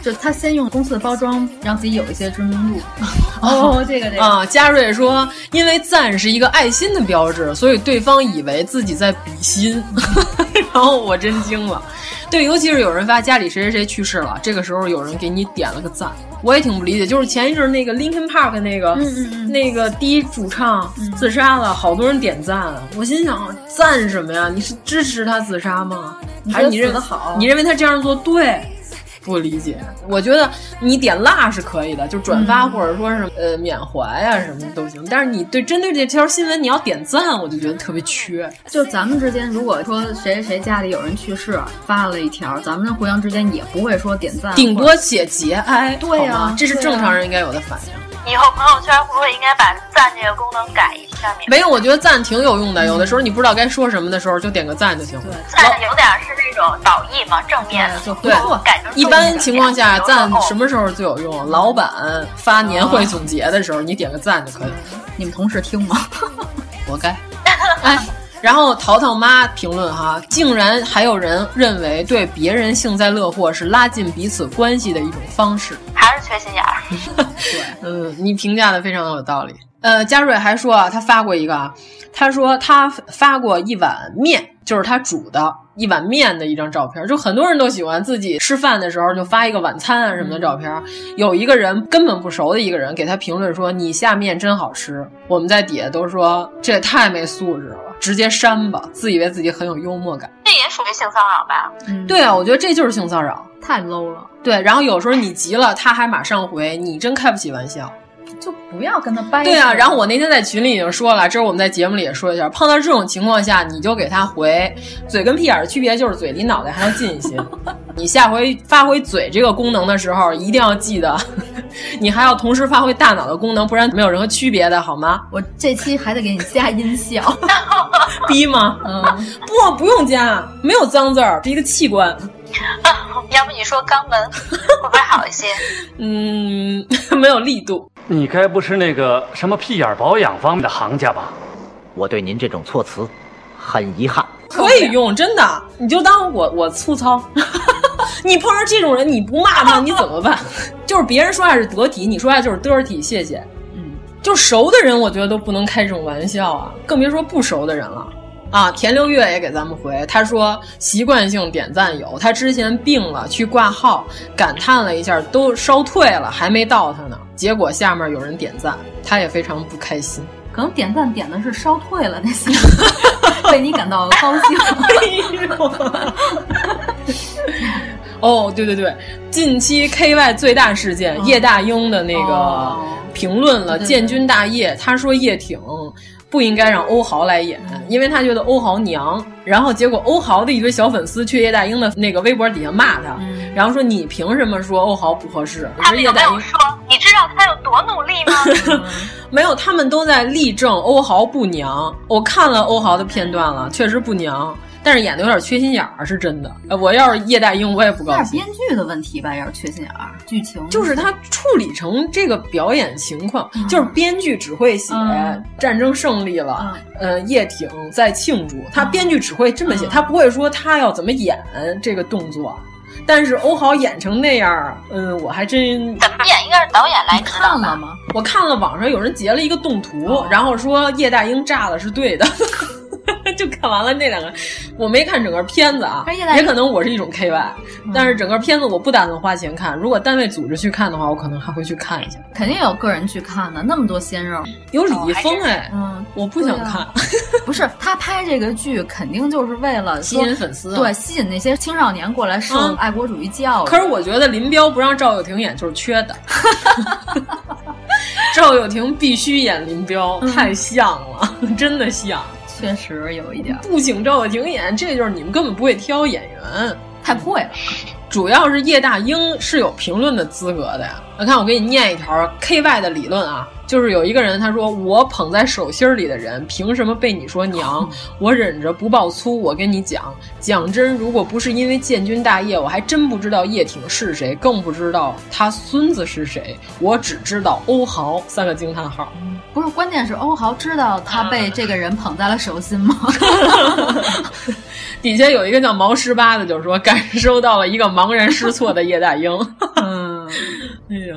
Speaker 6: 就是他先用公司的包装，让自己有一些知名度。 哦，这个这个，
Speaker 3: 啊，嘉瑞说，因为赞是一个爱心的标志，所以对方以为自己在比心， 然后我真惊了。对，尤其是有人发家里谁谁谁去世了，这个时候有人给你点了个赞，我也挺不理解。就是前一阵儿那个 Linkin Park 那个、
Speaker 6: 嗯
Speaker 3: 那个第一主唱自杀了，好多人点赞，我心想赞什么呀？你是支持他自杀吗？
Speaker 6: 你觉
Speaker 3: 还是
Speaker 6: 得
Speaker 3: 你认
Speaker 6: 死得好
Speaker 3: 你认为他这样做对？不理解，我觉得你点蜡是可以的，就转
Speaker 6: 嗯
Speaker 3: 发或者说是呃缅怀啊什么都行。但是你对针对这条新闻你要点赞，我就觉得特别缺。
Speaker 6: 就咱们之间，如果说谁谁谁家里有人去世，发了一条，咱们互相之间也不会说点赞，
Speaker 3: 顶多写节哀，
Speaker 6: 对呀
Speaker 3: 好吗这是
Speaker 6: 对呀
Speaker 3: 正常人应该有的反应。
Speaker 7: 以后朋友圈会不会应该把赞这个功能改一下？
Speaker 3: 没有，我觉得赞挺有用的。有的时候你不知道该说什么的时候，就点个赞就行了。
Speaker 7: 赞有点是那种导义嘛，正面的，就
Speaker 3: 对
Speaker 7: 改成，
Speaker 3: 一般情况下
Speaker 7: 正面
Speaker 3: 赞
Speaker 7: 的
Speaker 3: 什么时候最有用？老板发年会总结的时候，你点个赞就可以了。
Speaker 6: 你们同事听吗？
Speaker 3: 嗯活该。 哎，然后淘淘妈评论哈，竟然还有人认为对别人幸灾乐祸是拉近彼此关系的一种方式。
Speaker 7: 还是缺心眼儿。
Speaker 3: 嗯，你评价的非常有道理。呃，嘉瑞还说啊，他发过一个啊，他说他发过一碗面，就是他煮的一碗面的一张照片，就很多人都喜欢自己吃饭的时候就发一个晚餐啊什么的照片。有一个人根本不熟的一个人给他评论说：“你下面真好吃。”我们在底下都说这也太没素质了，直接删吧，自以为自己很有幽默感。
Speaker 7: 这也属于性骚扰吧？
Speaker 3: 对啊，我觉得这就是性骚扰。
Speaker 6: 嗯太 low 了，
Speaker 3: 对，然后有时候你急了，他还马上回，你真开不起玩笑。
Speaker 6: 就不要跟他掰扯。
Speaker 3: 对啊，然后我那天在群里已经说了，这是我们在节目里也说一下，碰到这种情况下，你就给他回，嘴跟屁眼儿的区别就是嘴离脑袋还要近一些。你下回发挥嘴这个功能的时候，一定要记得， 你还要同时发挥大脑的功能，不然没有任何区别的，好吗？
Speaker 6: 我这期还得给你加音效，
Speaker 3: 逼吗？
Speaker 6: 嗯，
Speaker 3: 不，不用加，没有脏字儿，是一个器官。
Speaker 7: 要不你说肛门会不会好一 些？
Speaker 3: 嗯， 没有力度。
Speaker 11: 你该不是那个什么屁眼保养方面的行家吧？
Speaker 12: 我对您这种措辞很遗憾。
Speaker 3: 可以用，真的，你就当我我粗糙。 你碰上这种人，你不骂他，你怎么办？就是别人说话是得体，你说话就是 dirty，谢谢。嗯，就熟的人，我觉得都不能开这种玩笑啊，更别说不熟的人了。啊，田六月也给咱们回，他说习惯性点赞有，他之前病了去挂号，感叹了一下，都烧退了，还没到他呢，结果下面有人点赞，他也非常不开心。
Speaker 6: 可能点赞点的是烧退了那些，为你感到高兴。
Speaker 3: 哦，对对对，近期 KY 最大事件，啊叶大鹰的那个评论了
Speaker 6: 哦对对
Speaker 3: 建军大业，他说叶挺不应该让欧豪来演，因为他觉得欧豪娘。然后结果欧豪的一堆小粉丝去叶大鹰的那个微博底下骂他，然后说你凭什么说欧豪不合适？
Speaker 7: 他
Speaker 3: 说
Speaker 7: 们
Speaker 3: 叶
Speaker 7: 有没
Speaker 3: 大
Speaker 7: 有
Speaker 3: 鹰
Speaker 7: 说你知道他有多努力 吗？
Speaker 3: 没有，他们都在力证欧豪不娘。我看了欧豪的片段了，确实不娘，但是演的有点缺心眼儿，是真的。呃我要是叶大鹰，我也不高
Speaker 6: 有点
Speaker 3: 兴
Speaker 6: 编。剧的问题吧，有点缺心眼儿，剧情
Speaker 3: 就是他处理成这个表演情况，就是编剧只会写
Speaker 6: 嗯
Speaker 3: 战争胜利了，呃，叶挺在庆祝，
Speaker 6: 嗯
Speaker 3: 他编剧只会这么写，他不会说他要怎么演这个动作。但是欧豪演成那样儿，嗯，我还真
Speaker 7: 怎么演应该是导演来指 导
Speaker 6: 了吗？
Speaker 3: 我看了网上有人截了一个动图，然后说叶大鹰炸了是对的， 就看完了那两个，我没看整个片子啊
Speaker 6: 但是叶大，鹰
Speaker 3: 也可能我是一种 KY，、但是整个片子我不打算花钱看，如果单位组织去看的话，我可能还会去看一下。
Speaker 6: 肯定有个人去看的，那么多鲜肉，
Speaker 3: 有李易峰哎，
Speaker 6: 嗯，
Speaker 3: 我不想看，
Speaker 6: 不是他拍这个剧肯定就是为了
Speaker 3: 吸引
Speaker 6: 说
Speaker 3: 粉丝啊
Speaker 6: 对，吸引那些青少年过来受
Speaker 3: 嗯
Speaker 6: 爱国主义教育。
Speaker 3: 可是我觉得林彪不让赵又廷演就是缺的， 赵又廷必须演林彪，太像了， 真的像。
Speaker 6: 确实有一点
Speaker 3: 不请赵又廷演，这就是你们根本不会挑演员，
Speaker 6: 太不会了。
Speaker 3: 主要是叶大鹰是有评论的资格的呀。我看我给你念一条 KY 的理论啊，就是有一个人他说：“我捧在手心里的人，凭什么被你说娘？我忍着不爆粗。我跟你讲，讲真，如果不是因为建军大业，我还真不知道叶挺是谁，更不知道他孙子是谁。我只知道欧豪三个惊叹号。
Speaker 6: 不是，关键是欧豪知道
Speaker 3: 啊
Speaker 6: 他被这个人捧在了手心吗？
Speaker 3: 底下有一个叫毛十八的，就说感受到了一个茫然失措的叶大 鹰。
Speaker 6: 嗯，
Speaker 3: 哎呀。”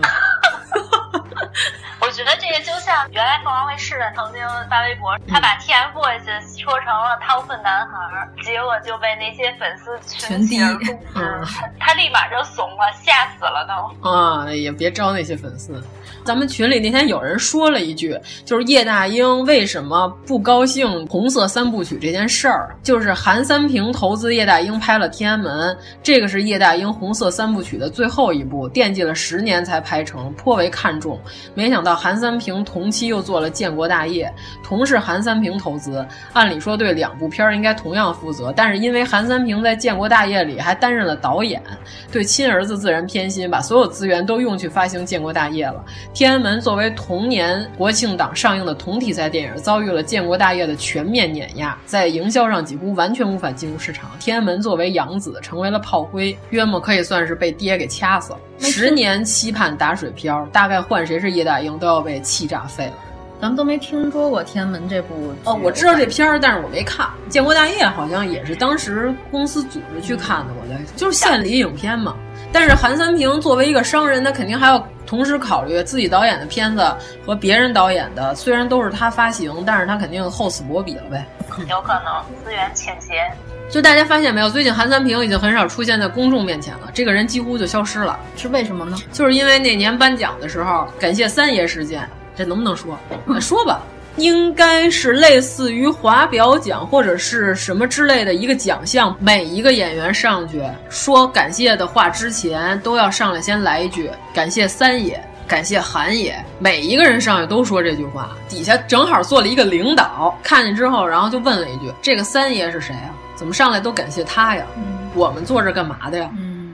Speaker 7: 我觉得这个就像原来凤凰卫视的曾经发微博，他
Speaker 6: 嗯
Speaker 7: 把 TFBOYS 说成了掏粪男孩儿，结果就被那些粉丝群起而攻
Speaker 6: 嗯
Speaker 7: 之，他立马就怂了，吓死了都。
Speaker 3: 啊，也别招那些粉丝。咱们群里那天有人说了一句，就是叶大鹰为什么不高兴《红色三部曲》这件事儿？就是韩三平投资叶大鹰拍了《天安门》，这个是叶大鹰《红色三部曲》的最后一部，惦记了十年才拍成，颇为看重。没想到韩三平同期又做了《建国大业》，同是韩三平投资，按理说对两部片儿应该同样负责，但是因为韩三平在《建国大业》里还担任了导演，对亲儿子自然偏心，把所有资源都用去发行《建国大业》了。《天安门》作为同年国庆档上映的同题材电影，遭遇了《建国大业》的全面碾压，在营销上几乎完全无法进入市场。《天安门》作为养子成为了炮灰，约莫可以算是被爹给掐死了。十年期盼打水漂，大概换谁是叶大鹰都要被气炸废了。
Speaker 6: 咱们都没听说过《天安门》这部剧
Speaker 3: 哦，我知道这片儿，但是我没看《建国大业》，好像也是当时公司组织去看的，我在就是县里影片嘛。但是韩三平作为一个商人，他肯定还要同时考虑自己导演的片子和别人导演的，虽然都是他发行，但是他肯定厚此薄彼了呗。
Speaker 6: 嗯
Speaker 7: 有可能资源倾斜，
Speaker 3: 就大家发现没有，最近韩三平已经很少出现在公众面前了，这个人几乎就消失了，
Speaker 6: 是为什么呢？
Speaker 3: 就是因为那年颁奖的时候，感谢三爷事件，这能不能说？ 呃说吧，应该是类似于华表奖或者是什么之类的一个奖项，每一个演员上去说感谢的话之前，都要上来先来一句感谢三爷。感谢韩爷，每一个人上去都说这句话。底下正好坐了一个领导，看见之后，然后就问了一句：“这个三爷是谁啊？怎么上来都感谢他呀？我们坐这干嘛的呀？”
Speaker 6: 嗯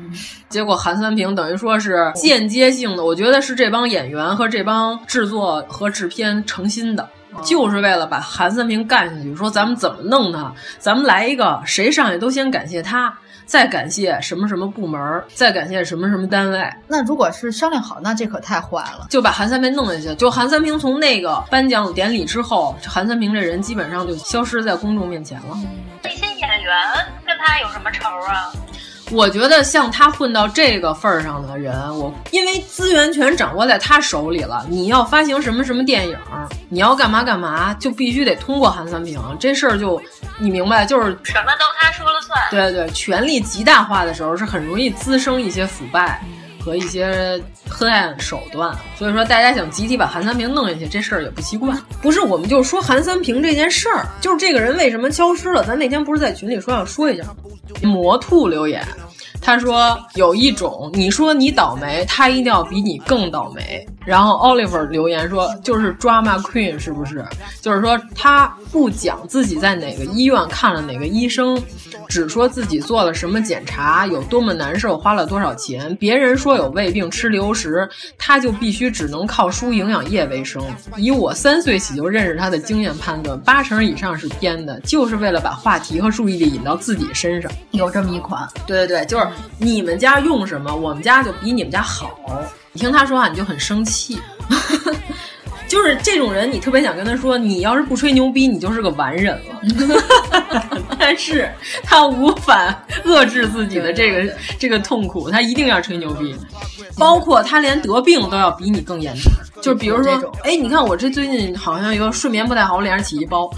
Speaker 3: 结果韩三平等于说是间接性的，我觉得是这帮演员和这帮制作和制片诚心的，
Speaker 6: 哦
Speaker 3: 就是为了把韩三平干下去。说咱们怎么弄他？咱们来一个谁上去都先感谢他，再感谢什么什么部门，再感谢什么什么单位，
Speaker 6: 那如果是商量好，那这可太坏了。
Speaker 3: 就把韩三平弄下去。就韩三平从那个颁奖典礼之后，韩三平这人基本上就消失在公众面前了。
Speaker 7: 这些演员跟他有什么仇啊？
Speaker 3: 我觉得像他混到这个份儿上的人，我因为资源全掌握在他手里了，你要发行什么什么电影，你要干嘛干嘛，就必须得通过韩三平。这事儿就你明白，就是
Speaker 7: 什么都他说了算。
Speaker 3: 对对，权力极大化的时候是很容易滋生一些腐败和一些黑暗手段。所以说，大家想集体把韩三平弄下去，这事儿也不奇怪。不是，我们就说韩三平这件事儿，就是这个人为什么消失了？咱那天不是在群里说要说一下吗，魔兔留言。他说有一种，你说你倒霉，他一定要比你更倒霉。然后 Oliver 留言说，就是 drama queen 是不是？就是说他不讲自己在哪个医院看了哪个医生，只说自己做了什么检查，有多么难受，花了多少钱。别人说有胃病吃流食，他就必须只能靠输营养液为生。以我三岁起就认识他的经验判断，八成以上是编的，就是为了把话题和注意力引到自己身上。
Speaker 6: 有这么一款，
Speaker 3: 对对对，就是你们家用什么，我们家就比你们家好。你听他说话，你就很生气。就是这种人，你特别想跟他说，你要是不吹牛逼，你就是个完人了。 但是他无法遏制自己的这个这个痛苦，他一定要吹牛逼。包括他连得病都要比你更严重，就是比如
Speaker 6: 有这
Speaker 3: 说
Speaker 6: 种，
Speaker 3: 哎，你看我这最近好像有睡眠不太好，我脸上起一包，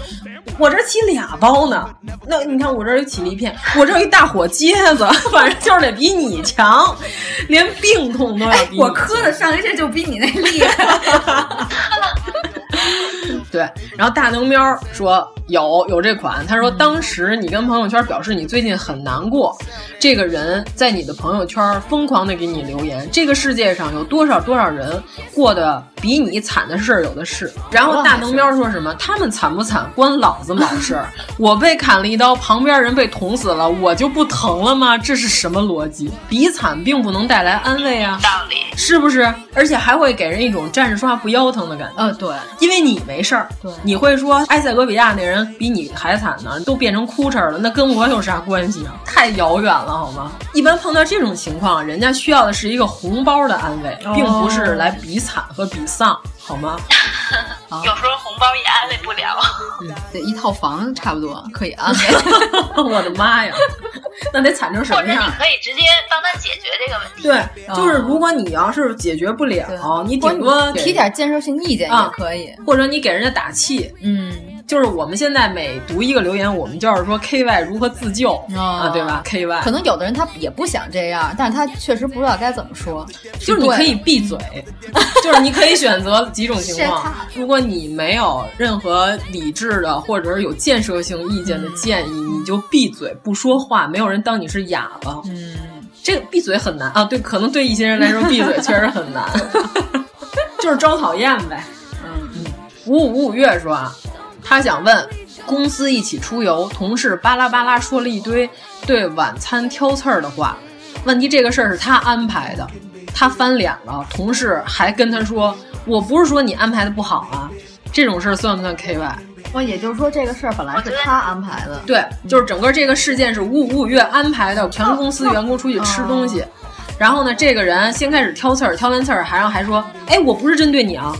Speaker 3: 我这儿起俩包呢。那你看我这儿又起了一片，我这儿有一大火疖子， 反正就是得比你强，连病痛都要比你强。
Speaker 6: 哎我磕的上一下就比你那厉害。
Speaker 3: 对，然后大能喵儿说有有这款，他说当时你跟朋友圈表示你最近很难过，这个人在你的朋友圈疯狂的给你留言，这个世界上有多少多少人过得比你惨的事儿有的是。然后大能喵儿说什么，他们惨不惨关老子毛事儿，我被砍了一刀，旁边人被捅死了，我就不疼了吗？这是什么逻辑？比惨并不能带来安慰啊，
Speaker 7: 道理
Speaker 3: 是不是？而且还会给人一种站着说话不腰疼的感觉。
Speaker 6: 呃，对，
Speaker 3: 因为你没事儿，
Speaker 6: 对
Speaker 3: 你会说埃塞俄比亚那人比你还惨呢，都变成哭哧了，那跟我有啥关系啊？太遥远了，好吗？一般碰到这种情况，人家需要的是一个红包的安慰，
Speaker 6: 哦
Speaker 3: 并不是来比惨和比丧，好吗？
Speaker 6: 啊
Speaker 7: 有时候红包也安慰不了。
Speaker 6: 对，一套房差不多可以啊 安 慰。
Speaker 3: 我的妈呀， 那得惨成什
Speaker 7: 或
Speaker 3: 么
Speaker 7: 者你
Speaker 3: 样？
Speaker 7: 可以直接帮他解决这个问题。
Speaker 3: 对，就是如果你要是解决不了，哦你顶多
Speaker 6: 提点建设性意见也
Speaker 3: 啊
Speaker 6: 可以。
Speaker 3: 或者你给人家打气，
Speaker 6: 嗯，
Speaker 3: 就是我们现在每读一个留言，我们就是说 K Y 如何自救、啊，对吧？K Y
Speaker 6: 可能有的人他也不想这样，但是他确实不知道该怎么说。
Speaker 3: 就是你可以闭嘴，就是你可以选择几种情
Speaker 6: 是
Speaker 3: 况
Speaker 6: 他。
Speaker 3: 如果你没有任何理智的或者是有建设性意见的建议，你就闭嘴不说话，没有人当你是哑巴。
Speaker 6: 嗯，
Speaker 3: 这个闭嘴很难啊，对，可能对一些人来说闭嘴确实很难， 就是招讨厌呗。嗯，五五五五月说啊，他想问。公司一起出游，同事巴拉巴拉说了一堆对晚餐挑刺儿的话。问题这个事儿是他安排的，他翻脸了，同事还跟他说：“我不是说你安排的不好啊。”这种事儿算不算 KY？
Speaker 6: 我哦也就是说，这个事儿本来是他安排的，
Speaker 3: 对，就是整个这个事件是五五五月安排的，全公司员工出去吃东西。然后呢，这个人先开始挑刺儿，挑完刺儿还让还说：“哎，我不是针对你啊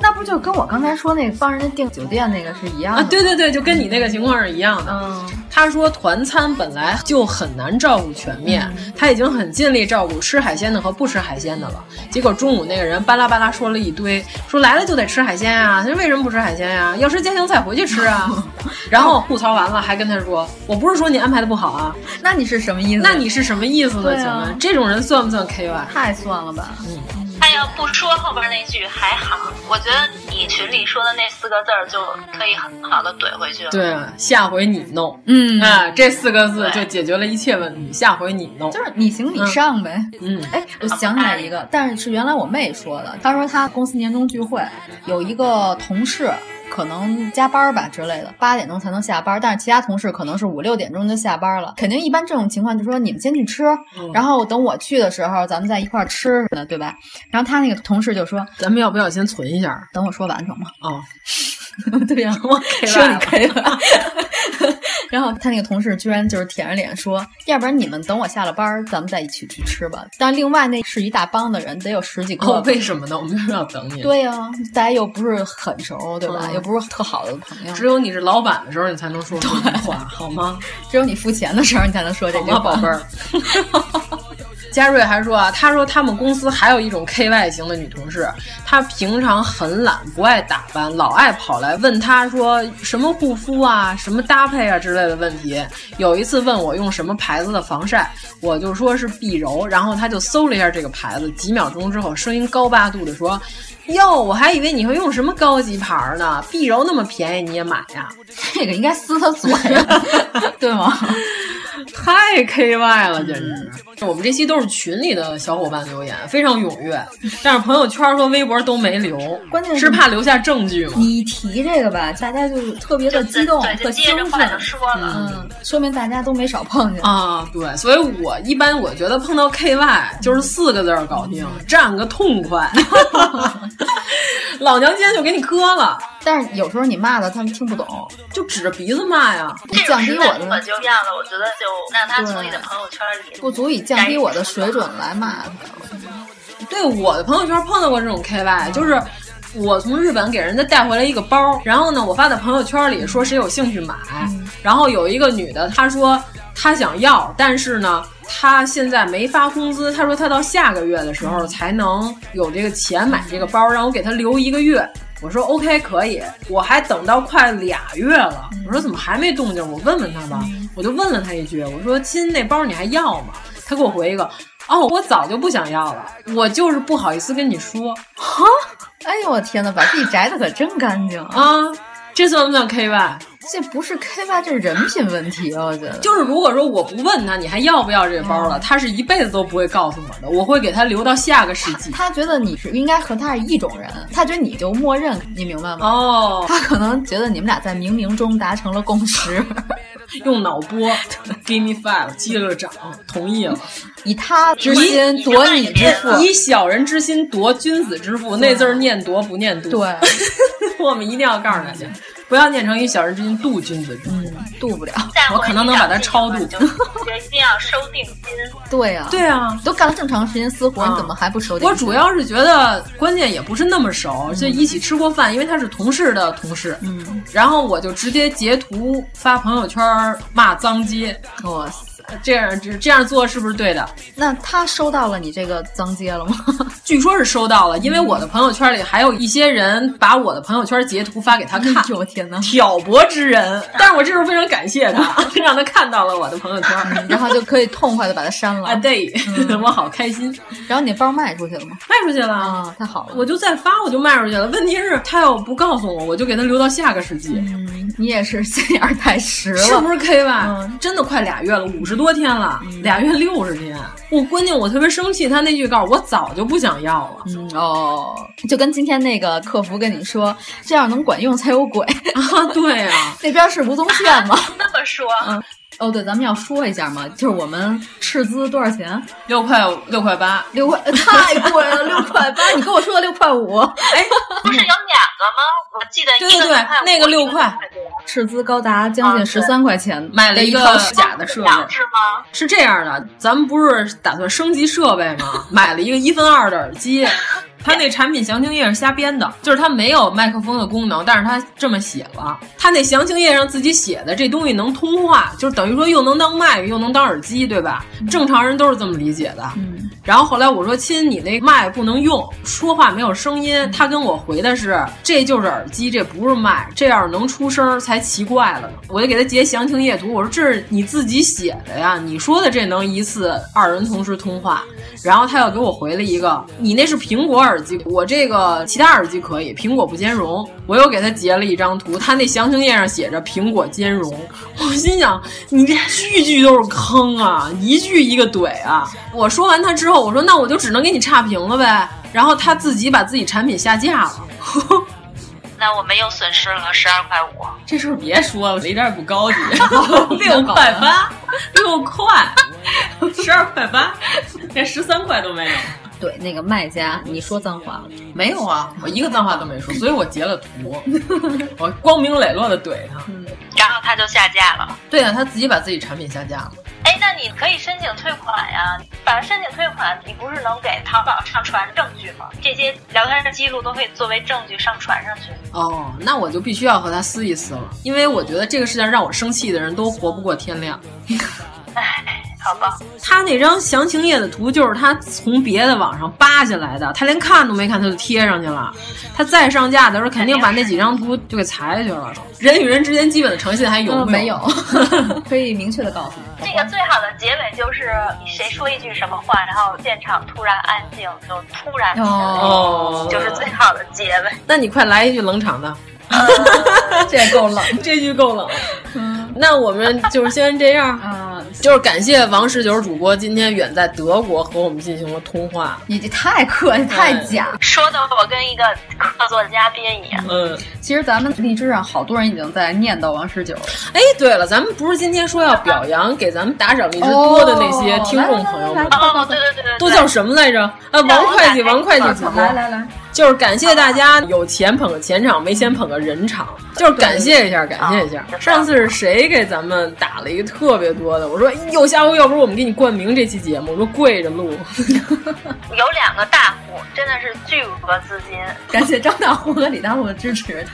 Speaker 6: 那不就跟我刚才说那个帮人家订酒店那个是一样的
Speaker 3: 啊！”
Speaker 6: 吗？
Speaker 3: 对对对，就跟你那个情况是一样的。
Speaker 6: 嗯，
Speaker 3: 他说团餐本来就很难照顾全面，他已经很尽力照顾吃海鲜的和不吃海鲜的了。结果中午那个人巴拉巴拉说了一堆，说来了就得吃海鲜啊，他说为什么不吃海鲜呀、要吃家常菜回去吃啊。然后吐槽完了还跟他说，我不是说你安排的不好啊，
Speaker 6: 那你是什么意思？
Speaker 3: 那你是什么意思呢？
Speaker 6: 嗯对啊
Speaker 3: 请问这种人算不算 KY？
Speaker 6: 太算了吧？
Speaker 7: 他要不说后边那句还好，我觉得你群里说的那四个字儿就可以很好的怼回去了。
Speaker 3: 对，啊下回你弄。
Speaker 6: 嗯
Speaker 3: 啊，这四个字就解决了一切问题。下回你弄，
Speaker 6: 就是你行你上呗。
Speaker 3: 嗯，
Speaker 6: 哎，我想起来一个，但是是原来我妹说的，她说她公司年终聚会有一个同事。可能加班吧之类的，八点钟才能下班，但是其他同事可能是五六点钟就下班了。肯定一般这种情况就说你们先去吃，
Speaker 3: 嗯
Speaker 6: 然后等我去的时候咱们再一块儿吃什么的，对吧？然后她那个同事就说
Speaker 3: 咱们要不要先存一下？：“
Speaker 6: 等我说完成吗？”
Speaker 3: 哦，
Speaker 6: 对呀、
Speaker 3: 我 K
Speaker 6: 说你
Speaker 3: Y
Speaker 6: 可以了。 然后他那个同事居然就是舔着脸说：“要不然你们等我下了班儿，咱们再一起去吃吧。”但另外那是一大帮的人，得有十几个吧。
Speaker 3: 哦，啊为什么呢？我们就是要等你。
Speaker 6: 对呀、啊大家又不是很熟，对吧？
Speaker 3: 嗯
Speaker 6: 又不是特好的朋友，
Speaker 3: 只有你是老板的时候，你才能说出这种话，好吗？
Speaker 6: 只有你付钱的时候，你才能说这
Speaker 3: 好
Speaker 6: 句
Speaker 3: 吗，
Speaker 6: 话。
Speaker 3: 宝贝儿。 嘉瑞还说啊，他说他们公司还有一种 K Y 型的女同事，她平常很懒，不爱打扮，老爱跑来问他说什么护肤啊、什么搭配啊之类的问题。有一次问我用什么牌子的防晒，我就说是碧柔，然后他就搜了一下这个牌子，几秒钟之后，声音高八度的说：“哟，我还以为你会用什么高级牌儿呢，碧柔啊那么便宜你也买呀、
Speaker 6: 啊 这个应该撕他嘴，对吗？
Speaker 3: 太 K Y 了，简直！ 我们这期都是群里的小伙伴留言，非常踊跃，但是朋友圈和微博都没留，
Speaker 6: 关键是
Speaker 3: 是怕留下证据嘛。
Speaker 6: 你一提这个吧，大家就特别的激动
Speaker 7: 对，
Speaker 6: 和
Speaker 7: 就接着
Speaker 6: 兴
Speaker 7: 话就
Speaker 6: 奋，
Speaker 7: 说了。
Speaker 6: 嗯，说明大家都没少碰见。
Speaker 3: 啊，对，所以我一般我觉得碰到 KY 就是四个字儿搞定，占个痛快， 老娘今天就给你割了，
Speaker 6: 但是有时候你骂的他们听不懂，
Speaker 3: 就指着鼻子骂呀。
Speaker 6: 你降低我
Speaker 7: 不
Speaker 6: 的
Speaker 7: 管就样了，我觉得就让他从你的朋友圈里
Speaker 6: 不足以降低我的水准来骂他。
Speaker 3: 对，我的朋友圈碰到过这种 KY，就是我从日本给人家带回来一个包，然后呢，我发到朋友圈里说谁有兴趣买，然后有一个女的她说她想要，但是呢。她现在没发工资，她说她到下个月的时候才能有这个钱买这个包，让我给她留一个月。我说 OK 可以，我还等到快俩月了，我说怎么还没动静？我问问她吧，我就问了她一句，我说亲，那包你还要吗？她给我回一个，哦，我早就不想要了，我就是不好意思跟你说
Speaker 6: 哈，哎呦我天哪，把自己摘的可真干净啊！
Speaker 3: 啊，这算不算 KY？
Speaker 6: 这不是 K Y，这是人品问题啊，我觉得。
Speaker 3: 就是如果说我不问他你还要不要这包了，他是一辈子都不会告诉我的，我会给他留到下个世纪。
Speaker 6: 他觉得你是应该和他是一种人，他觉得你就默认，你明白吗？
Speaker 3: 哦，
Speaker 6: 他可能觉得你们俩在冥冥中达成了共 识，
Speaker 3: 用脑波 give me five，击了个掌，同意 了。
Speaker 6: 以他之心夺你之腹。
Speaker 3: 以小人之心夺君子之腹，那字儿念夺不念度。
Speaker 6: 对，
Speaker 3: 我们一定要告诉大家，不要念成以小人之心度君子之腹，
Speaker 6: 度嗯不了。
Speaker 3: 我可能能把它超度。
Speaker 7: 就一定要收定金。
Speaker 6: 对啊呀、
Speaker 3: 对啊，
Speaker 6: 都干了这么长时间私活，你怎么还不收点钱？
Speaker 3: 我主要是觉得，关键也不是那么熟，就一起吃过饭，因为他是同事的同事，
Speaker 6: 嗯，
Speaker 3: 然后我就直接截图发朋友圈骂脏街，
Speaker 6: 哇塞，
Speaker 3: 这样这这样做是不是对的？
Speaker 6: 那他收到了你这个脏街了吗？
Speaker 3: 据说是收到了，因为我的朋友圈里还有一些人把我的朋友圈截图发给他看，
Speaker 6: 哎呦我天哪！
Speaker 3: 挑拨之人。但是我这时候非常感谢他，让他看到了我的朋友圈。
Speaker 6: 然后就可以痛快的把它删了。
Speaker 3: 啊，对， 我好开心，
Speaker 6: 然后你包卖出去了吗？
Speaker 3: 卖出去了啊
Speaker 6: 啊，太好了！
Speaker 3: 我就再发，我就卖出去了。问题是，他要不告诉我，我就给他留到下个世纪，
Speaker 6: 你也是心眼儿太实了，嗯
Speaker 3: 是不是 K Y？、真的快俩月了，五十多天了，俩月六十天。我关键我特别生气，他那句告诉我早就不想要了。
Speaker 6: 嗯哦，就跟今天那个客服跟你说，这样能管用才有鬼。
Speaker 3: 啊，对啊，
Speaker 6: 那边是吴宗宪吗？
Speaker 7: 那么说，
Speaker 6: 嗯，哦对，咱们要说一下嘛，就是我们斥资多少钱？
Speaker 3: 六块六块八，
Speaker 6: 六块， 呃太贵了，六块八。你跟我说的六块五，
Speaker 7: 不是有两个吗？我记得
Speaker 3: 对
Speaker 7: 一
Speaker 3: 对
Speaker 7: 个
Speaker 3: 对
Speaker 7: 六块，五
Speaker 3: 那个六
Speaker 7: 一
Speaker 3: 块
Speaker 6: 斥资高达将近
Speaker 7: 啊对
Speaker 6: 十三块钱，
Speaker 3: 买了
Speaker 6: 一
Speaker 3: 一
Speaker 6: 套
Speaker 3: 个
Speaker 6: 设
Speaker 3: 假的设备。
Speaker 7: 两是吗？
Speaker 3: 是这样的，咱们不是打算升级设备吗？ 买了一个一分二的耳机，它那产品详情页是瞎编的，就是它没有麦克风的功能，但是它这么写了，它那详情页上自己写的这东西能通话，就是等于说又能当麦又能当耳机，对吧？正常人都是这么理解的。
Speaker 6: 嗯，
Speaker 3: 然后后来我说：“亲，你那麦不能用，说话没有声音。”他跟我回的是：“这就是耳机，这不是麦，这要是能出声儿才奇怪了呢。”我就给他截详情页图，我说：“这是你自己写的呀，你说的这能一次二人同时通话。”然后他又给我回了一个：“你那是苹果耳机，我这个其他耳机可以，苹果不兼容。”我又给他截了一张图，他那详情页上写着“苹果兼容”， 我心想：“你这句句都是坑啊，一句一个怼啊！”我说完他之后，我说：“那我就只能给你差评了呗。”然后他自己把自己产品下架了。
Speaker 7: 那我们又损失了十二块五。
Speaker 3: 这事儿别说了，一点也不高级， 六块八，六块， 十二块八，连十三块都没有。
Speaker 6: 对，那个卖家，你说脏话了，
Speaker 3: 没有啊，我一个脏话都没说，所以我截了图， 我光明磊落的怼他。
Speaker 7: 然后他就下架了。
Speaker 3: 对啊，他自己把自己产品下架了。
Speaker 7: 哎，那你可以申请退款呀、把申请退款，你不是能给淘宝上传证据吗？这些聊天记录都可以作为证据上传上去。
Speaker 3: 哦，那我就必须要和他撕一撕了，因为我觉得这个世界上让我生气的人都活不过天亮。
Speaker 7: 唉，好吧，
Speaker 3: 他那张详情页的图就是他从别的网上扒下来的，他连看都没看，他就贴上去了。他再上架的时候，肯定把那几张图就给裁下去了。人与人之间基本的诚信还有
Speaker 6: 呃没
Speaker 3: 有？
Speaker 6: 可以明确的告诉你，
Speaker 7: 这个最好的结尾就是谁说一句什么话，然后现场突然安静，就突然起来
Speaker 3: 哦
Speaker 7: 就是最好的结尾。
Speaker 3: 那你快来一句冷场的，
Speaker 6: 这也够冷。 嗯
Speaker 3: 这句够冷。那我们就是先这样。
Speaker 6: 啊，
Speaker 3: 就是感谢王十九主播今天远在德国和我们进行了通话。
Speaker 13: 你这太客气，太假。
Speaker 7: 说的我跟一个客座嘉宾一样。
Speaker 3: 嗯，
Speaker 13: 其实咱们荔枝上好多人已经在念叨王十九了。
Speaker 3: 哎，对了，咱们不是今天说要表扬给咱们打赏荔枝
Speaker 6: 哦
Speaker 3: 多的那些听众朋友们？
Speaker 7: 哦，对对对对，
Speaker 3: 都叫什么来着？啊，王会计，王会计主播。
Speaker 13: 来来来。
Speaker 3: 就是感谢大家有钱捧个钱场，没钱捧个人场，就是感谢一下，感谢一下。上次是谁给咱们打了一个特别多的？我说哟，下回要不是我们给你冠名这期节目，我说跪着录。
Speaker 7: 有两个大户，真的是巨额资金，
Speaker 13: 感谢张大户和李大户的支持。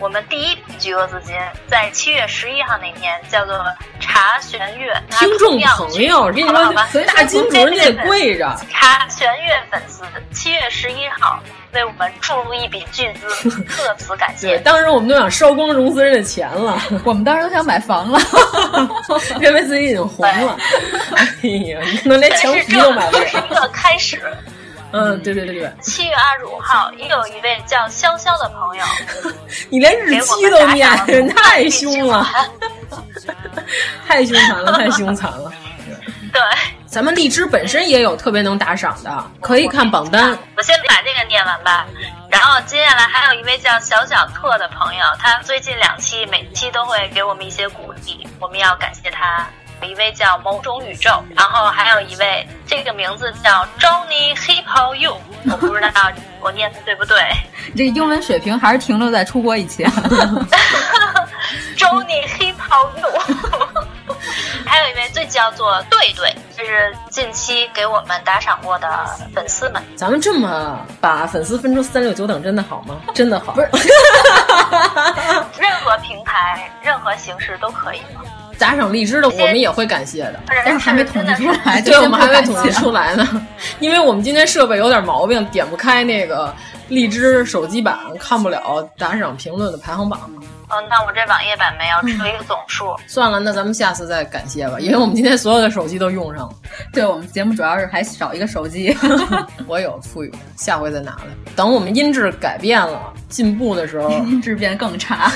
Speaker 7: 我们第一笔巨额资金在七月十一号那天，叫做查弦月
Speaker 3: 听众朋友，这说大金主你得跪着。
Speaker 7: 查弦月粉丝，七月十一号。为我们注入一笔巨资，特此感谢。
Speaker 3: 对，当时我们都想烧光融资人的钱了，
Speaker 13: 我们当时都想买房了，
Speaker 3: 认为自己已经红了。 哎呀，可能连墙皮都买不了。
Speaker 7: 是一个开始。
Speaker 3: 嗯，对对对对。
Speaker 7: 七月二十五号，又有一位叫潇潇的朋友，
Speaker 3: 你连日期都念， 太凶了，太凶残了，太凶残了。
Speaker 7: 对。
Speaker 3: 咱们荔枝本身也有特别能打赏的，可以看榜单。
Speaker 7: 我先把这个念完吧，然后接下来还有一位叫小小特的朋友，他最近两期每期都会给我们一些鼓励，我们要感谢他。有一位叫某种宇宙，然后还有一位这个名字叫 Johnny Hippo You，我不知道我念的对不对。
Speaker 13: 你这英文水平还是停留在出国以前。
Speaker 7: Johnny Hippo You。还有一位，最叫做对对，就是近期给我们打赏过的粉丝们。
Speaker 3: 咱们这么把粉丝分出三六九等，真的好吗？真的好，
Speaker 13: 不是。
Speaker 7: 任何平台、任何形式都可以吗？
Speaker 3: 打赏荔枝的，我们也会感谢的，
Speaker 13: 但是还没统计出来，
Speaker 3: 对我们还没统
Speaker 13: 啊
Speaker 3: 计出来呢，因为我们今天设备有点毛病，点不开那个荔枝手机版，看不了打赏评论的排行榜。
Speaker 7: 嗯，那我这网页版没有，只有一个总数、嗯。
Speaker 3: 算了，那咱们下次再感谢吧，因为我们今天所有的手机都用上了。
Speaker 13: 对我们节目主要是还少一个手机，
Speaker 3: 我有富裕，下回再拿来。等我们音质改变了、进步的时候，
Speaker 13: 音质变更差，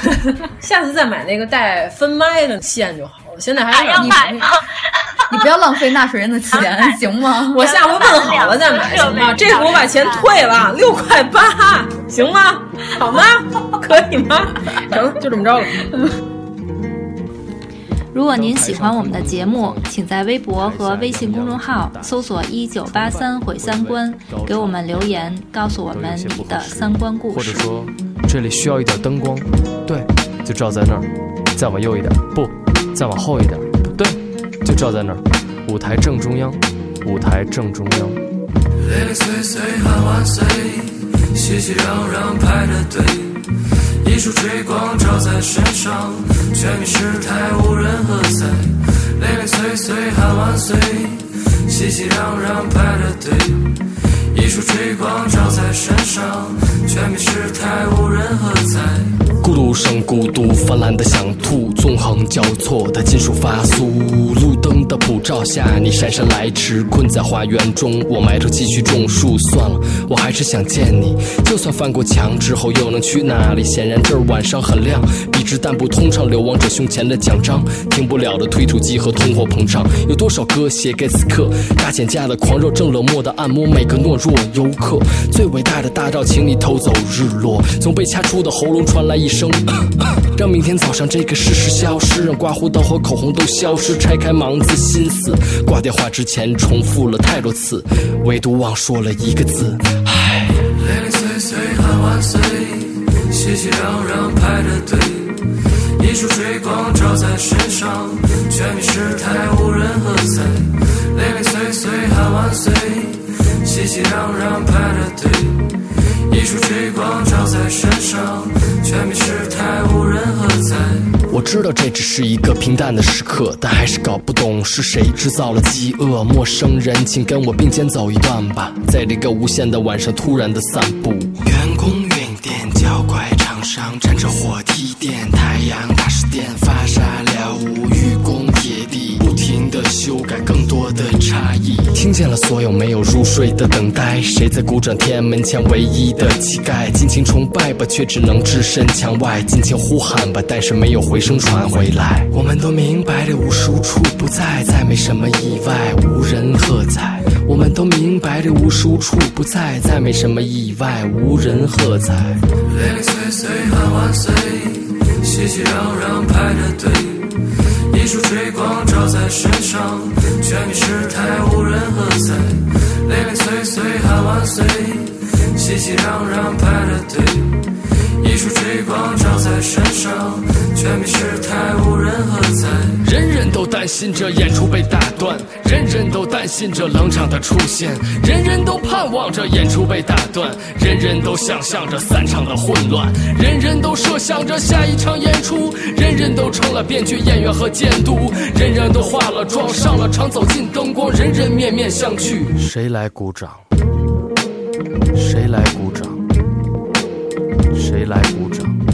Speaker 3: 下次再买那个带分麦的线就好了。现在还
Speaker 13: 哎
Speaker 7: 哎要买吗？
Speaker 13: 你不要浪费纳税人的钱，行吗？
Speaker 3: 我下回问好了再买，行吗？这回我把钱退了，
Speaker 7: 嗯
Speaker 3: 六块八，行吗？好 吗？可以吗？成，就这么着了。
Speaker 14: 如果您喜欢我们的节目，请在微博和微信公众号搜索“一九八三毁三观”，给我们留言，告诉我们你的三观故
Speaker 6: 事。或者说，这里需要一点灯光，对，就照在那儿，再往右一点，不，再往后一点，不对。就照在那儿，舞台正中央，舞台正中央。
Speaker 15: 零零碎碎喊万岁，熙熙攘攘排着队，一束追光照在身上，全民失态无人喝彩。零零碎碎喊万岁，熙熙攘攘排着队，一束追光照在身上，全民失态无人喝彩。
Speaker 6: 咕噜声孤独泛滥的想吐，纵横交错的金属发酥。路灯的普照下，你姗姗来迟，困在花园中。我埋头继续种树，算了，我还是想见你。就算翻过墙之后，又能去哪里？显然这儿晚上很亮，笔直但不通畅，流亡者胸前的奖章。停不了的推土机和通货膨胀，有多少歌写给此刻？大减价的狂热正冷漠的按摩每个懦弱游客。最伟大的大招，请你偷走日落。从被掐出的喉咙传来一。声， 让明天早上这个事实消失，让刮胡刀和口红都消失。拆开盲字心思，挂电话之前重复了太多次，唯独忘说了一个字。唉，
Speaker 15: 零零碎碎喊万岁，熙熙攘攘排着队，一束追光照在身上，全民失态无人喝彩。零零碎碎喊万岁，熙熙攘攘排着队。一束追光照在身上，全民失态，无人喝彩。
Speaker 6: 我知道这只是一个平淡的时刻，但还是搞不懂是谁制造了饥饿。陌生人，请跟我并肩走一段吧，在这个无限的晚上，突然的散步。
Speaker 15: 员工运电教怪厂商，站着火梯电，太阳大石电发沙了无，愚公铁地，不停的修改更多的差异。
Speaker 6: 听见了所有没有入睡的等待，谁在鼓掌天安门前唯一的乞丐？尽情崇拜吧，却只能置身墙外；尽情呼喊吧，但是没有回声传回来。我们都明白这无数处不在，再没什么意外，无人喝彩。我们都明白这无数处不在，再没什么意外，无人喝彩。
Speaker 16: 零零碎碎喊万岁，熙熙攘攘排着队，一束追光照在身上，全民诗态无人喝彩。零零碎碎喊万岁，熙熙攘攘排着队，一束追光照在身上，全民诗态无人喝彩。
Speaker 6: 人人都担心着演出被打断，人人都担心着冷场的出现，人人都盼望着演出被打断，人人都想象着散场的混乱，人人都设想着下一场演出，人人都成了编剧、演员和监督，人人都化了妆、上了场、走进灯光，人人面面相觑。
Speaker 4: 谁来鼓掌？谁来鼓掌？谁来鼓掌？